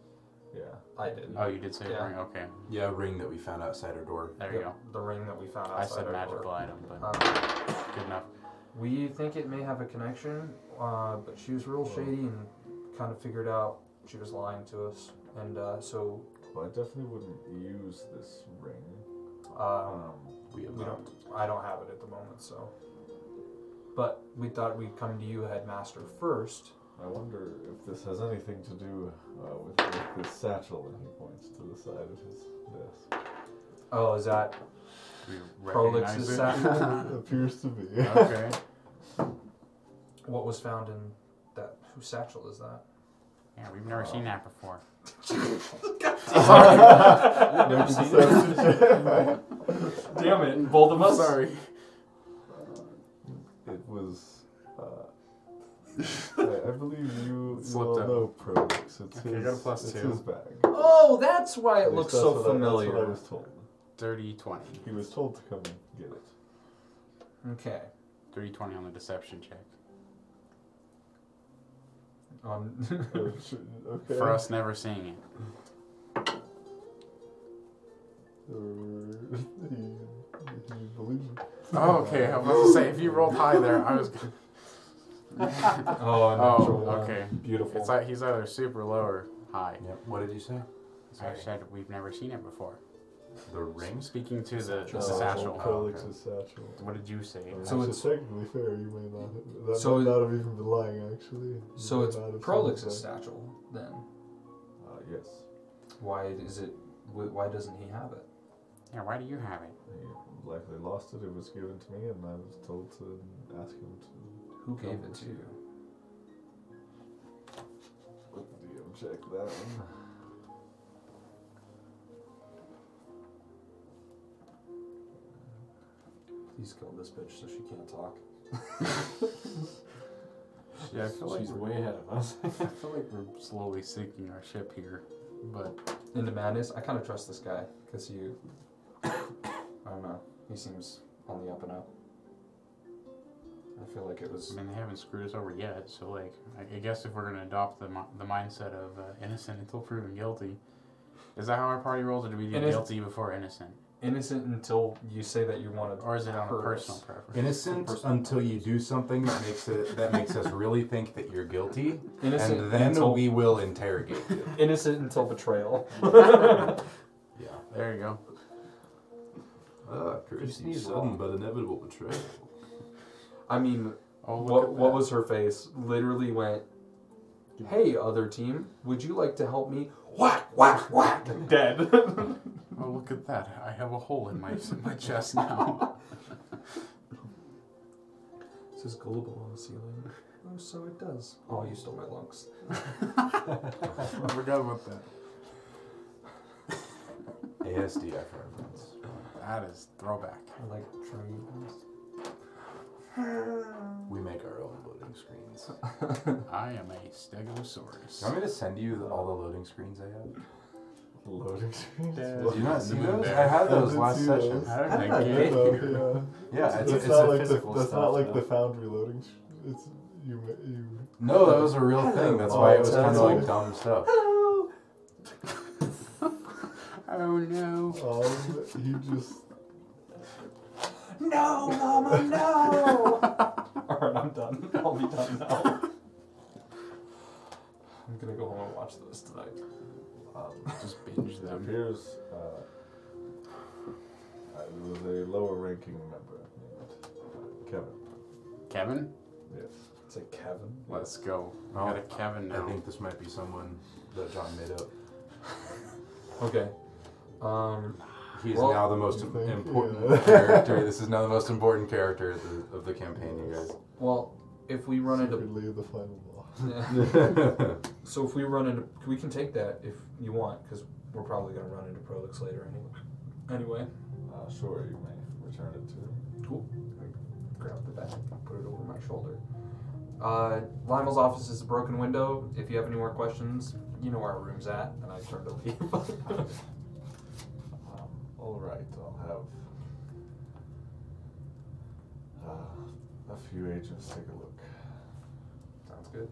Yeah.
I did.
Oh, you did say
Yeah.
a ring. Okay,
Yeah, ring that we found outside her door.
there
Yep,
you go.
The ring that we found
I
outside
said
our
magical
door.
item, but
Um,
good enough.
We think it may have a connection, uh, but she was real shady and kind of figured out she was lying to us. And uh, so
Well, I definitely wouldn't use this ring.
um,
Um,
We have
we
not.
don't. I don't have it at the moment. So, but we thought we'd come to you, headmaster, first.
I wonder if this has anything to do uh, with, with this satchel. And he points to the side of his
[LAUGHS]
desk.
Oh, is that
Do we
Prolix
recognize
is
it?
sat-
appears to be.
[LAUGHS] okay.
what was found in that? Whose satchel is [LAUGHS] that?
Yeah, we've never seen that before.
[LAUGHS]
Make a deception check.
Damn it, both of us. Sorry.
it was. Uh, I, I believe you,
It
you
slipped
all
out.
know Prolix. It's
Okay, I
his,
got a plus
it's
two.
his bag.
Oh, that's why
At
it
least
looks
that's
so
what I- that's what I
familiar.
was told.
30 20.
He was told to come and get it.
[LAUGHS] okay.
30 20 on the deception check.
[LAUGHS] On
Oh, shit, okay.
For us never seeing it.
Uh, he, he believes it.
Oh, okay. I was about to say, if you rolled high there, I was.
oh, a natural
Oh,
one.
okay.
Beautiful.
It's like he's either super low or high.
Yep. What did you say?
I said we've never seen it before.
The ring?
Speaking to the, the
Uh,
satchel. Oh,
Prolix's satchel.
What did you say?
So
So
it's-
it's technically fair. You may not. Have, that
So
might
it-
not have even been lying, actually. You
So
may
it's
not have
Prolix's
sounded
satchel then.
like- Uh, yes.
Why is it? wh- Why doesn't he have it?
Yeah, why do you have it?
He likely lost it. It was given to me, and I was told to ask him to.
Who gave it to you?
Let the DM check that one. [LAUGHS]
Please kill this bitch so she can't talk.
Yeah, I feel like
She's
we're,
way ahead of us.
I feel like we're slowly sinking our ship here. But
Into madness. I kind of trust this guy because you. [COUGHS] I don't know. He seems on the up and up. I feel like it
I
was.
mean, they haven't screwed us over yet. So like, I, I guess if we're gonna adopt the mi- the mindset of uh, innocent until proven guilty, is that how our party rolls, or do we do
Innoc-
guilty before innocent,
Innocent until you say that you want to.
or is it on a
Hers.
personal preference?
Innocent until you do something that makes it that makes us really think that you're guilty,
Innocent
and then
until
we will interrogate you.
innocent until betrayal.
Yeah.
There you go.
Ah, courtesy, sudden but inevitable betrayal.
I mean,
Oh, look
what
at
what
that.
was her face? Literally went, "Hey, other team, would you like to help me?" Whack whack whack.
Dead.
Oh, look at that! I have a hole in my [LAUGHS] in my chest now.
This is gullible on the ceiling. Oh, so it does. Oh, you stole my lungs.
I forgot about that.
[LAUGHS] ASD, I friends.
That is throwback.
I like true.
We make our own loading screens.
I am a
You want
stegosaurus.
me to send you the, all the loading screens I have?
Loading screen.
Do you
[LAUGHS]
not see
Moon
those?
bear.
I had
I
those
did
last
see
session.
those.
How did
How
I
did I
get
get
here?
Oh, [LAUGHS] yeah.
Yeah, it's,
that's
it's
not
a
like the,
physical
that's
stuff.
not like
though.
the foundry loading. sh- It's you. ma- You.
No, that was a real thing. That's
Oh,
why it was
that's
kind of
cool.
like dumb stuff.
Oh no!
Um, he just.
No, mama, no. [LAUGHS] All right, I'm done. I'll be done now. I'm gonna go home and watch those tonight.
Um,
Just binge
It
them.
appears uh, uh, it was a lower ranking member named Kevin.
Kevin,
Yes.
It's like Kevin.
let's go. We
Oh,
got a Kevin
I
now.
think this might be someone that John made up.
Okay. Um.
He is
Well,
now the most
you
im-
think,
important
yeah.
character. This is now the most important character of the, of the campaign, you guys.
Well, if we run into
Secretly the final
[LAUGHS]
boss.
[LAUGHS]
So if we run into, we can take that if you want, because we're probably gonna run into Prolix later anyway. Anyway,
[LAUGHS] Uh, sure, you may return it to him.
grab the bag, put it over my shoulder. Uh, Limel's office is a broken window. If you have any more questions, you know where our room's at. And I turn to leave.
Um, all right, I'll have uh, a few agents take a look.
[LAUGHS] Sounds good.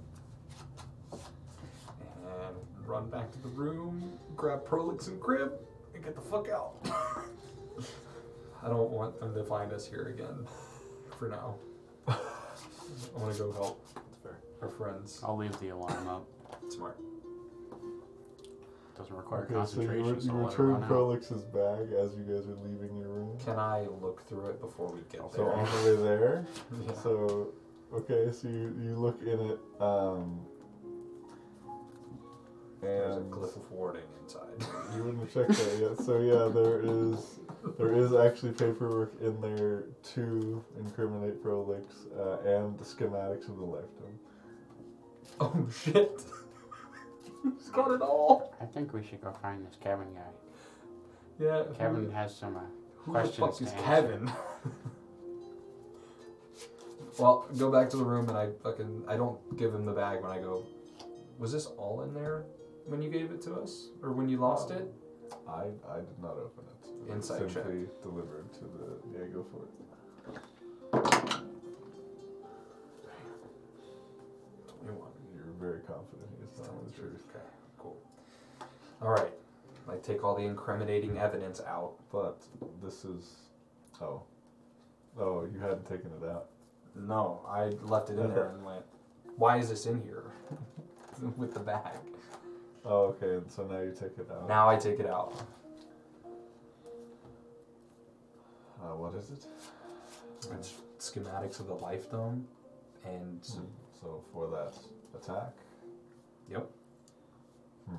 And run back to the room, grab Prolix and Crib, and get the fuck out. [LAUGHS] I don't want them to find us here again. For now. [LAUGHS] I want to go help our friends.
I'll leave the alarm up.
Oh, Smart.
Doesn't require
okay, so you,
concentration,
re-
so,
you
I'll let it run
return
out.
Prolix's bag as you guys are leaving your room.
Can I look through it before we get
So
there?
on the way there.
Yeah.
So, okay, so you, you look in it, um,
There's a
and
glyph of warning inside.
you wouldn't have checked that yet. So yeah, there is there is actually paperwork in there to incriminate Prolix uh, and the schematics of the lifetime.
[LAUGHS] oh shit! He's got it all!
I think we should go find this Kevin guy.
Yeah.
Kevin has some. Uh,
Who the
questions
fuck
to
is
answer.
Kevin? [LAUGHS] well, go back to the room and I fucking I don't give him the bag when I go. Was this all in there when you gave it to us or when you lost it?
I I did not open it. It was
Insight check.
simply delivered to the yeah. Go for it.
Twenty one.
You're very confident he's telling the truth,
Okay, cool. All right. I take all the incriminating evidence out.
but this is oh oh you hadn't taken it out.
No, I left it in there and went. Why is this in here [LAUGHS] with the bag?
Oh okay, and so now you take it out.
Now I take it out.
Uh, what is it?
It's schematics of the life dome, and
So for that attack, Hmm.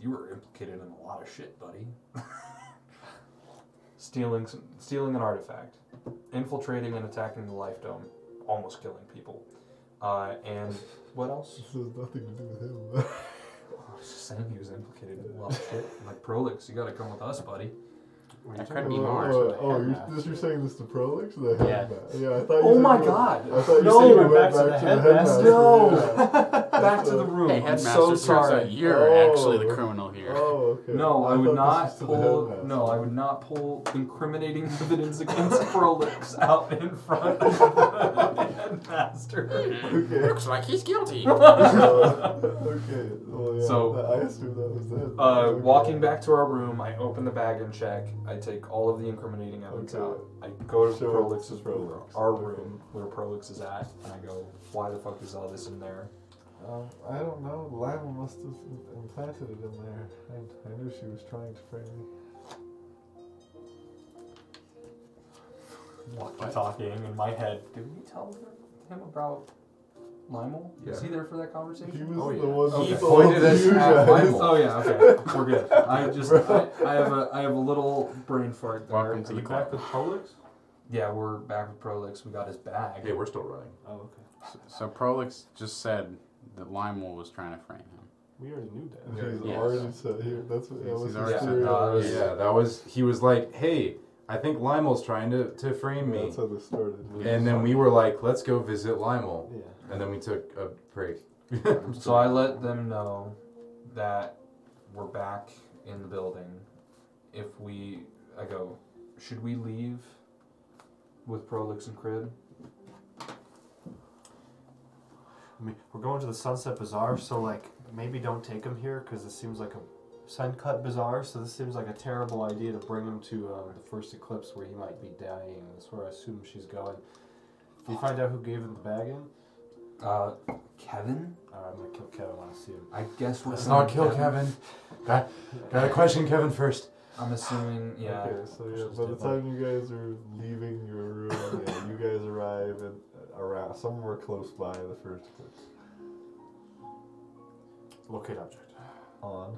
you were implicated in a lot of shit, buddy. [LAUGHS] stealing, some, stealing an artifact, infiltrating and attacking the life dome, almost killing people, uh, and what
[LAUGHS]
else?
this has nothing to do with him.
I was just saying he was implicated in a lot of shit. I'm like Prolix, you got to come with us, buddy.
Well,
I
you're trying to
[LAUGHS]
be
oh,
Mars.
oh,
with a
oh,
head
you're,
mask.
this, you're saying this to Prolix? The
Yeah.
headmaster. Yeah, I thought you
Oh
said
my
you-
god!
I thought you
No,
said you
we're
went back, to the headmaster.
headmaster. No.
Yeah.
Back to the room.
Hey,
I'm
headmaster,
so
turns out
sorry.
you're
Oh.
actually the criminal here.
[LAUGHS] Oh, okay.
No, I,
thought
would
this
not
was to the
pull.
headmaster. [LAUGHS]
No, I would not pull incriminating evidence against Prolix out in front of the headmaster.
Okay.
[LAUGHS] Looks like
[LAUGHS]
he's guilty.
Uh, okay. Well, yeah,
So,
that- I assume that was it.
Uh,
Okay.
walking back to our room, I open the bag and check. I take all of the incriminating evidence
Okay.
out. I go to
Show
Prolix's
Prolix.
room, our room, where Prolix is at, and I go, "Why the fuck is all this in there?"
Um, I don't know. Lima must have implanted it in there. I, I knew she was trying to frame me.
walkie talking in my head. Did we tell her- him about Limal? Was he there for that
He
conversation?
was
Oh,
the
yeah.
one
Okay.
that
Pointed
told
us
you
at
guys.
[LAUGHS] Lima.
Oh yeah, okay, we're good. I just I, I have a I have a little brain fart. There.
Welcome to the club.
with Prolix? Yeah, we're back with Prolix. We got his bag.
Hey, we're still running.
Oh, okay.
So Prolix just said that Limal was trying to frame him.
We already knew that.
He's
Yeah.
already set here. That's what
Yes,
that was
he's
his
already
set
theory.
that.
on it.
Yeah.
Yeah, that was. He was like, "Hey, I think Limel's trying to to frame me,"
That's how this started.
and then we were like, "Let's go visit Limel,"
Yeah.
and then we took a break.
So I let them know that we're back in the building. If we, I go, should we leave with Prolix and Crib?
I mean, we're going to the Sunset Bazaar, so like maybe don't take him here because this seems like a sun cut bazaar. So this seems like a terrible idea to bring him to um, the first eclipse where he might be dying. That's where I assume she's going. If you find out who gave him the bag in,
Uh, Kevin?
uh, I'm gonna kill Kevin. I assume.
I guess
[LAUGHS]
we're
Let's
gonna
not kill Kevin. Got, gotta question Kevin first.
I'm assuming, yeah.
Okay, so yeah,
Just
by the
did like-
time you guys are leaving your room, yeah, you guys arrive and uh, around somewhere close by the first eclipse.
Locate object.
On.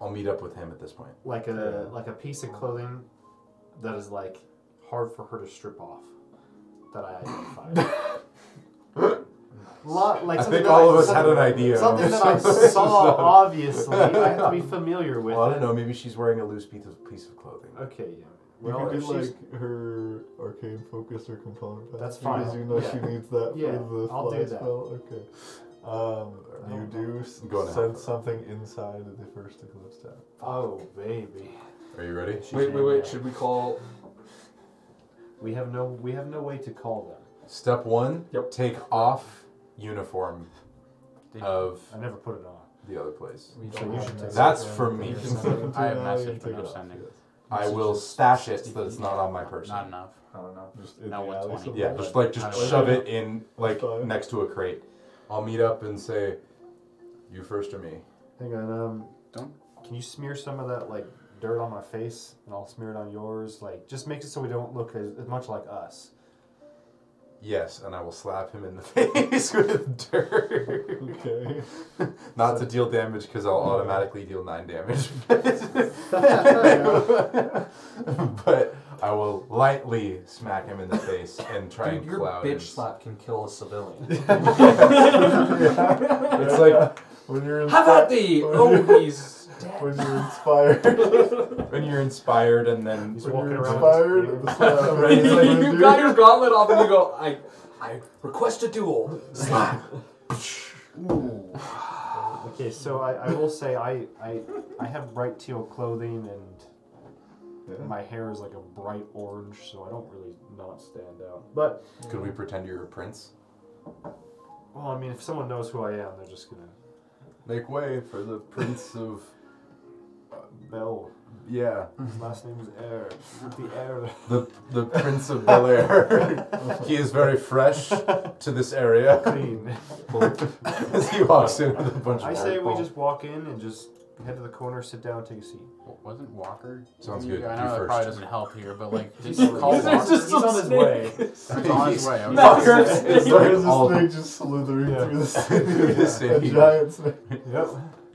I'll meet up with him at this point.
Like a
Yeah.
like a piece of clothing that is like hard for her to strip off. That I
[LAUGHS]
identified. Lot, like
I
something
think
that
all of us
something-
had an idea. [LAUGHS]
Something that I [LAUGHS] saw, obviously. I have to be familiar with.
Well, I don't know. Maybe she's wearing a loose piece of piece of clothing.
Okay, yeah.
You
Well,
can
if
do
she's,
like her arcane focus or component. pass,
That's
because
fine.
You know she
Yeah.
needs that
Yeah,
for the
I'll
fly
do that.
spell. Okay. Um, you do s-
Go on,
sense
Alpha.
something inside of the first eclipse tower.
oh baby,
Are you ready?
Wait, wait, wait. Should we call?
we have no we have no way to call them.
Step one.
Yep.
Take off uniform of
I never put it on.
the other place.
We
So you should take
That's for me.
You can [LAUGHS] send them to
I have
an ally
messaged
and
them,
take
I'm
it off,
sending.
yes.
I will stash it so that it's not on my person.
Not enough.
I don't know.
Just in
Now
the
what,
alley
20?
somewhere?
Yeah, [LAUGHS] just like just
I don't
shove
know.
it in like
Fine.
next to a crate. I'll meet up and say, "You first or me?"
Hang on, um,
Don't.
can you smear some of that like dirt on my face, and I'll smear it on yours? Like, just make it so we don't look as, as much like us.
Yes, and I will slap him in the [LAUGHS] face with dirt.
Okay. [LAUGHS]
Not to deal damage because I'll automatically deal nine damage. [LAUGHS] but I will lightly smack him in the face and try
Dude,
and
your
cloud.
bitch
his-
slap can kill a civilian.
[LAUGHS] It's like
When you're
How
inspired.
about the oh he's [LAUGHS] dead.
When you're inspired.
when you're inspired and then
He's
when
walking
you're
around.
inspired.
with
the
his-
slap
Right,
is
he's
what
like,
you
you
do.
got your gauntlet off and you go, I I request a duel.
[LAUGHS]
Slap. Ooh.
Okay, so I, I will say I, I I have bright teal clothing and
Yeah.
my hair is like a bright orange, so I don't really not stand out. But
could we pretend you're a prince?
well, I mean, if someone knows who I am, they're just gonna
Make way for the prince of
uh, Bell.
yeah,
His last name is Air. The Air.
the the prince of Bel Air. [LAUGHS] he is very fresh to this area [LAUGHS]
Clean.
as he walks in with a bunch of.
I say we
people.
just walk in and just head to the corner, sit down, take a seat.
W- Wasn't Walker?
Sounds
You-
good.
I
You
know it
first.
probably doesn't help here, but
[LAUGHS]
like, just call Walker.
It's just
He's on
some
his way.
He's on his way. I was
No,
like,
you're-
It's
like
like this
all-
snake just slithering
Yeah.
through the
Through the
city.
city.
A giant snake.
[LAUGHS] Yep.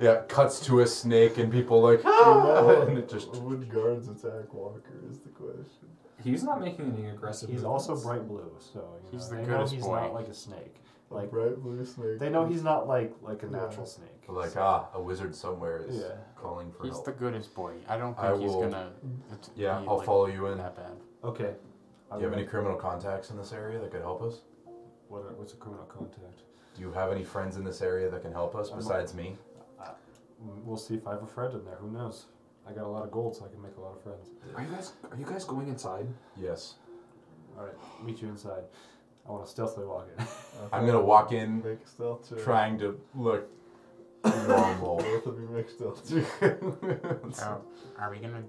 Yeah, cuts to a snake and people
[LAUGHS]
like, [LAUGHS]
Yeah.
and it just
Wood guards attack Walker is the question.
He's not making any aggressive.
He's also
movements.
bright blue, so you
He's
know,
the
they
goodest
know he's
boy.
not like a snake.
A
Like
bright blue snake.
they know he's not like like a
Yeah.
natural snake.
like ah, a wizard somewhere is
Yeah.
calling for
He's
help.
the goodest boy. I don't think
I
he's
will-
gonna. it's-
yeah,
be,
I'll
like,
follow you in.
That bad.
Okay.
Do you have any criminal contacts in this area that could help us?
What are- what's a criminal contact?
Do you have any friends in this area that can help us
I'm-
besides me?
Mm, We'll see if I have a friend in there. Who knows? I got a lot of gold, so I can make a lot of friends.
Are you guys? Are you guys going inside?
Yes.
All right, meet you inside. I want to stealthily walk in. [LAUGHS]
I'm gonna walk in
make a stealth check.
trying to look normal.
[LAUGHS] Both of you make stealth check.
Now, are we gonna?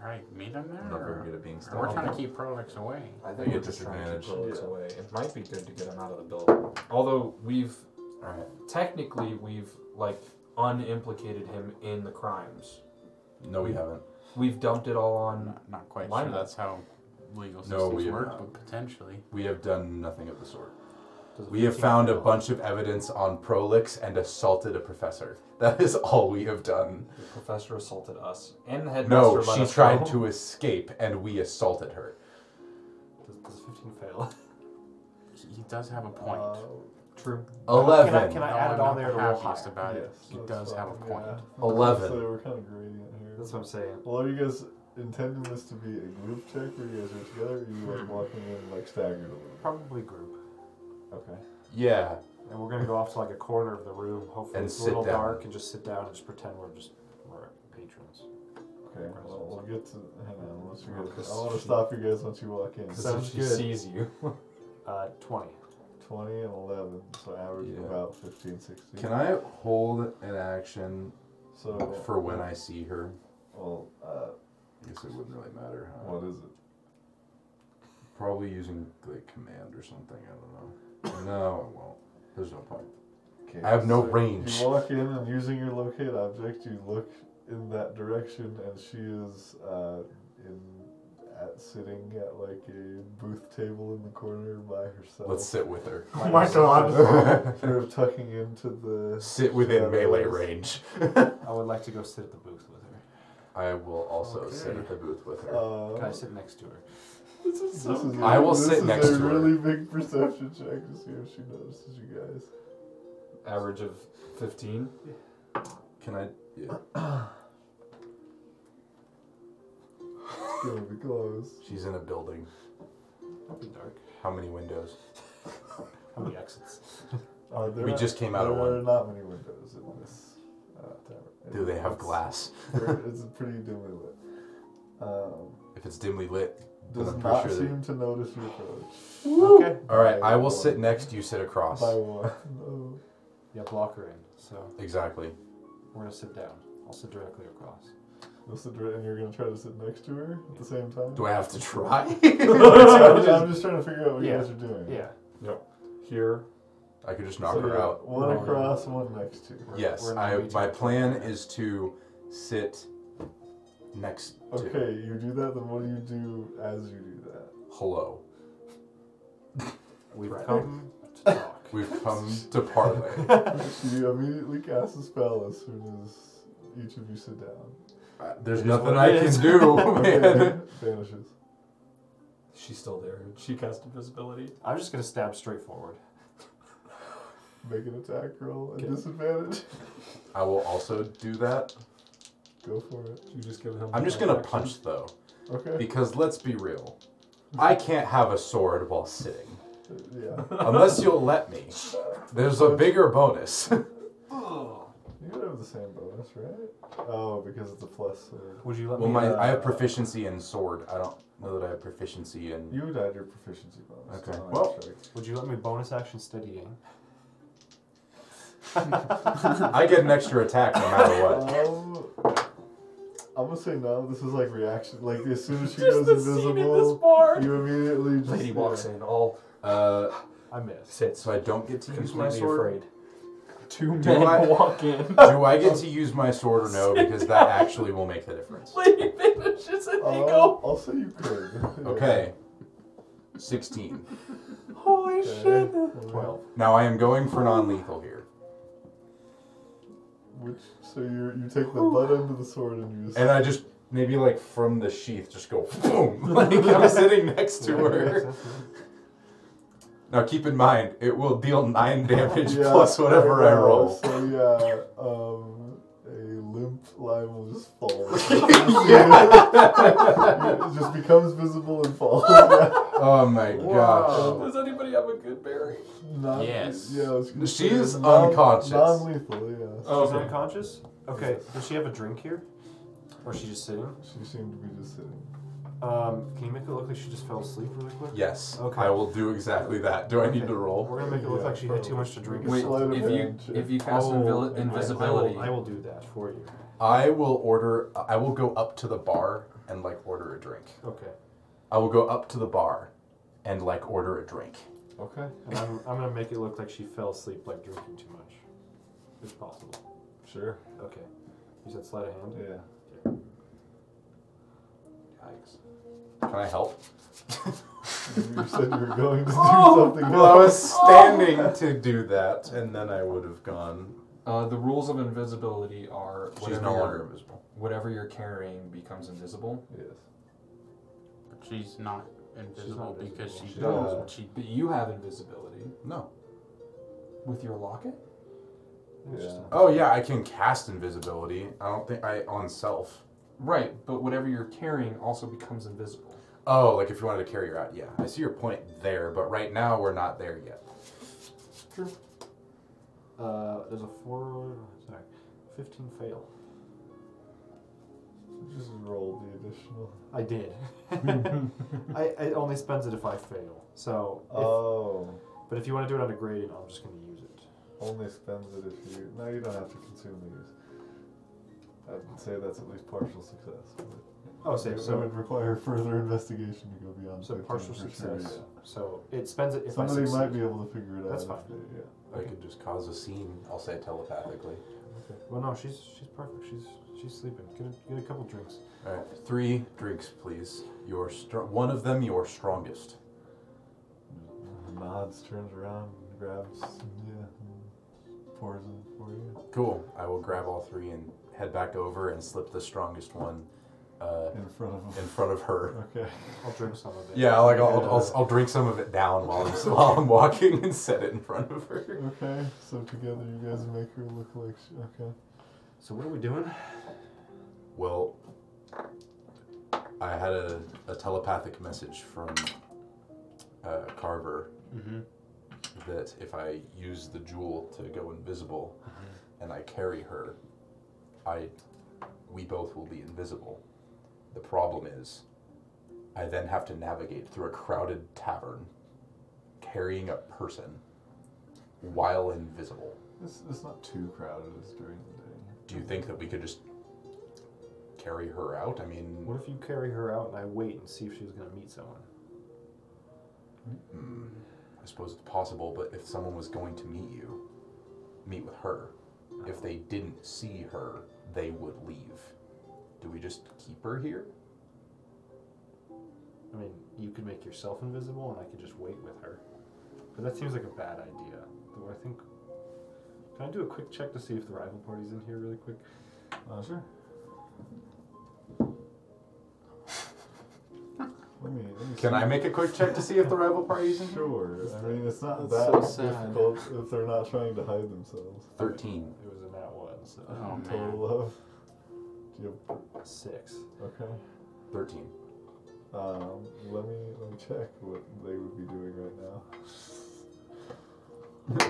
All right, meet him there.
I'm not very
Or,
good at being
we're trying to
stealthy.
keep Prolix away.
I
think
think
we're
we're
just
just trying to keep
disadvantage.
Prolix
Yeah.
away. It might be good to get him out of the building. Although we've
Alright.
technically we've like unimplicated him in the crimes.
No, we haven't.
We've dumped it all
I'm
on.
not, not quite
Why
sure
not?
that's how legal
No,
systems
we have
work,
not.
but potentially.
We have done nothing of the sort.
Does
We have
15
found a
roll?
bunch of evidence on Prolix and assaulted a professor. [LAUGHS] That is all we have done.
The professor assaulted us and the headmaster.
No,
let
she
us
tried
go.
to escape and we assaulted her.
Does, does fifteen fail? [LAUGHS]
He he does
Uh,
have a point.
True.
Eleven.
Can I add
I'm
it on
not
there to
the
roll
happiest
higher?
about it.
yes,
He
that's
does have a
fine,
point.
yeah.
Eleven.
So we're kind of gradient here.
That's what I'm saying.
Well, are you guys intending this to be a group check where you guys are together, or are you
Hmm.
like walking in like staggered a little?
Probably group,
Okay.
Yeah.
and we're gonna go off to like a corner of the room. Hopefully,
And
it's a
sit
little
down.
dark, and just sit down and just pretend we're just we're patrons.
Okay. Well, we'll get to. Hang on. Once you guys, I
Because
want to
she-
stop you guys once you walk in.
Because
Sounds
if she
good.
sees you,
Uh, twenty.
Twenty and eleven, so average
Yeah.
about 15, 16.
Can I hold an action
So
for when I see her?
Well, uh,
I guess it wouldn't really matter. huh?
what is it?
Probably using like command or something.
[COUGHS]
I don't know. No, I won't. There's no point.
Okay,
I have no
so
range.
You walk in and using your locate object, you look in that direction, and she is uh, in at sitting at like a booth table in the corner by herself.
Let's sit with her.
Oh
my
[LAUGHS]
God.
sort of tucking into the.
Sit within
Yeah,
melee
that's-
range.
I would like to go sit at the booth with her.
I will also sit
Okay.
at the booth with her.
Uh,
Can I sit next to her?
this is so good.
I will
This
sit
is
next
a
to her.
really big perception check to see if she notices you guys.
average of fifteen.
Can I? Yeah.
It's gonna be close.
She's in a building.
That'd be dark.
How many windows?
How many exits?
Uh, there
We
are-
just came out of
there
one.
are not many windows in this uh, tavern.
Do they have
It's-
glass?
There- it's pretty dimly lit. Um,
If it's dimly lit. Then
does
I'm pretty
not
sure they-
seem to notice your approach.
Okay.
All right.
By
I will
one.
sit next. You sit across.
By one. [LAUGHS]
Yeah, block her in. So
Exactly.
we're gonna sit down. I'll sit directly across.
Oh, sit dir- and you're gonna try to sit next to her at the same time.
Do I have to [LAUGHS] try?
[LAUGHS] I'm, just, I'm just trying to figure out what
Yeah.
you guys are doing.
Yeah.
Here,
I could just knock
So
her
you're
out.
One
Roll it.
across, one next to.
We're-
Yes,
we're not
I,
gonna be
my
too-
plan is to sit next to
Okay, you do that. Then what do you do as you do that?
hello.
We've
Right.
come
Um,
[LAUGHS]
to talk.
We've come
[LAUGHS]
to parlay.
You immediately cast a spell as soon as each of you sit down.
Uh, There's
It is
nothing
what
I
it
can
[LAUGHS]
is.
do, [LAUGHS] man.
Okay, vanishes.
she's still there. She cast invisibility.
I'm just gonna stab straight forward.
Make an attack roll at
Okay.
disadvantage.
I will also do that.
Go for it.
You just give him.
I'm just
one
gonna
action.
punch though,
Okay.
because let's be real, I can't have a sword while sitting
Yeah.
unless you'll let me. There's a bigger bonus.
Oh.
You gotta have the same bonus, right? Oh, because it's a plus. Sword.
Would you let
well,
me?
my I have
uh,
proficiency in sword. I don't know that I have proficiency in.
You would add your proficiency bonus. to
Okay.
knowledge
Well-
check.
Would you let me bonus
[LAUGHS]
action steadying?
I get an extra attack no matter what.
[LAUGHS] Um, I'm gonna say no. This is like reaction. Like as soon as she
Just
goes
the scene in this
invisible, [LAUGHS]
bar.
you immediately just
Lady walks in, all
Uh,
I miss.
sits,
so I don't get to use my
completely [LAUGHS]
sword.
afraid. two
Do
men
I-
walk in.
Do I get to use my sword or no? Because that actually will make the difference.
Lady finishes and they go,
I'll, Uh, I'll say you could. [LAUGHS] Yeah.
[LAUGHS] Okay. 16.
holy
Okay.
shit.
Well,
Now I am going for non lethal here.
Which so you you take the butt end of the sword and you just [LAUGHS]
And I just, maybe like from the sheath, just go boom. [LAUGHS] Like I'm sitting next to her. Now keep in mind, it will deal 9 damage
[LAUGHS] Yeah,
plus whatever I
know.
roll.
So yeah, um, a limp lime will just
[LAUGHS]
fall. [LAUGHS] it just becomes visible and falls. [LAUGHS] Yeah.
Oh my gosh.
Does anybody have a good berry?
Not,
Yes.
Yeah, I was gonna
She
say,
is
non-
unconscious.
Non-lethal. Yeah.
Oh,
She's
okay.
unconscious? Okay, does she have a drink here? Or is she just sitting?
She seemed to be just sitting.
Um, can you make it look like she just fell asleep really quick?
Yes.
Okay.
I will do exactly that. Do I need to roll?
We're gonna make it look
Yeah,
like she had too much to drink. or
Wait,
something.
Sleight of
if you
hand, sure.
if you cast
Oh, I- I
invil-
will-
invisibility,
I will, I will do that for you.
I will order, I will go up to the bar and like order a drink.
Okay.
I will go up to the bar and like order a drink.
Okay. And I'm, I'm gonna make it look like she fell asleep like drinking too much. If possible.
Sure.
Okay. You said sleight of hand?
[LAUGHS]
Yeah.
Can I help?
You said you were going to
[LAUGHS]
do
Oh,
something.
Well, I was
else.
standing to do that, and then I would have gone.
uh, the rules of invisibility are
She's
whatever,
no
you're,
longer invisible.
whatever you're carrying becomes invisible.
Yes.
She's not invisible because she
She's
knows
not.
she.
But you have invisibility
No.
with your locket.
Yeah.
Oh yeah, I can cast invisibility. I don't think I on self.
Right, but whatever you're carrying also becomes invisible.
Oh, like if you wanted to carry her out, yeah. I see your point there, but right now we're not there yet.
Uh, there's a four. Sorry. 15 fail.
Just roll the additional.
I did.
[LAUGHS]
I, it only spends it if I fail. So, if,
Oh.
but if you want to do it on a gradient, I'm just gonna use it.
Only spends it if you. No, you don't have to consume these. I'd say that's at least partial success. But
Oh, so,
it
so,
would require further investigation to go beyond.
so
15
partial
for sure,
success.
yeah.
So it spends it if I
Somebody
succeed.
might be able to figure it
That's
out. if
fine.
they- yeah.
I could just cause a scene. I'll say telepathically.
Well, no, she's she's perfect. She's she's sleeping. Get a, get a couple drinks.
All right, three drinks, please. Your str- one of them, your strongest.
Nods, turns around, and grabs, and, yeah, and pours them for you.
Cool. I will grab all three and head back over and slip the strongest one uh,
In front of
in
him.
front of her.
Okay.
I'll drink some of it.
Yeah, like I'll, I'll, I'll drink some of it down while I'm, [LAUGHS] while I'm walking and set it in front of her.
Okay, so together you guys make her look like she. Okay.
So what are we doing?
Well, I had a, a telepathic message from uh, Carver
Mm-hmm.
that if I use the jewel to go invisible and I carry her, I we both will be invisible. The problem is I then have to navigate through a crowded tavern carrying a person while invisible.
It's, it's not too crowded, it's during the day.
Do you think that we could just carry her out? I mean,
What if you carry her out and I wait and see if she's gonna meet someone?
mm, I suppose it's possible, but if someone was going to meet you, meet with her. If they didn't see her, they would leave. Do we just keep her here?
I mean, you could make yourself invisible and I could just wait with her. But that seems like a bad idea. Though I think. Can I do a quick check to see if the rival party's in here really quick?
Uh, sure. let me. Let me
Can
see.
I make a quick check to see if the rival party's in? here?
Sure. I mean, it's not
That's
that
so sad.
difficult if they're not trying to hide themselves.
13.
It was in that one, so.
Oh, man.
Total of. Do you
Six.
have, okay.
13.
Um, let me let me check what they would be doing right now.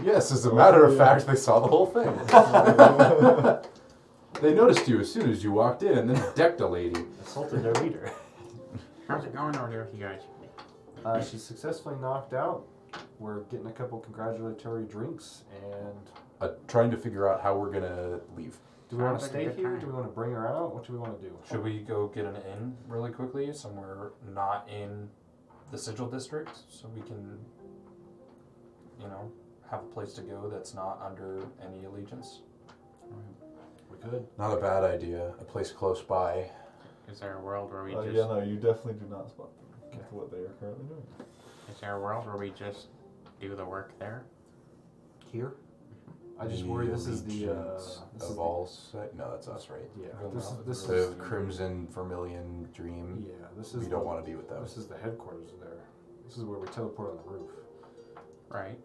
[LAUGHS] yes, as a
Oh,
matter of
yeah.
fact, they saw the whole thing.
[LAUGHS] Uh,
they noticed you as soon as you walked in and then [LAUGHS] decked a lady.
Assaulted their leader.
How's it going over there, you guys?
Uh, she's successfully knocked out. We're getting a couple congratulatory drinks, and
Uh, trying to figure out how we're gonna leave.
do we want
Sounds
to
like a
stay
good
here?
time.
Do we want to bring her out? What do we want to do?
Should we go get an inn really quickly somewhere not in the sigil district so we can, you know, have a place to go that's not under any allegiance?
We could.
Not a bad idea. A place close by.
Is there a world where we
Uh,
just
yeah, no, you definitely do not spot them with what they are currently doing.
is there a world where we just do the work there?
Here? I just worry this is the. Uh,
allegiance
this is
of
the-
all. si- no, that's us, right?
yeah.
Going
This
out
is
of
this
the
is
The crimson vermilion dream.
yeah. This is
We
the-
don't want to be with them.
This is the headquarters there. This is where we teleport on the roof.
Right.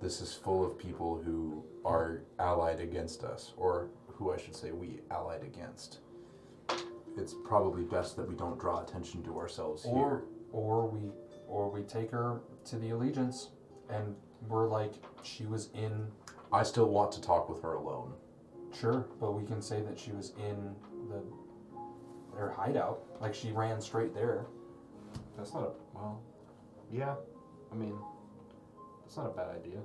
This is full of people who are allied against us, or who I should say we allied against. It's probably best that we don't draw attention to ourselves
Or or we or we take her to the allegiance and we're like she was in
here. I still want to talk with her alone.
Sure, but we can say that she was in the their hideout. Like she ran straight there.
That's not a well. Yeah, I mean, that's not a bad idea.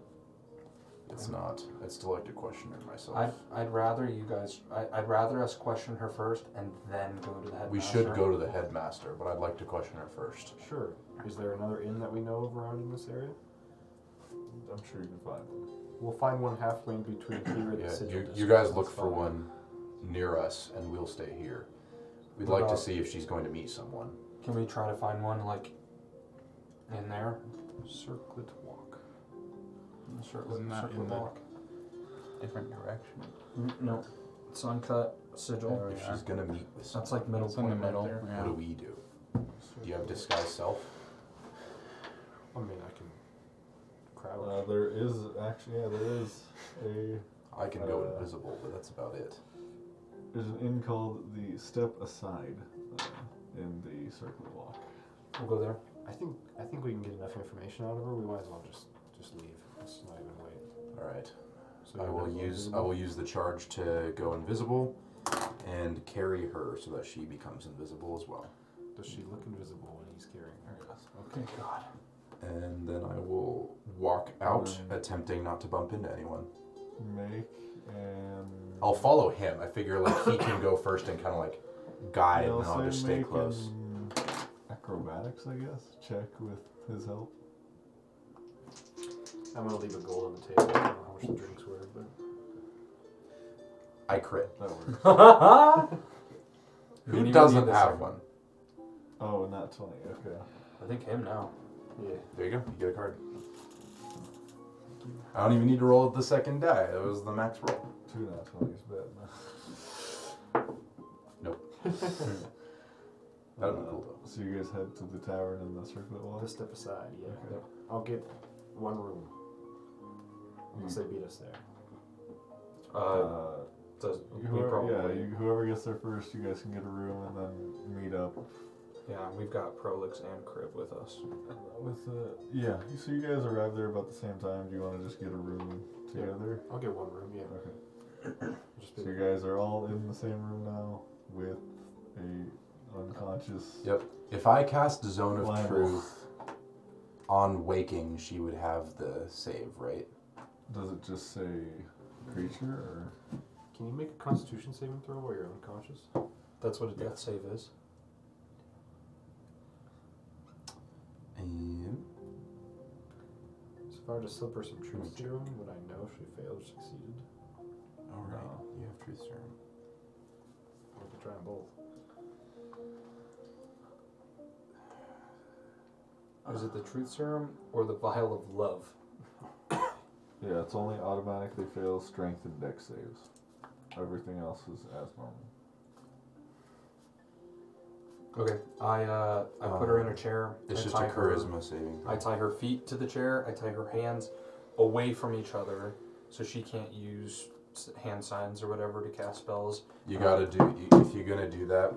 It's not. It's still like to question her myself.
I'd, I'd rather you guys. I, I'd rather us question her first and then go to the headmaster.
we should go to the headmaster, but I'd like to question her first.
Sure. Is there another inn that we know of around in this area?
I'm sure you can find them.
We'll find one halfway in between here and the
Yeah,
Sigil
you, you
District.
guys
That's
look for
fine.
one near us, and we'll stay here. We'd
What
like to
about-
see if she's going to meet someone.
Can we try to find one like in there?
Circlet Walk.
Circle,
Isn't that
circle
in the-
block.
Different direction.
N- Mm, No, suncut sigil.
If
Yeah.
she's going to meet with
That's
someone,
like middle
It's in
point
the
right
middle.
there.
yeah.
what do we do? Do you have disguise self?
I mean, I can. Crowd.
Uh, there is actually, yeah, there is a
I can go
Uh,
invisible, but that's about it.
there's an inn called the Step Aside uh, in the Circle Walk.
We'll go there.
I think I think we can get enough information out of her. We might as well just just leave. Let's not even wait.
All right.
So
I
you're
will
gonna go
use I
invisible?
will use the charge to go invisible and carry her so that she becomes invisible as well.
Does she look invisible when he's carrying her?
Good God.
And then I will walk out,
Mm.
attempting not to bump into anyone.
Make and
I'll follow him. I figure like he can go first and kind of like guide, and then I'll
Nelson
just stay
make
close.
an Acrobatics, I guess. Check with his help.
I'm gonna leave a gold on the table. I don't know how much the drinks were, but
I crit.
That works.
You don't
Who
even
doesn't
need the
have
second-
one?
[LAUGHS] oh, not twenty. Okay.
I think him now.
yeah.
There you go. You get a card. I don't even need to roll the second die. That was the max roll.
Two not twenties, but no. [LAUGHS]
That'd be cool
So you guys head to the tavern in the Circle
I'll
Walk.
just step aside. Yeah.
Okay.
I'll get one room. Unless they beat us there.
Uh, does, we
whoever,
probably,
yeah, you, whoever gets there first, you guys can get a room and then meet up
yeah, we've got Prolix and Crib with us.
with. Uh, yeah. So you guys arrive there about the same time. Do you want to just get a room together?
I'll get one room. Yeah.
Okay.
[CLEARS THROAT] Just
So
be
you guys are all in the same room now with a unconscious.
Yep. If I cast Zone of
Liable.
Truth on waking, she would have the save, right?
Does it just say creature or?
Can you make a Constitution saving throw while you're unconscious?
That's what a death
Yeah.
save is.
Um,
So if I were to slip her some
Hmm.
truth serum, would I know if she failed or succeeded?
all right. You have Truth Serum.
Or could try them both.
Oh, Is it the truth serum or the vial of love?
Yeah, it's only automatically fails strength and dex saves. Everything else is as normal.
Okay, I uh, I put her in
Um,
a chair.
It's
I
just
tie
a
her-
charisma saving throw.
I tie her feet to the chair. I tie her hands away from each other, so she can't use s- hand signs or whatever to cast spells.
you gotta do. you- If you're gonna do that,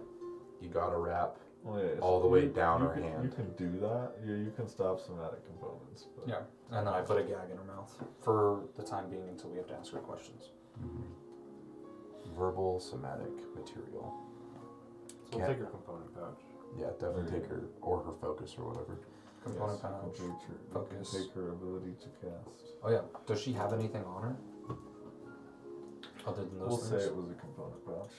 you gotta wrap.
Well, yeah,
All the
you-
way down
you
her
can, You
hand.
can do that. Yeah, you can stop somatic components. But
Yeah, and then I put a gag in her mouth for the time being until we have to ask her questions.
Verbal somatic material.
So we'll
Yeah.
take her component pouch.
Yeah, definitely take her or her focus or whatever.
yes,
Component pouch.
You can, take her, you can
focus.
take her ability to cast.
Oh yeah, does she have anything on her? Other than those
We'll
things,
say it was a component pouch.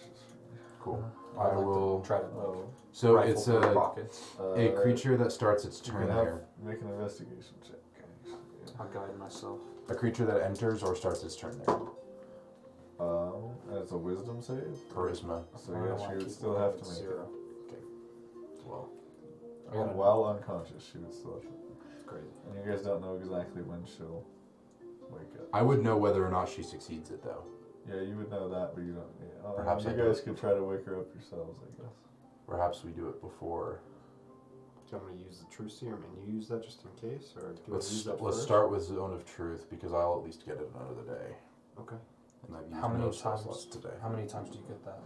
Cool.
I'd
I
like
will.
to try to like,
Oh,
So
rifle
it's
through her
a
pockets.
uh,
a creature that starts its
You
turn
can have,
here.
make an investigation check. actually.
I'll guide myself.
A creature that enters or starts its turn there.
Um, that's a wisdom save.
Charisma.
So
I
yeah,
wanna
she would
keep
still
mine
have
at
to make it.
zero.
Well,
I got
And while unconscious, she would still have to.
Great.
And you guys don't know exactly when she'll wake up.
I would know whether or not she succeeds it though.
Yeah, you would know that, but you don't. Yeah. Oh,
Perhaps
you
I
guys could try to wake her up yourselves, I guess.
Perhaps we do it before.
Do you want me to use the true serum and you use that just in case, or do you want to use
Let's
that
let's
first?
start with Zone of Truth because I'll at least get it another day.
Okay.
And I've used
How many
no spell
times-
slots today.
How many times do you get that?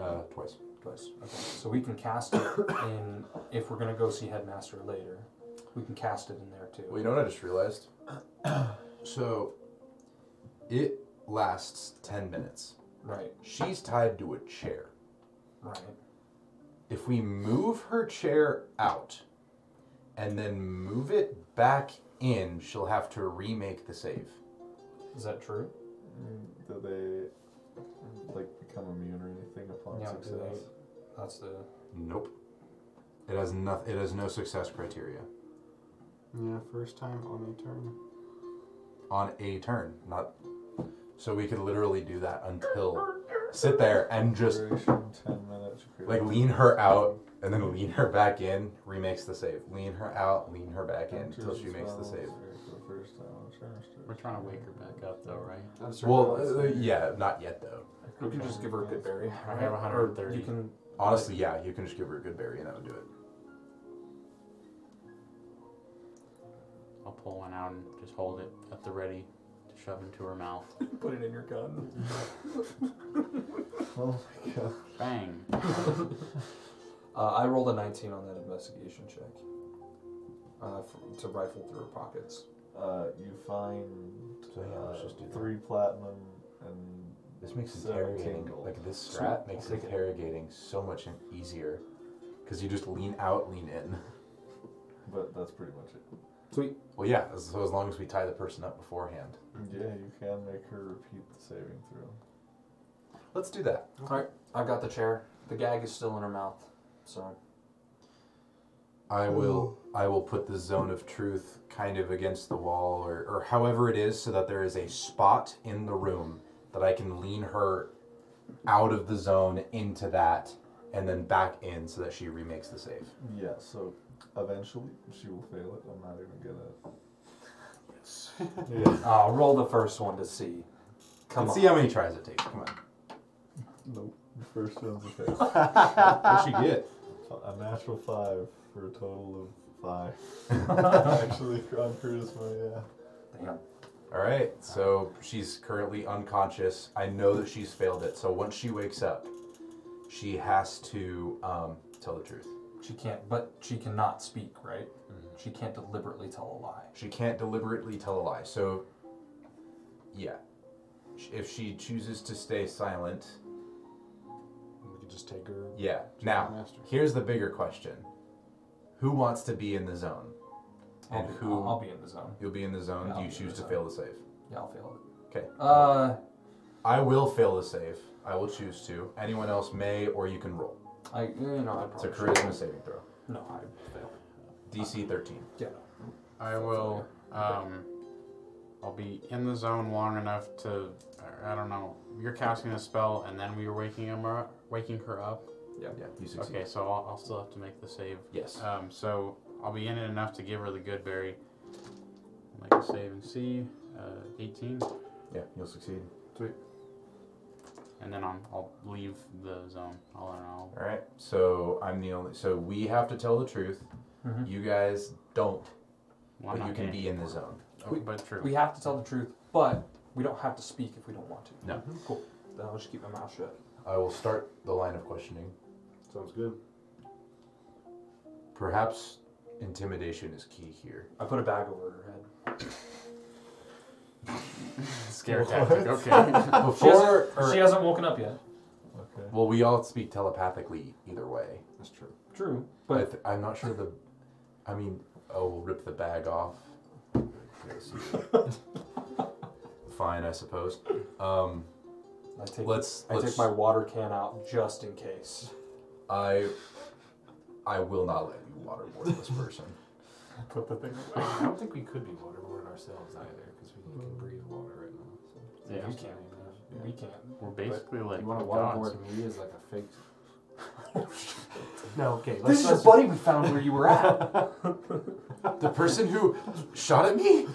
Uh, twice.
Twice. Okay. So we can cast it [COUGHS] in if we're gonna go see Headmaster later. We can cast it in there too.
Well, you know what I just realized? [CLEARS THROAT] so, it lasts 10 minutes.
Right.
She's tied to a chair.
Right.
If we move her chair out and then move it back in, she'll have to remake the save.
Is that true?
Mm, Do they like become immune or anything upon
Yeah, do
success?
That's the.
Nope. It has nothing. It has no success criteria
Yeah, first time on a turn.
on a turn. Not. So we could literally do that until sit there and just
Duration ten minutes.
like lean her out and then lean her back in remakes the save lean her out lean her back in until she makes the save
For the first time on Sharon's turn.
We're trying to wake her back up though, right?
well uh, yeah not yet though
We can just give her a good berry.
I have 130.
You can.
honestly yeah you can just give her a good berry and that would do it
I'll pull one out and just hold it at the ready to shove into her mouth.
Put it in your gun.
Oh my god.
Bang!
Uh, I rolled a 19 on that investigation check. Uh, f to rifle through her pockets.
Uh, you find
So, yeah, let's
uh,
just do that.
three platinum and
this makes
Seventeen
interrogating
gold.
like this
Sweet.
strat makes
I'll take it.
interrogating so much easier because you just lean out lean in
but that's pretty much it.
Sweet.
well yeah as- so as long as we tie the person up beforehand
Yeah, you can make her repeat the saving throw.
let's do that
Alright, I've got the chair. The gag is still in her mouth. So.
I will I will put the zone of truth kind of against the wall or, or however it is so that there is a spot in the room that I can lean her out of the zone into that and then back in so that she remakes the save.
Yeah, so eventually she will fail it. I'm not even gonna. Yes.
Uh, roll the first one to see. Come
Let's
on.
see how many tries it takes. Come on.
yeah. Nope. The first one's a fail.
What'd she [LAUGHS] get?
a natural five for a total of [LAUGHS] five. Actually, on charisma, yeah.
Damn.
Alright, so she's currently unconscious. I know that she's failed it. So once she wakes up, she has to um, tell the truth.
She can't, but she cannot speak, right?
Mm-hmm.
She can't deliberately tell a lie.
She can't deliberately tell a lie. So, yeah. Sh- If she chooses to stay silent,
We could just take her.
yeah. Now,
Master.
here's the bigger question Who wants to be in the zone? And
I'll be,
who.
I'll, I'll be in the zone.
You'll be in the zone.
Yeah,
Do
I'll
you
be in
choose
the
to
zone.
fail the save?
Yeah, I'll fail it.
Okay.
Uh,
I will fail the save. I will choose to. Anyone else may, or you can roll.
I you know I
It's a
probably should.
charisma saving throw.
No, I failed.
DC 13.
Yeah.
I will. Um, I'll be in the zone long enough to. I don't know. You're casting a spell, and then we were waking him up, waking her up.
Yeah, you succeed.
Okay, so I'll, I'll still have to make the save.
Yes.
Uh,
Um, so I'll be in it enough to give her the good berry. Make a save and see. Uh, 18,
Yeah, you'll succeed.
and then I'm, I'll leave the zone. I'll, I'll
All right. So I'm the only. So we have to tell the truth.
Mhm.
You guys don't,
well,
but
I'm not
you can
gay.
be in the zone.
Oh,
We-
but true.
We have to tell the truth, but we don't have to speak if we don't want to.
No.
Cool. Then I'll just keep my mouth shut.
I will start the line of questioning.
Sounds good.
Perhaps intimidation is key
[LAUGHS]
here.
I put a bag over her head.
Scare tactic. Okay.
Before
she
or,
hasn't woken up yet.
Okay.
well, we all speak telepathically either way.
That's true. [LAUGHS]
True,
But I
but
th- I'm not sure the. I mean, oh, we'll rip the bag off. [LAUGHS] Fine, I suppose. Um,
I take
let's.
I
let's
take my water can out just in case.
I I will not let you waterboard this person.
[LAUGHS] Put the thing.
I don't think we could be waterborne ourselves either, because we
Hmm.
can breathe water right now. So.
Yeah.
We can't.
Yeah.
We can't.
We're basically like
you want to
gods.
waterboard me as like a
[LAUGHS]
fake? [LAUGHS] no, okay. Let's,
is your
let's,
buddy we found where you were
[LAUGHS]
at.
The person who shot at me?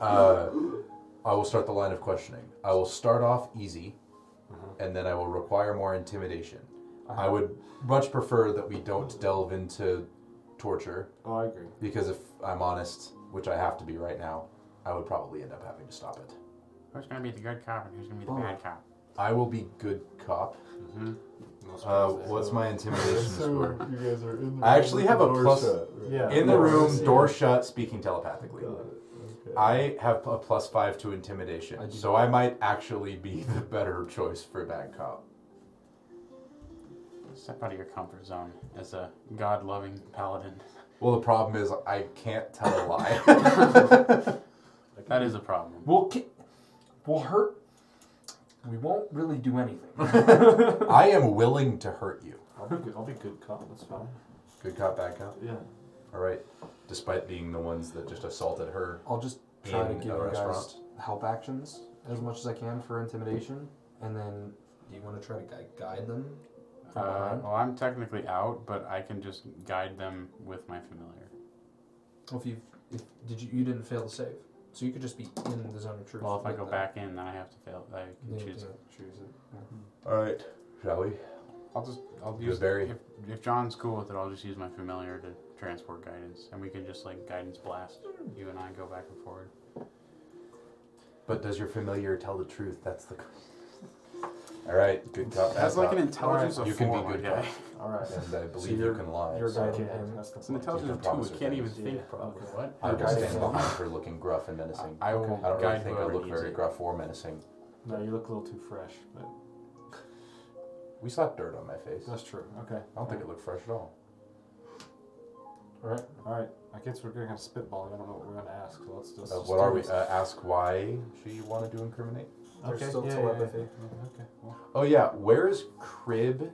uh, I will start the line of questioning. I will start off easy, and then I will require more intimidation.
Uh-huh.
I would much prefer that we don't delve into torture,
Oh, I agree.
because if I'm honest, which I have to be right now, I would probably end up having to stop it.
Who's gonna be the good cop and who's gonna be the
Boom.
bad cop?
I will be good cop.
Mm-hmm.
No
Uh,
surprise there.
what's my
[LAUGHS]
intimidation
So
score?
you guys are in the
I actually
room
have
with
a
the door
plus-
shut, right?
Yeah.
In the
Yeah.
room, door shut, speaking telepathically.
Got it, okay.
I have a plus five to intimidation,
I do.
so I might actually be the better choice for bad cop.
Step out of your comfort zone as a god-loving paladin.
Well, the problem is I can't tell a lie.
That is a problem.
We'll ki- we'll hurt. We won't really do anything.
[LAUGHS]
I am willing to hurt you.
I'll be good. I'll be good cop. That's fine.
Good cop, bad cop.
Yeah.
All right. Despite being the ones that just assaulted her
I'll just try to
in
give
a
you guys
restaurant.
help actions as much as I can for intimidation, and then do you want to try to gui- guide them? from
Uh,
behind?
well, I'm technically out, but I can just guide them with my familiar.
If you if, did you you didn't fail the save, so you could just be in the zone of truth.
Well, if I
with
go
them.
back in, then I have to fail. I can
Then you
choose.
can
it.
choose it.
All right. Shall we?
I'll just I'll
Do a
use
berry.
If, if John's cool with it, I'll just use my familiar to transport guidance, and we can just like guidance blast. You and I go back and forward.
But does your familiar tell the truth? That's the. All right. Good cop, bad
That's like
cop.
an intelligence
Alright.
of
You can be
four, my
good
guy.
cop.
All right.
And I believe you
you're-
can lie.
You're
so-
guiding
Okay.
him. That's the
It's an
point.
intelligence
You
of
can promise
two.
her
It can't even
things.
think.
Yeah.
Probably.
Okay.
What?
I
You're
will
guiding
stand
him.
behind her looking gruff and menacing.
I will
I don't really
guide
think I
whoever
look
needs
very
it.
gruff or menacing.
No, you look a little too fresh, but
We slapped dirt on my face. I
that's true. Okay.
don't think it looked fresh at all.
All right. All right. I guess we're gonna have spitball. I don't know what we're gonna ask. So let's just.
Uh,
just
what
do
are we?
this.
Uh, ask why she wanted to incriminate.
There's
Okay,
still
yeah, yeah, yeah,
telepathy.
yeah, Okay. Well,
Oh yeah, where's Crib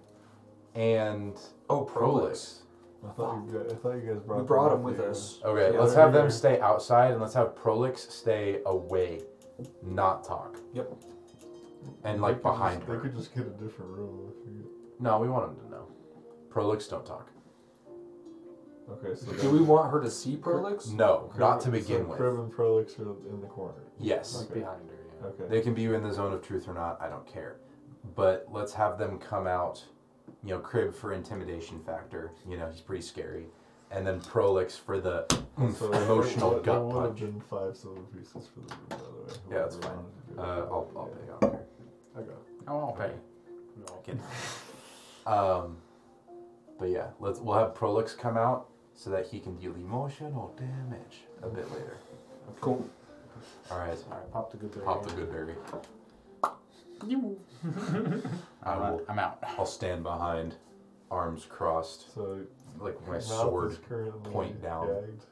and
Oh,
Prolix?
I thought you guys, I thought you guys brought
We brought
them
him with
you.
us.
Okay,
Yeah,
let's
they're
have them
here.
stay outside and let's have Prolix stay away, not talk.
Yep.
And
They
like
could
behind
just, They
her.
could just get a different room. If you,
No, we want them to know. Prolix don't talk.
okay, so
Do
then-
we want her to see Prolix?
No, not to
so
begin
Crib
with.
and Prolix are in the corner.
Yes.
like
Okay.
behind her. Yeah.
Okay.
They can be in the zone of truth or not, I don't care. But let's have them come out, you know, crib for intimidation factor. You know, he's pretty scary. And then Prolix for the oomph,
So there-
[LAUGHS] emotional
there, there
gut
would
punch.
have been five silver pieces for the room, by the way.
Yeah, that's
whoever
fine.
wanted to do
Uh,
it.
I'll, I'll
Yeah.
pay on there.
I got it.
Oh, I'll pay.
No.
Um, but yeah, let's we'll have Prolix come out so that he can deal emotional damage a bit later.
Cool.
All right,
All right. Pop the good berry.
pop the good berry. I
I'm,
will.
out. I'm out.
I'll stand behind, arms crossed,
So
like with my
Ralph
sword.
is currently
point down.
gagged,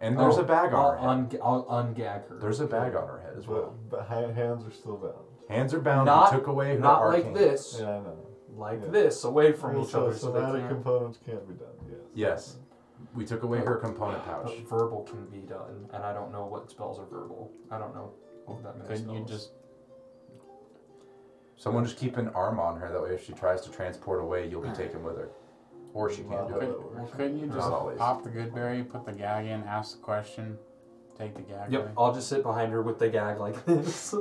And there's
Oh,
a bag on her
I'll,
head.
un- I'll ungag her.
There's a bag on her head as well.
but, but ha- hands are still bound.
Hands are bound.
Not-
we took away her
Not
arcane.
like this,
Yeah, I know.
like
Yeah.
this, away from
Well,
each other,
so
so, they
somatic
can't.
components can't be done. Yes.
Yes, we took away her component pouch.
But verbal can be done, and I don't know what spells are verbal. I don't know what that means.
Couldn't you just?
Someone just keep an arm on her. That way, if she tries to transport away, you'll be taken with her, or she can't do
Well,
it.
Could, well, couldn't you just
Not always.
pop the good berry, put the gag in, ask the question, take the gag
Yep,
away?
I'll just sit behind her with the gag like [LAUGHS] this.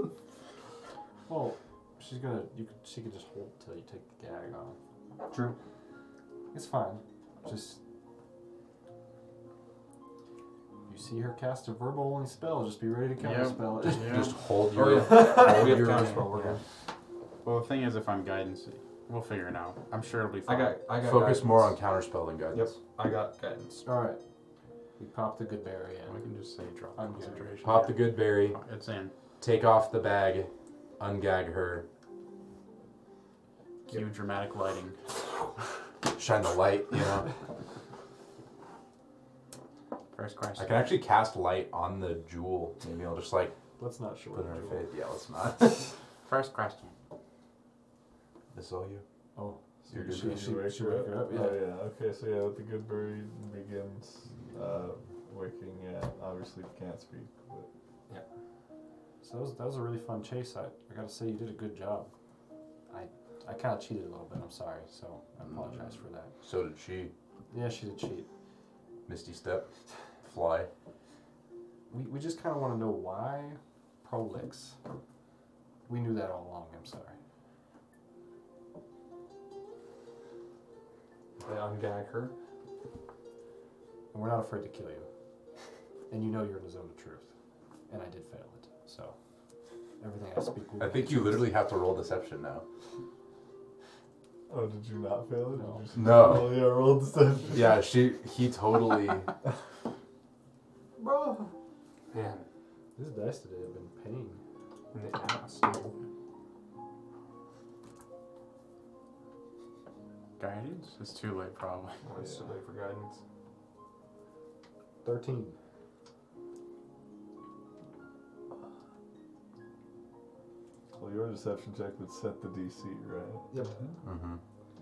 Well, she's gonna. You could. She could just hold till you take the gag off.
True.
It's fine. Just. You see her cast a verbal only spell. Just be ready to counter spell it.
Yeah.
Just hold
Oh,
your. [LAUGHS]
we
hold
have
your
counterspell, we're
yeah.
good.
Well, the thing is, if I'm guidance, we'll figure it out. I'm sure it'll be
I
fine.
got. I got.
Focus
guidance.
more on counterspell than guidance.
I got guidance.
[LAUGHS] All right. We pop the good berry in.
We can just say drop
I'm good.
concentration.
Pop the good berry.
It's in.
Take off the bag. Ungag her.
Cue dramatic lighting.
Shine the light. You [LAUGHS] know,
First
I
question.
can actually cast light on the jewel. Maybe I'll just like
Let's not
put
short
it in her
jewel.
face. Yeah, let's not. [LAUGHS]
First question.
this all you.
Oh,
You're
she,
good
she,
to wake
she
her
wake her up. Yeah.
Oh yeah. Okay. So yeah, with the good berry begins. Uh, waking, yeah, obviously can't speak. But
So that was, that was a really fun chase. I, I gotta say, you did a good job. I I kind of cheated a little bit. I'm sorry. So I apologize
Mm.
for that.
So did she.
Yeah, she's a cheat.
Misty step, fly.
We, we just kind of want to know why Prolix. We knew that all along. I'm sorry.
They ungag her.
And we're not afraid to kill you.
[LAUGHS]
And you know you're in the zone of truth. And I did fail it. So everything I speak will
I
be
think you
truth.
literally have to roll deception now.
oh, did you not fail it?
No.
Did you just
No.
roll- yeah, roll deception.
Yeah, she. He [LAUGHS] totally.
bro.
Man,
These dice today have been pain.
in the ass.
Guidance? It's too late, probably. [LAUGHS]
Oh, it's too late for guidance.
13.
Well, your deception check would set the DC, right?
Yep.
Mhm.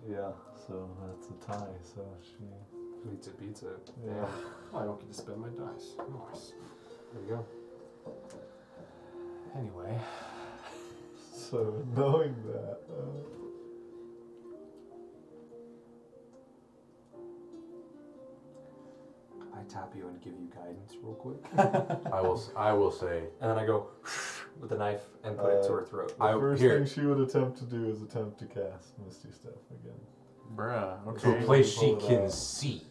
Yeah. So that's a tie. So she.
Beats it, beats it.
Yeah.
Oh, I don't get to spend my dice. Nice.
There you go.
Anyway,
So knowing that, uh,
I tap you and give you guidance real quick.
I will. s- I will say.
And then I go [LAUGHS] with the knife and put it to her throat.
the
I
first
here.
thing she would attempt to do is attempt to cast Misty Step again.
Bruh,
To
okay.
a place she
Pull it
can
out.
see,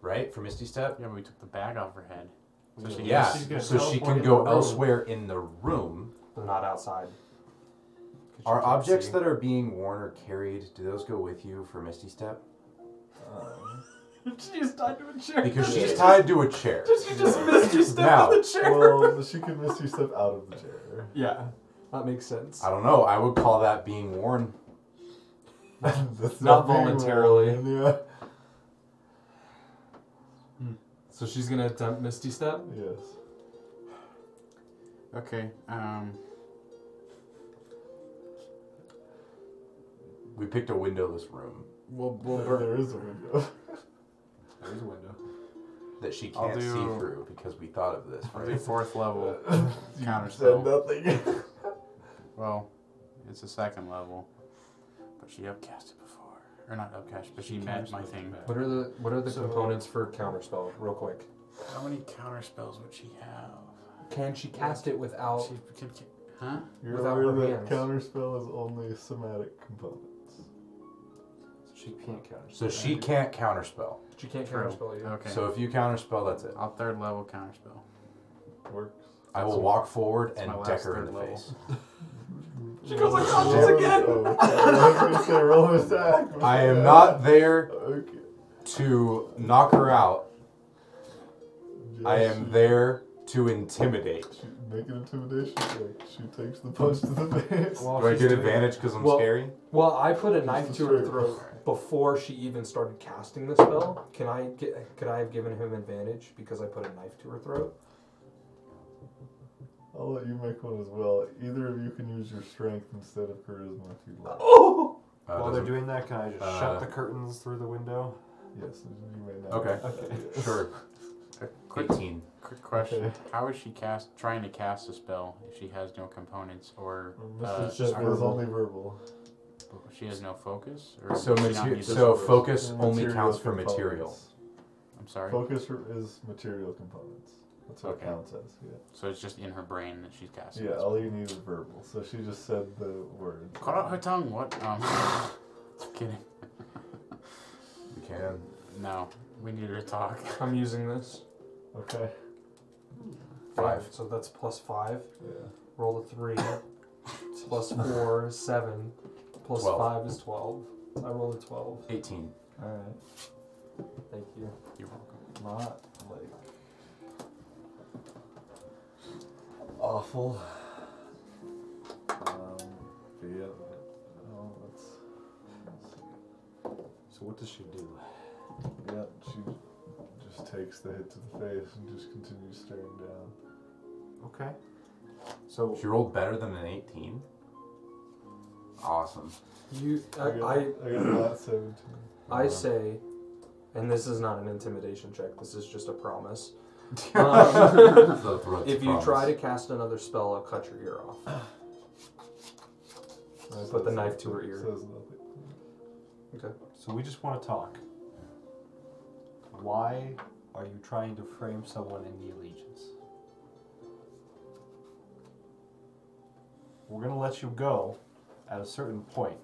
right? For Misty Step.
Yeah, but we took the bag off her head. So she,
Yeah.
she's gonna
So she
teleport in
can
the
go
room.
elsewhere in the room.
But not outside. 'Cause she
Are
can't
objects
see.
that are being worn or carried, do those go with you for Misty Step?
Um,
she's tied to a chair.
Because she's tied to a chair.
She
[LAUGHS]
[LAUGHS] just missed you step
Now,
in the chair.
well, [LAUGHS] she can Misty Step out of the chair. [LAUGHS]
Yeah, that makes sense.
I don't know. I would call that being worn.
That's
Not
being
voluntarily.
wrong, [LAUGHS] Yeah.
So she's gonna attempt Misty Step.
Yes.
okay, um,
We picked a windowless room
we'll, we'll
There- there is a window.
there's a window.
that she
I'll
can't
do-
see through because we thought of this,
I'll do
right? [LAUGHS]
fourth level.
You
Counter
said
spell.
nothing.
Well, it's a second level, but she upcast it before, or not upcast, but she met my thing.
What are the What are the
So-
components for counterspell, real quick?
How many counter spells would she have?
Can she cast it without?
She can, can, huh?
You're
Without
aware
her
that
hands.
counterspell is only somatic components.
She can't counter.
So she can't counterspell.
She can't
True.
counterspell you.
Okay.
So if you counterspell, that's it.
I'll third level counter spell.
Works.
I will walk forward and
my
deck
last
her in the
third level.
face.
She goes
Roll an- [LAUGHS] oh, I was gonna say roll an attack.
I am not there
Okay.
to knock her out. I
Yes,
am
she-
there to intimidate.
She, make an intimidation check. She takes the punch to the [LAUGHS] face.
Do I get advantage because I'm
Well-
scary?
Well, I put a knife to her
Sure.
throat before she even started casting the spell. Can I get? Could I have given him advantage because I put a knife to her throat?
I'll let you make one as well. Either of you can use your strength instead of charisma if you'd like.
Oh!
Uh,
While they're
doesn't-
doing that, can I just
uh,
shut the curtains through the window?
Yes, you may not.
Okay. Sure.
A quick,
18.
quick question:
Okay.
How is she cast trying to cast a spell if she has no components or
Mr.
uh,
Step is
or-
only verbal.
she has no focus? Or
So,
does she not
mater-
need
so
those words?
focus
And
only
material
counts for
components.
material.
I'm sorry.
Focus r- is material components. That's what
Okay.
counts as. Yeah.
So it's just in her brain that she's casting.
Yeah.
this.
All you need is verbal. So she just said the word.
Cut out her tongue. What? Um, [LAUGHS] just kidding.
You can.
No, we need her to talk.
[LAUGHS] I'm using this. Hmm.
Okay.
Five.
So that's plus five.
Yeah.
Roll a three. [LAUGHS] plus four is seven. Plus
Twelve.
five is twelve. I rolled a twelve.
18.
All right.
Thank you.
You're welcome.
not like awful. Um, but yeah,
Oh,
no, that's,
So what does she do?
yeah. She just takes the hit to the face and just continues staring down.
Okay. So
She rolled better than an 18. Awesome. [LAUGHS]
You, I, [CLEARS THROAT]
I got, I got a lot seventeen.
I, I say, and this is not an intimidation check. This is just a [LAUGHS] promise.
The
Um,
throat's
if you
promise.
try to cast another spell, I'll cut your ear off.
That
Put the
says
knife to her
nothing.
ear.
Says nothing.
So we just want to talk. Why are you trying to frame someone in the allegiance? We're gonna let you go at a certain point,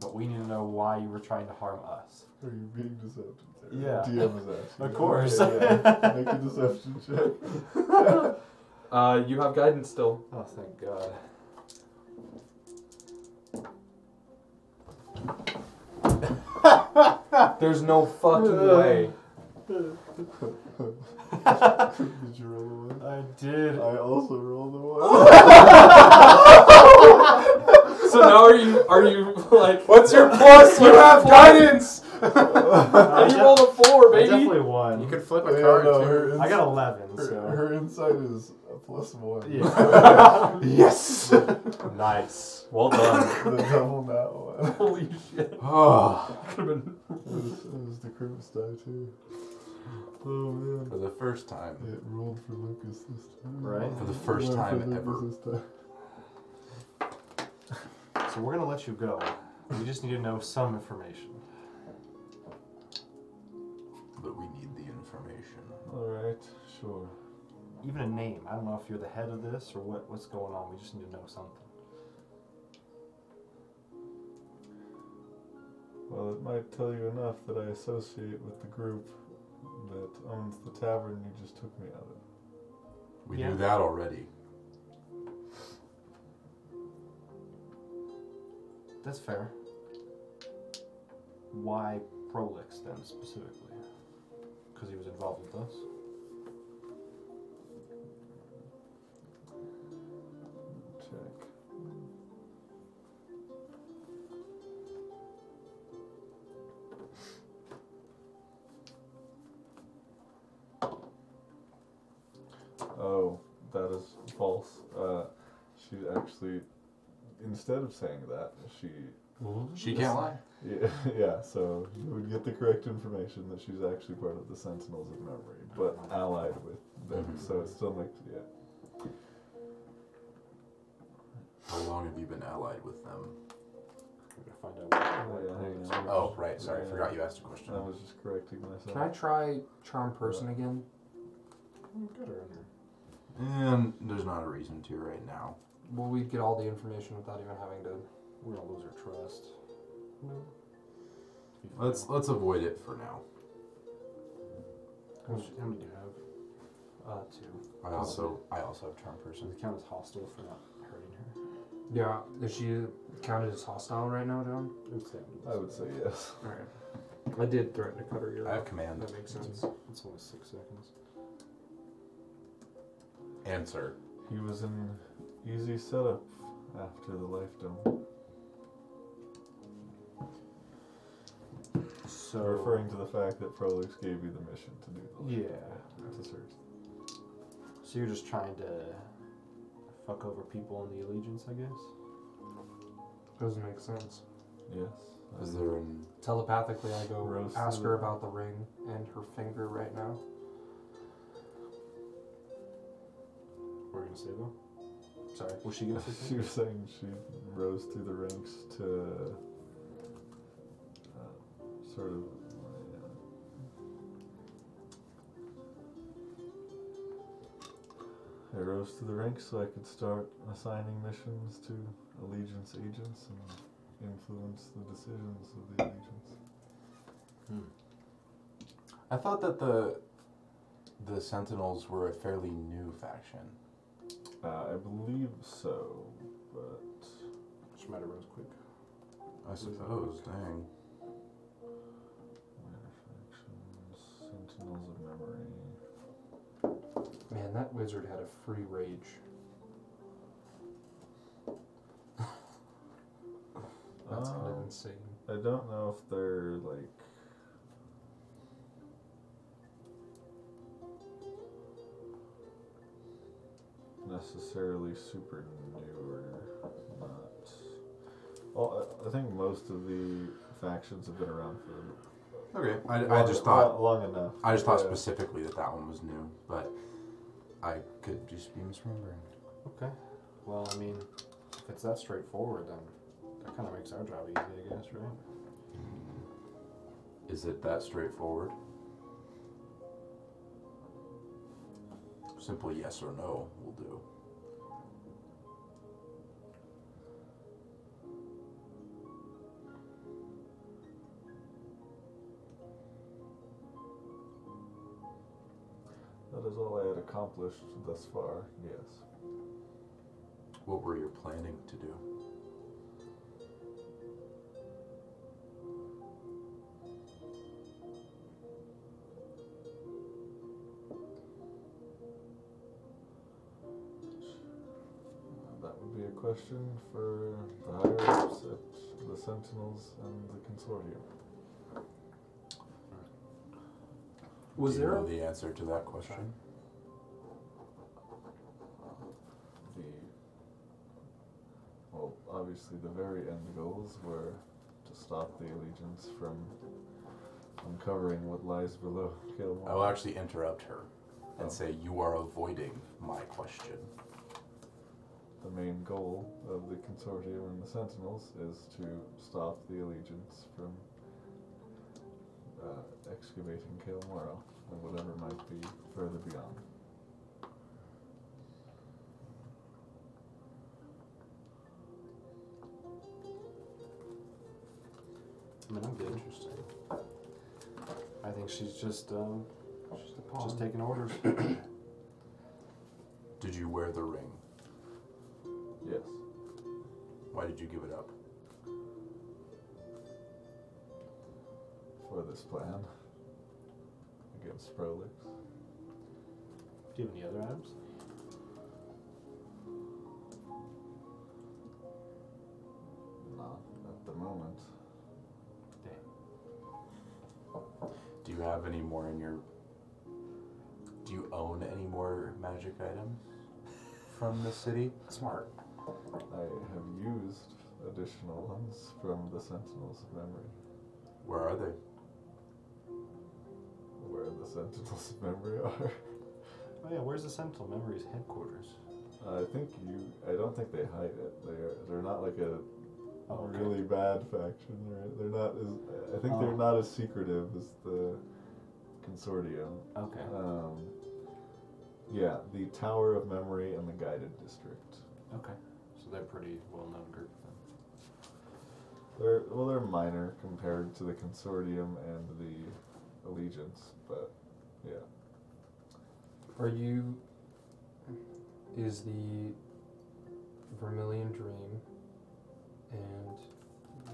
but we need to know why you were trying to harm us.
Are you being deceptive? Sarah?
Yeah.
DM is asking.
[LAUGHS] Of course.
Okay,
[LAUGHS]
yeah. Make a deception check.
Uh, you have guidance still.
Oh, thank God.
There's no fucking way.
Did you roll a one?
I
[LAUGHS]
did.
I also rolled a
[LAUGHS]
one.
So now are you are you [LAUGHS] like?
What's your plus?
[LAUGHS]
You [LAUGHS] have guidance.
I,
You rolled a four,
I
baby. [LAUGHS]
definitely won.
You could flip
Yeah,
a card
no,
too.
her, ins-
I got eleven.
her,
So
her insight is a plus one.
yeah.
Yes.
[LAUGHS] nice. Well done.
[LAUGHS] the double that one.
Holy shit!
Oh,
Could have been
It was, it was the Crips die too. Oh man.
[SIGHS] for the first time.
It rolled for Lucas this time.
Right.
For the first
It went for
time
Lucas
ever.
This time.
so we're gonna let you go. We just need to know some information.
But we need the information.
Alright, sure.
even a name. I don't know if you're the head of this or what, what's going on. We just need to know something.
Well, it might tell you enough that I associate with the group that owns the tavern you just took me out of.
We
Yeah.
knew that already.
That's fair. Why Prolix then specifically? Because he was involved with us.
Check. Oh, that is false. Uh, she actually, instead of saying that, she
She can't lie.
yeah, [LAUGHS] yeah. So you would get the correct information that she's actually part of the Sentinels of Memory, but allied with them.
Mhm.
So it's still like yeah.
How long have you been allied with them?
We're gonna find out.
Oh, yeah, hang on.
Oh, right. Sorry,
Yeah.
I forgot you asked a question.
I was just correcting myself.
Can I try charm person again?
Good or under.
And there's not a reason to right now.
Will we get all the information without even having to?
We're gonna lose our trust. No.
Let's let's avoid it for now.
How much, how many do you have?
Uh, to.
I also I also have charm person.
Does it count as hostile for not hurting her?
Yeah. Is she counted as hostile right now, John?
It's the-
I would say yes.
All right. I did threaten to cut her ear
I
off.
have command.
That makes sense.
It's only six seconds.
Answer.
He was in easy setup after the life dome.
So
Referring to the fact that Prolix gave you the mission to do the life
Yeah.
dome, to search.
So you're just trying to fuck over people in the allegiance, I guess.
Doesn't make sense.
Yes.
Is there an
Telepathically, I go
Rose
ask
to
her
the-
about the ring and her finger right now.
We're gonna say though.
Sorry.
Was she [LAUGHS] gonna
[LAUGHS]
say
she
something?
was saying she rose through the ranks to uh, sort of. Uh, I rose to the ranks so I could start assigning missions to allegiance agents and influence the decisions of the allegiance.
Hmm.
I thought that the the Sentinels were a fairly new faction.
Uh, I believe so, but
She might have rose quick.
I suppose, dang.
minor factions, Sentinels of Memory.
Man, that wizard had a free rage. That sounded
Um,
insane.
I don't know if they're like. Necessarily super new or not. Well, I I think most of the factions have been around for
Okay. I, I
Long-
just thought
lo- long enough.
I just thought
Yeah.
specifically that that one was new, but I could just be misremembering.
Okay. Well, I mean, if it's that straightforward, then that kind of makes our job easy, I guess, right?
Is it that straightforward? Simple yes or no will do.
That is all I had accomplished thus far. Yes.
What were you planning to do?
That would be a question for the higher ups at the Sentinels and the Consortium.
Was
do you
there
know the answer to that question?
The well, obviously the very end goals were to stop the allegiance from uncovering what lies below Kilmore.
Oh, I will actually interrupt her
Oh.
and say you are avoiding my question.
the main goal of the consortium and the sentinels is to stop the allegiance from uh, excavating Kalimoro and whatever might be further beyond.
I mean, that'd be interesting. I think she's just, um,
Just a
just taking [COUGHS] orders.
Did you wear the ring?
Yes.
Why did you give it up?
For this plan against Prolix.
Do you have any other items?
Not at the moment.
Do you have any more in your? Do you own any more magic items from the city?
Smart.
I have used additional ones from the Sentinels of Memory.
Where are they?
Where the Sentinels of Memory [LAUGHS] are.
Oh yeah, where's the Sentinel Memories headquarters?
I think you. I don't think they hide it. They're they're not like a
Oh, okay.
really bad faction, right? They're not as. I think
Oh.
they're not as secretive as the consortium.
Okay.
Um, yeah, the Tower of Memory and the Guided District.
Okay. So they're pretty well-known group then.
They're well, they're minor compared to the consortium and the allegiance, but yeah.
Are you? Is the Vermilion Dream and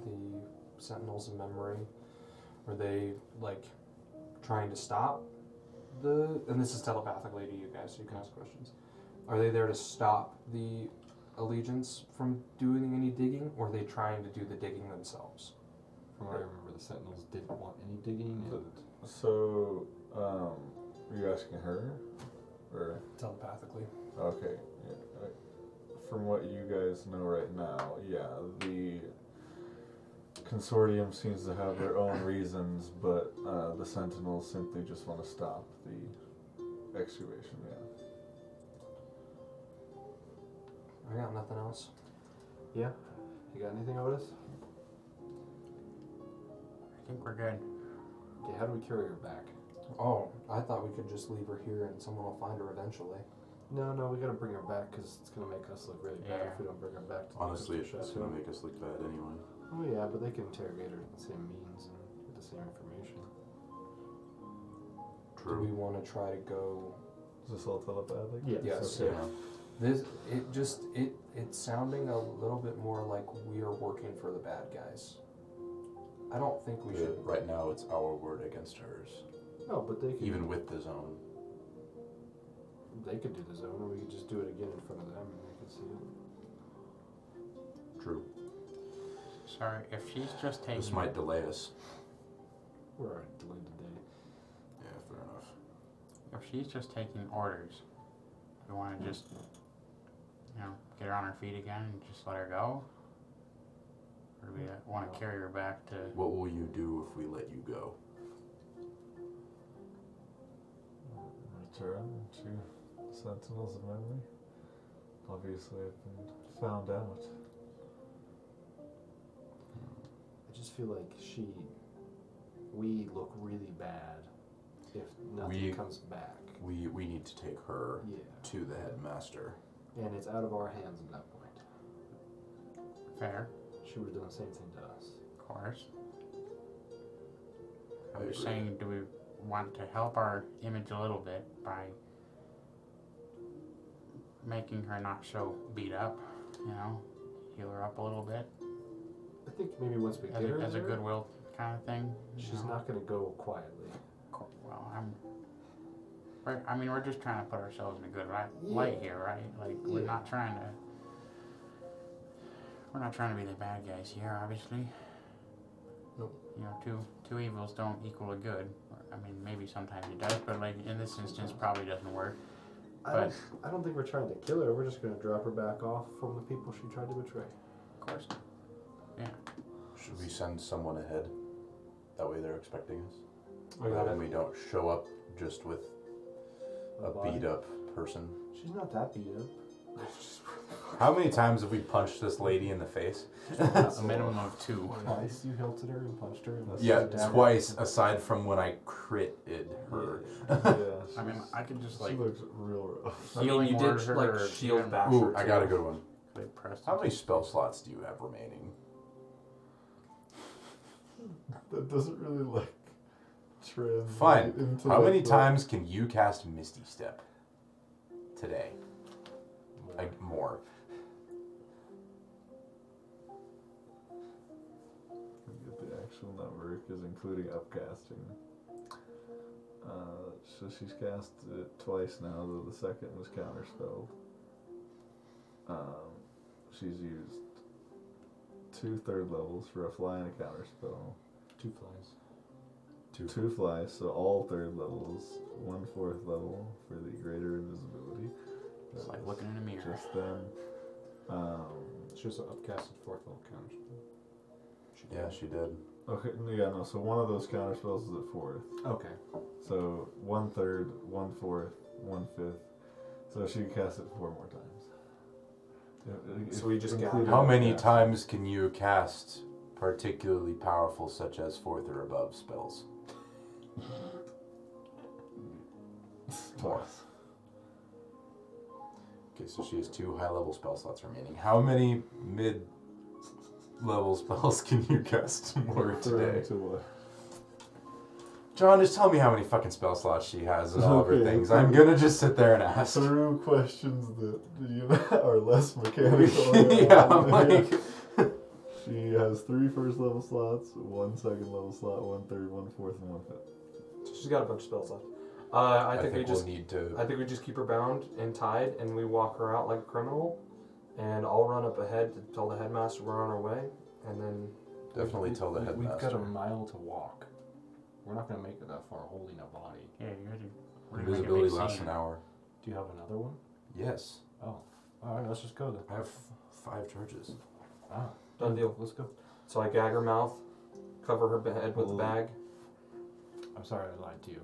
the Sentinels of Memory? Are they like trying to stop the? And this is telepathically to you guys, so you can ask questions. Are they there to stop the Allegiance from doing any digging, or are they trying to do the digging themselves?
From what I remember, the Sentinels didn't want any digging,
So-
and
So, um, were you asking her, or?
Telepathically.
Okay. Yeah. alright. From what you guys know right now, yeah, the consortium seems to have their own reasons, but uh, the Sentinels simply just want to stop the excavation. Yeah.
I got nothing else.
you got anything, Otis?
I think we're good.
Okay, how do we carry her back?
Oh, I thought we could just leave her here and someone will find her eventually.
No, no, we gotta bring her back because it's gonna make us look really bad
Yeah.
if we don't bring her back to
Honestly,
the
it's gonna make us look bad anyway.
Oh yeah, but they can interrogate her at the same means and get the same information.
Do we want to try to go?
Is this all telepathic?
Yeah.
Yes.
Okay.
Yeah.
This it just it it's sounding a little bit more like we are working for the bad guys. I don't think we
But
should.
Right now, it's our word against hers,
No, but they could
even with the zone.
they could do the zone, or we could just do it again in front of them, and they could see it.
True.
Sorry, if she's just taking.
This might delay us.
We're already delayed today.
Yeah, fair enough.
If she's just taking orders, we want
Hmm.
to just, you know, get her on her feet again and just let her go?
Hmm.
Or do we want to carry her back to.
What will you do if we let you go?
Turin and two Sentinels of Memory. Obviously, I've been found out.
I just feel like she, we look really bad if nothing
We-
comes back.
We we need to take her
Yeah,
to the headmaster.
and it's out of our hands at that point.
Fair,
She would have done the same thing to us.
of course.
I
I'm just
agree.
saying, do we want to help our image a little bit by making her not so beat up? You know, heal her up a little bit
I think maybe once we
as
get
a,
her
as a
there,
goodwill kind of thing. you
she's
know?
not going to go quietly.
Co- Well, I'm. We're, I mean, we're just trying to put ourselves in a good right,
Yeah.
light here, right? Like we're
Yeah.
not trying to. We're not trying to be the bad guys here, obviously.
Nope.
You know, two two evils don't equal a good. I mean, maybe sometimes it does, but like in this instance, probably doesn't work.
I
But-
don't, I don't think we're trying to kill her. We're just going to drop her back off from the people she tried to betray.
Of course.
Should we send someone ahead? That way they're expecting us.
I got
That way we
it.
don't show up just with a
Bye.
beat up person.
She's not that beat
[LAUGHS]
up.
How many times have we punched this lady in the face?
a minimum of two.
Twice you hilted her and punched her. And
That's
Yeah,
Damn.
twice. Aside from when I critted her.
[LAUGHS] yeah.
I mean, I could just
she
like
looks real rough.
I mean, you
more
did
her
like
or-
shield bash.
Ooh,
her,
I got a
too.
good one.
they press.
How many spell slots do you have remaining?
That doesn't really like translate
Fine.
into
How
like,
many
the-
times can you cast Misty Step today? Like more.
Get the actual number because including upcasting. Uh, so she's cast it twice now, though the second was counterspelled. Um, she's used two third levels for a fly and a counterspell.
Two flies.
Two. two flies, so all third levels, one fourth level for the greater invisibility.
It's
That
like
was
looking in a mirror.
Just then. Um,
She also upcasted fourth level counters.
Yeah, she did.
okay, no, yeah, no, so one of those counterspells is at fourth.
Okay.
So one third, one fourth, one fifth. So she cast it four more times. Yeah,
So
if-
we just got-
including
How many
upcast.
times can you cast particularly powerful, such as fourth or above spells? [LAUGHS]
Twice.
Okay, so she has two high level spell slots remaining. How many mid level [LAUGHS] spells can you cast more
Throwing
today?
to what?
John, just tell me how many fucking spell slots she has and all of her
Okay.
things. I'm gonna just sit there and ask.
Through questions that you [LAUGHS] know, are less
[LAUGHS]
mechanical.
yeah, I'm like,
[LAUGHS] She has three first level slots, one second level slot, one third, one fourth, and one
[LAUGHS]
fifth.
She's got a bunch of spells left. Uh,
I
I, think
think
we
we'll
just,
need to.
I think we just keep her bound and tied, and we walk her out like a criminal. And I'll run up ahead to tell the headmaster we're on our way, and then
Definitely tell the
We've got a
headmaster.
mile to walk. We're not going to make it that far holding a body.
Yeah, you're gonna- we're gonna make a big
Invisibility lasts
scene.
an hour.
Do you have another one?
Yes,
Oh. All right, let's just go then.
I have five charges.
Ah.
done deal.
Let's go.
So I gag her mouth, cover her ba- head with a
Ooh.
bag.
I'm sorry I lied to you.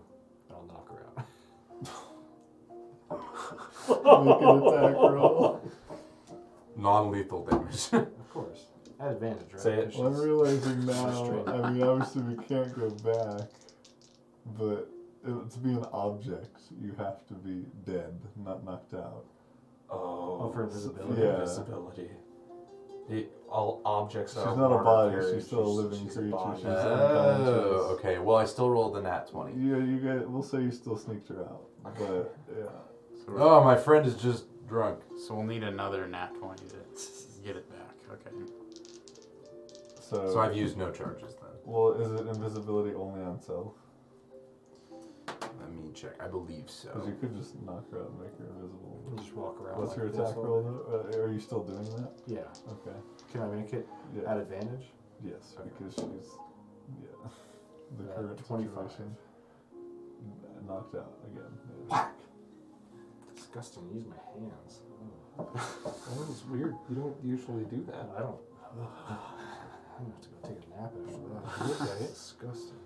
But I'll knock her out.
Make an attack roll.
Non lethal damage. [LAUGHS]
of course. At advantage, right?
Say it.
'Cause
Well, I'm
she's-
realizing now,
Frustrating.
I mean, obviously we can't go back, but it, to be an object, you have to be dead, not knocked out.
Oh,
Oh, for
s-
invisibility.
Yeah.
invisibility. The, all objects are.
She's not a
worn
body,
apart.
she's still a living
she's
creature.
body.
She's
oh,
unconscious.
okay. Well, I still rolled the nat 20.
Yeah, you guys, we'll say you still sneaked her out, but yeah.
So we're-
Oh, my friend is just drunk.
So we'll need another nat 20 to get it back. Okay.
So,
So I've used no charges then.
well, is it invisibility only on self?
Let me check. I believe
Because
so.
you could just knock her out and make her invisible.
We'll just walk around.
What's
like
her
this
attack
all
roll?
day.
though? Uh, are you still doing that?
Yeah.
Okay.
Can I make it
Yeah.
at advantage?
Yes,
Okay.
because she's yeah. [LAUGHS] The
Uh,
current
25.
situation. N- Knocked out again. yeah.
[LAUGHS] Disgusting. Use my hands. Oh,
That was weird. You don't usually do that.
I don't. [SIGHS] I'm gonna have to go take a nap after that. Look at it. Disgusting.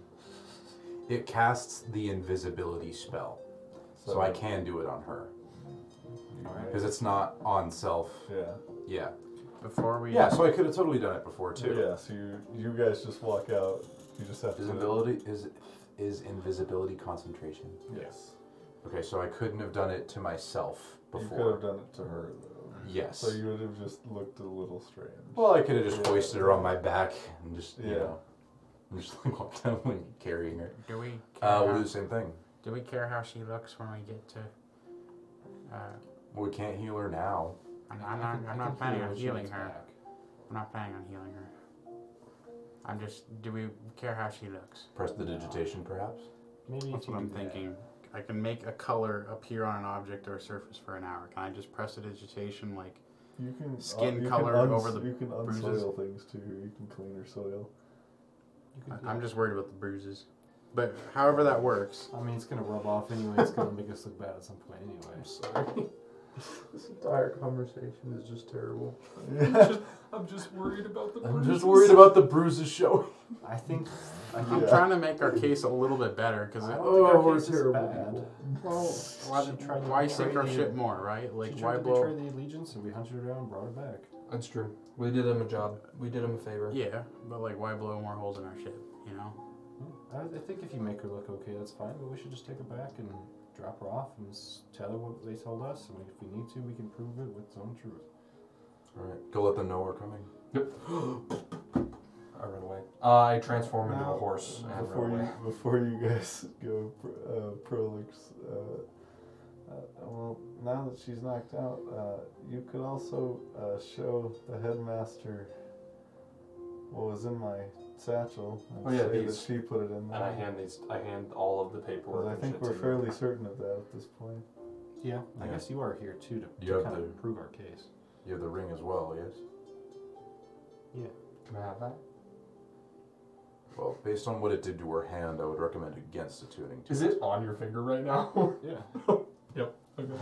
It casts the invisibility spell. So I can do it on her
Alright.
because it's not on self.
Yeah.
Yeah.
Before we
Yeah. So I could have totally done it before too.
Yeah, so you, you guys just walk out. You just have to.
Visibility is is invisibility concentration.
Yes.
Okay, so I couldn't have done it to myself
You could
before.
have done it to her, though.
Yes.
So you would have just looked a little strange.
well, I could have just
Yeah.
hoisted her on my back and just you
Yeah.
know, I'm just like [LAUGHS] walked down like carrying her.
do we care
Uh,
how,
we'll do the same thing.
do we care how she looks when we get to? Uh,
Well, we can't heal her now.
I'm, I'm not. I'm not planning on healing her. I'm not planning on healing her. I'm just. Do we care how she looks?
Press the digitation, perhaps.
Maybe
That's
if you
what I'm
do that.
thinking. I can make a color appear on an object or a surface for an hour. Can I just press the digitation like?
You can uh,
Skin
you can
color
uns-
over the
You can unsoil
bruises.
things too. You can clean her soil.
You could do
I- I'm
that.
just worried about the bruises. But however that works,
I mean, it's gonna rub off anyway. It's gonna make us look bad at some point anyway.
Sorry. this entire conversation is just terrible.
[LAUGHS] Yeah.
I'm just worried about the.
I'm just worried about the bruises showing.
I think. I
I'm
think.
Yeah.
trying to make our case a little bit better because
I don't
why
think our
Oh, we're
case is
terrible
bad.
people.
she tried to
why
betray
sink our
the-
shit more, right? Like
she tried
why
to
blow?
betray the allegiance, and we hunted her down, and brought her back.
That's true. We did him a job. We did him a favor.
Yeah, but like why blow more holes in our ship? You know,
Hmm. I, I think if you make her look okay, that's fine. But we should just take her back and drop her off and s- tell her what they told us, and if we need to, we can prove it with some truth.
[LAUGHS] All right, go let them know we're coming.
[GASPS] I run away. Uh, I transform into
Now,
a horse and
before
run away.
you [LAUGHS] before you guys [LAUGHS] go uh, prolix. Uh, uh, well, now that she's knocked out, uh, you could also uh, show the headmaster what was in my satchel and
Oh, yeah,
say
these.
that she put it in there.
And I hand these. I hand all of the paperwork.
'Cause I
and
think
shit
we're
to you.
fairly certain of that at this point.
Yeah, I
Yeah.
guess you are here too to,
You
to
have
kind
the-
of prove our case.
You have the ring as well, yes.
Can I have that?
Well, based on what it did to her hand, I would recommend against attuning to
Is it on your finger right now? [LAUGHS]
Yeah.
Okay.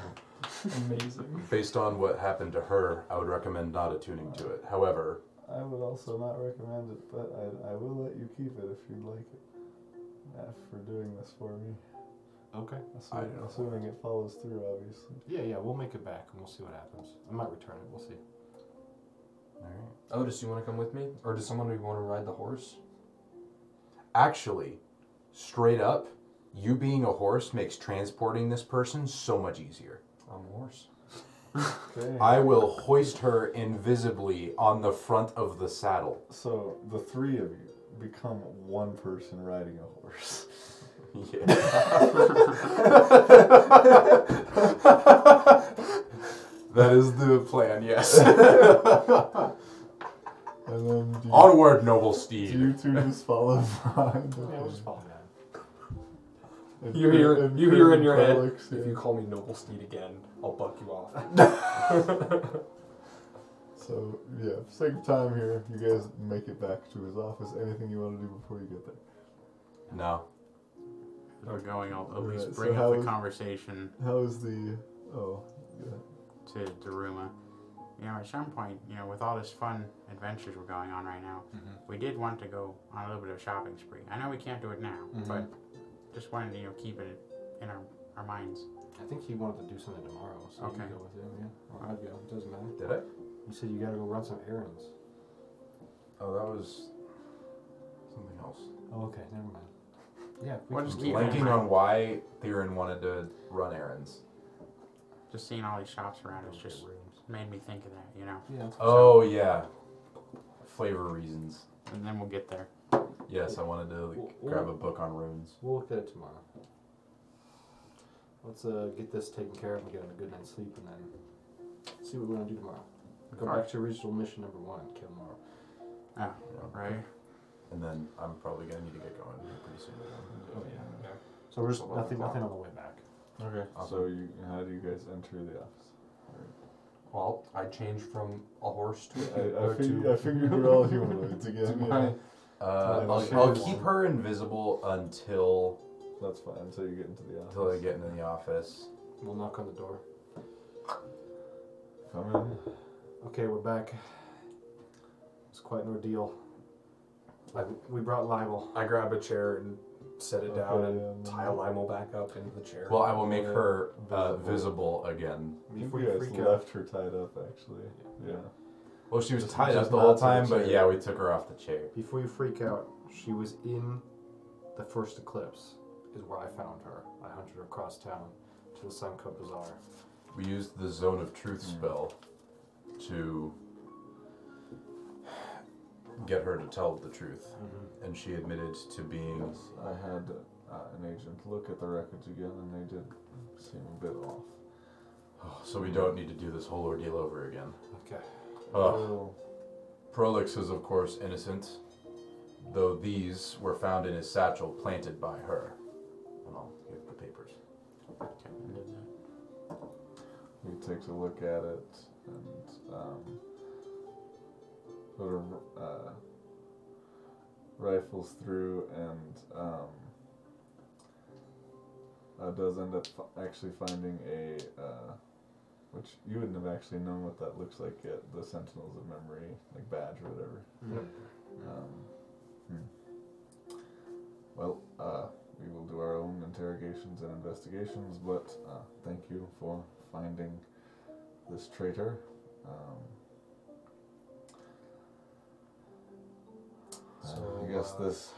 [LAUGHS] Amazing.
Based on what happened to her, I would recommend not attuning to it. However,
I would also not recommend it, but I, I will let you keep it if you'd like it. Uh, for doing this for me.
Okay.
I
Assuming,
don't.
assuming it follows through,
[LAUGHS]
obviously.
Yeah, yeah, we'll make it back and we'll see what happens. I might return it. We'll see.
all right.
Otis, you want to come with me, or does someone want to ride the horse?
actually, straight up, you being a horse makes transporting this person so much easier.
I'm a horse.
Okay.
I will hoist her invisibly on the front of the saddle.
So the three of you become one person riding a horse.
that is the plan, yes.
And then do you,
Onward, noble
do
steed.
you two just follow [LAUGHS] behind?
Yeah, we'll just follow that.
And
You
Krim-
hear,
and
you
Krim
hear in
and
your head.
Prolix,
If
yeah.
you call me Noble Steed again, I'll buck you off.
So yeah, sake of time here, you guys make it back to his office. Anything you want to do before you get there?
No.
we're going. I'll at
Alright,
least
so
bring
how
up the
is-
conversation
How is the? Oh, yeah.
to Daruma. You know, at some point, you know, with all this fun adventures we're going on right now,
Mm-hmm.
we did want to go on a little bit of shopping spree. I know we can't do it now,
Mm-hmm.
but just wanted to you know keep it in our, our minds.
I think he wanted to do something tomorrow, so you
Okay.
can go with him, yeah? Or I'd go. It doesn't matter.
Did I?
You said you gotta go run some errands.
Oh, that was something else.
Oh, okay, never mind. Yeah, we
Well,
can
just
do
keep
that.
Blanking on why Theron wanted to run errands.
Just seeing all these shops around us just made me think of that, you know.
Yeah.
Oh yeah, flavor reasons.
And then we'll get there.
Yes, I wanted to
Well,
like, grab a book on runes.
We'll look at it tomorrow. Let's uh, get this taken care of and get a good night's sleep and then see what we're going to do tomorrow. Go back to original mission number one, kill Morrow.
you
Oh,
know.
right.
And then I'm probably gonna need to get going here pretty soon.
Oh, yeah. So we're just nothing, nothing on the way back.
Okay.
So you, how do you guys enter the office?
Well, I changed from a horse to a
I, I,
or
fig-
to-
I figured we're all [LAUGHS] humanoids again.
[LAUGHS] to
yeah.
my-
Uh,
Time
I'll,
to
I'll
shave
keep
one.
her invisible until
That's fine. Until you get into the office.
until I get into the office.
We'll knock on the door.
Come in.
Okay, we're back. It's quite an ordeal. I, we brought libel.
I grab a chair and set it
Okay,
down and
and-
tie a limo back up into the chair.
Well, I will make her uh,
Visible.
visible again.
I think
Before
you
you
guys
freak out.
left her tied up, actually. Yeah.
Well, she was
Just-
tied
just
up the
not
whole
to the
time, but
chair.
yeah, we took her off the chair.
Before you freak out, she was in the first eclipse, is where I found her. I hunted her across town to the Sunco Bazaar.
We used the Zone of Truth
Hmm.
spell to get her to tell the truth,
Mm-hmm.
and she admitted to being.
Yes, I had uh, an agent look at the records again, and they did seem a bit off.
Oh, so we don't need to do this whole ordeal over again.
Okay.
Ugh.
Well,
Prolix is, of course, innocent, though these were found in his satchel planted by her. And I'll give the papers.
He takes a look at it and um, sort of uh, rifles through and um, uh, does end up fi- actually finding a uh, which you wouldn't have actually known what that looks like yet the Sentinels of Memory like badge or whatever. Um, hmm. Well, uh, we will do our own interrogations and investigations, but uh, thank you for finding this traitor. Um,
So,
I guess
uh,
this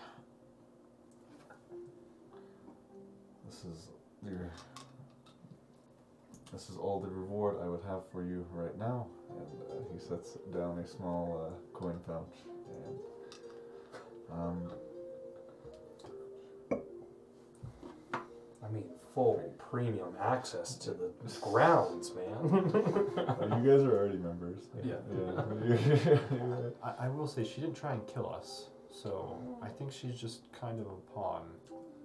this is your this is all the reward I would have for you right now. And uh, he sets down a small uh, coin pouch and um,
I mean, full premium access to the grounds, man.
[LAUGHS] Oh, you guys are already members.
Yeah.
Yeah. [LAUGHS]
I, I will say she didn't try and kill us, so I think she's just kind of a pawn.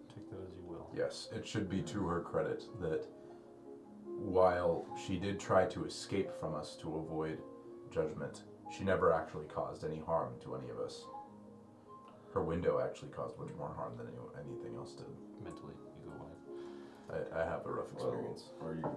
Take that as you will.
Yes, it should be to her credit that while she did try to escape from us to avoid judgment, she never actually caused any harm to any of us. Her window actually caused much more harm than any, anything else did.
mentally, either way.
I, I have a rough
Well,
experience.
are you?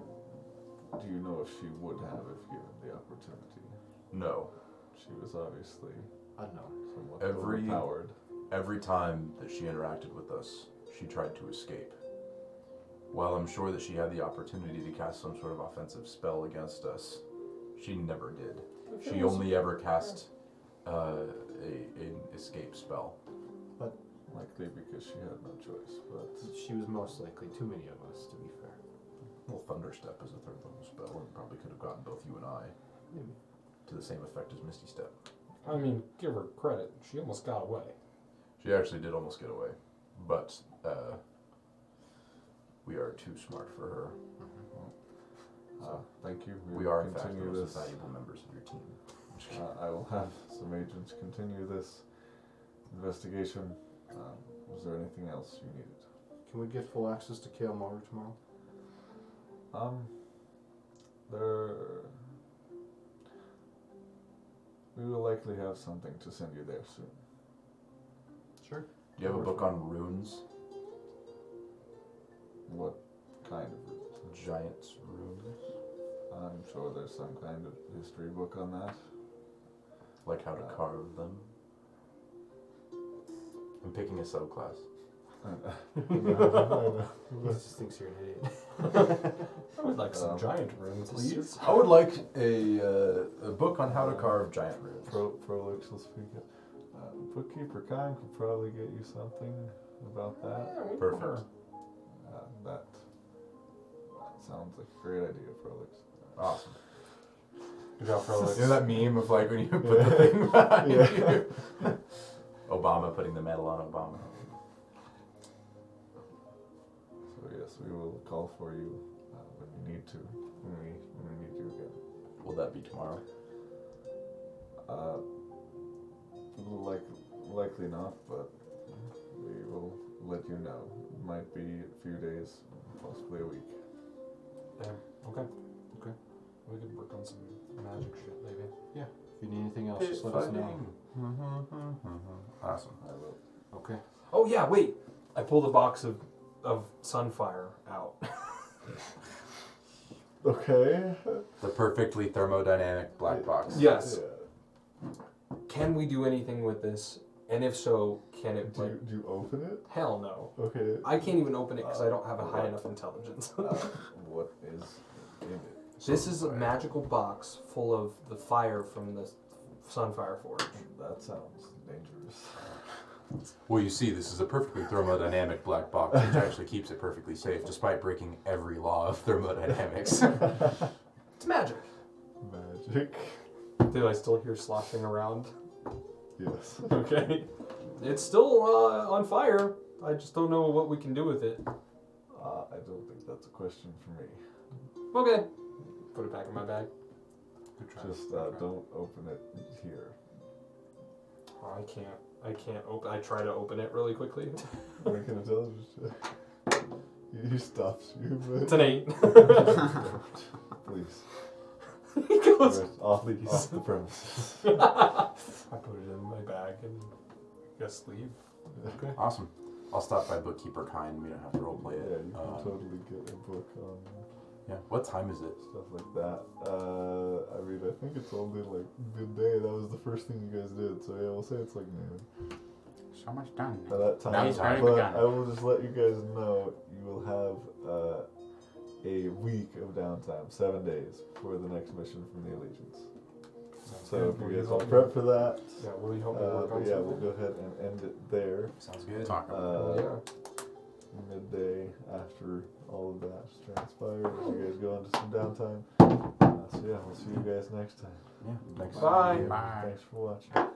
Do you know if she would have if given the opportunity?
No.
She was obviously
Unknown.
somewhat
Every-
overpowered.
Every time that she interacted with us, she tried to escape. While I'm sure that she had the opportunity to cast some sort of offensive spell against us, she never did. She only ever cast uh, a, an escape spell.
Likely because she had no choice. But
She was most likely too many of us, to be fair.
Well, Thunderstep is a third level spell and probably could have gotten both you and I
Maybe.
to the same effect as Misty Step.
I mean, give her credit. She almost got away.
She actually did almost get away, but uh, we are too smart for her.
uh, thank you.
We are, in fact, the
continue
most
this.
valuable members of your team. Just kidding.
Uh, I will have some agents continue this investigation. Um, was there anything else you needed?
Can we get full access to Kale Mulder tomorrow?
Um, there. We will likely have something to send you there soon.
Sure.
Do you have a book on runes?
What kind of route?
Giants runes?
I'm sure there's some kind of history book on that.
Like how to carve them? I'm picking a subclass.
He just thinks you're an idiot.
I would like some
Um,
giant room, please.
I would like a, uh, a book on how to carve giant runes.
Pro Prolix will speak it. Uh, bookkeeper Khan could probably get you something about that.
Yeah, we
Perfect.
prefer.
Uh, that sounds like a great idea, Prolix.
Awesome.
Good job, Prolix.
You know that meme of like when you put the [LAUGHS] thing behind you? Obama putting the medal on Obama.
So yes, we will call for you uh, when you need to. When we when we need you again.
Will that be tomorrow?
Uh, like, likely not, but we will let you know. Might be a few days, possibly a week.
Okay. Okay. We could work on some magic shit, maybe.
If you need anything else, just let us know.
Mm-hmm, Awesome.
I will.
Okay.
Oh yeah, wait. I pulled a box of of Sunfire out.
Okay.
The perfectly thermodynamic black box.
Yes. Can we do anything with this? And if so, can it?
Do
Like,
you, do you open it?
hell no.
Okay.
I can't even open it because I don't have a high enough [LAUGHS] intelligence.
Uh, what is in it?
this is a magical box full of the fire from the Sunfire Forge.
That sounds dangerous.
Well, you see, this is a perfectly thermodynamic black box,
[LAUGHS]
which actually keeps it perfectly safe despite breaking every law of thermodynamics.
It's magic.
Magic.
Do I still hear sloshing around? [LAUGHS]
Yes.
Okay. It's still uh, on fire. I just don't know what we can do with it.
Uh, I don't think that's a question for me.
Okay. Put it back in my bag.
[LAUGHS] Just uh, don't open it here.
Oh, I can't. I can't open. I try to open it really quickly. [LAUGHS]
Make an intelligence check. He- He stops you, but
It's an eight.
please.
he goes.
You're off, the, off the premises.
I put it in my bag and just leave.
awesome. I'll stop by bookkeeper kind. We don't have to roleplay
Yeah,
it.
you can
Um,
Uh,
totally get a book on
yeah. What time is it?
stuff like that. Uh, I mean, I think it's only like midday. That was the first thing you guys did, so yeah, we'll say it's like noon.
So much done.
by that time.
Now he's
already
but
begun.
I will just let you guys know you will have uh, a week of downtime, seven days before the next mission from the Allegiance. So if you guys want to prep for that,
Yeah, what do you hope we
uh,
work on?
but yeah, we'll
something? Oh,
go ahead and end it there.
Sounds good.
Talk about
Uh,
yeah.
midday after all of that has transpired, as you guys go into some downtime. Uh, so yeah, we'll see you guys next time.
Yeah. Thanks.
Bye.
Bye.
Thanks for watching.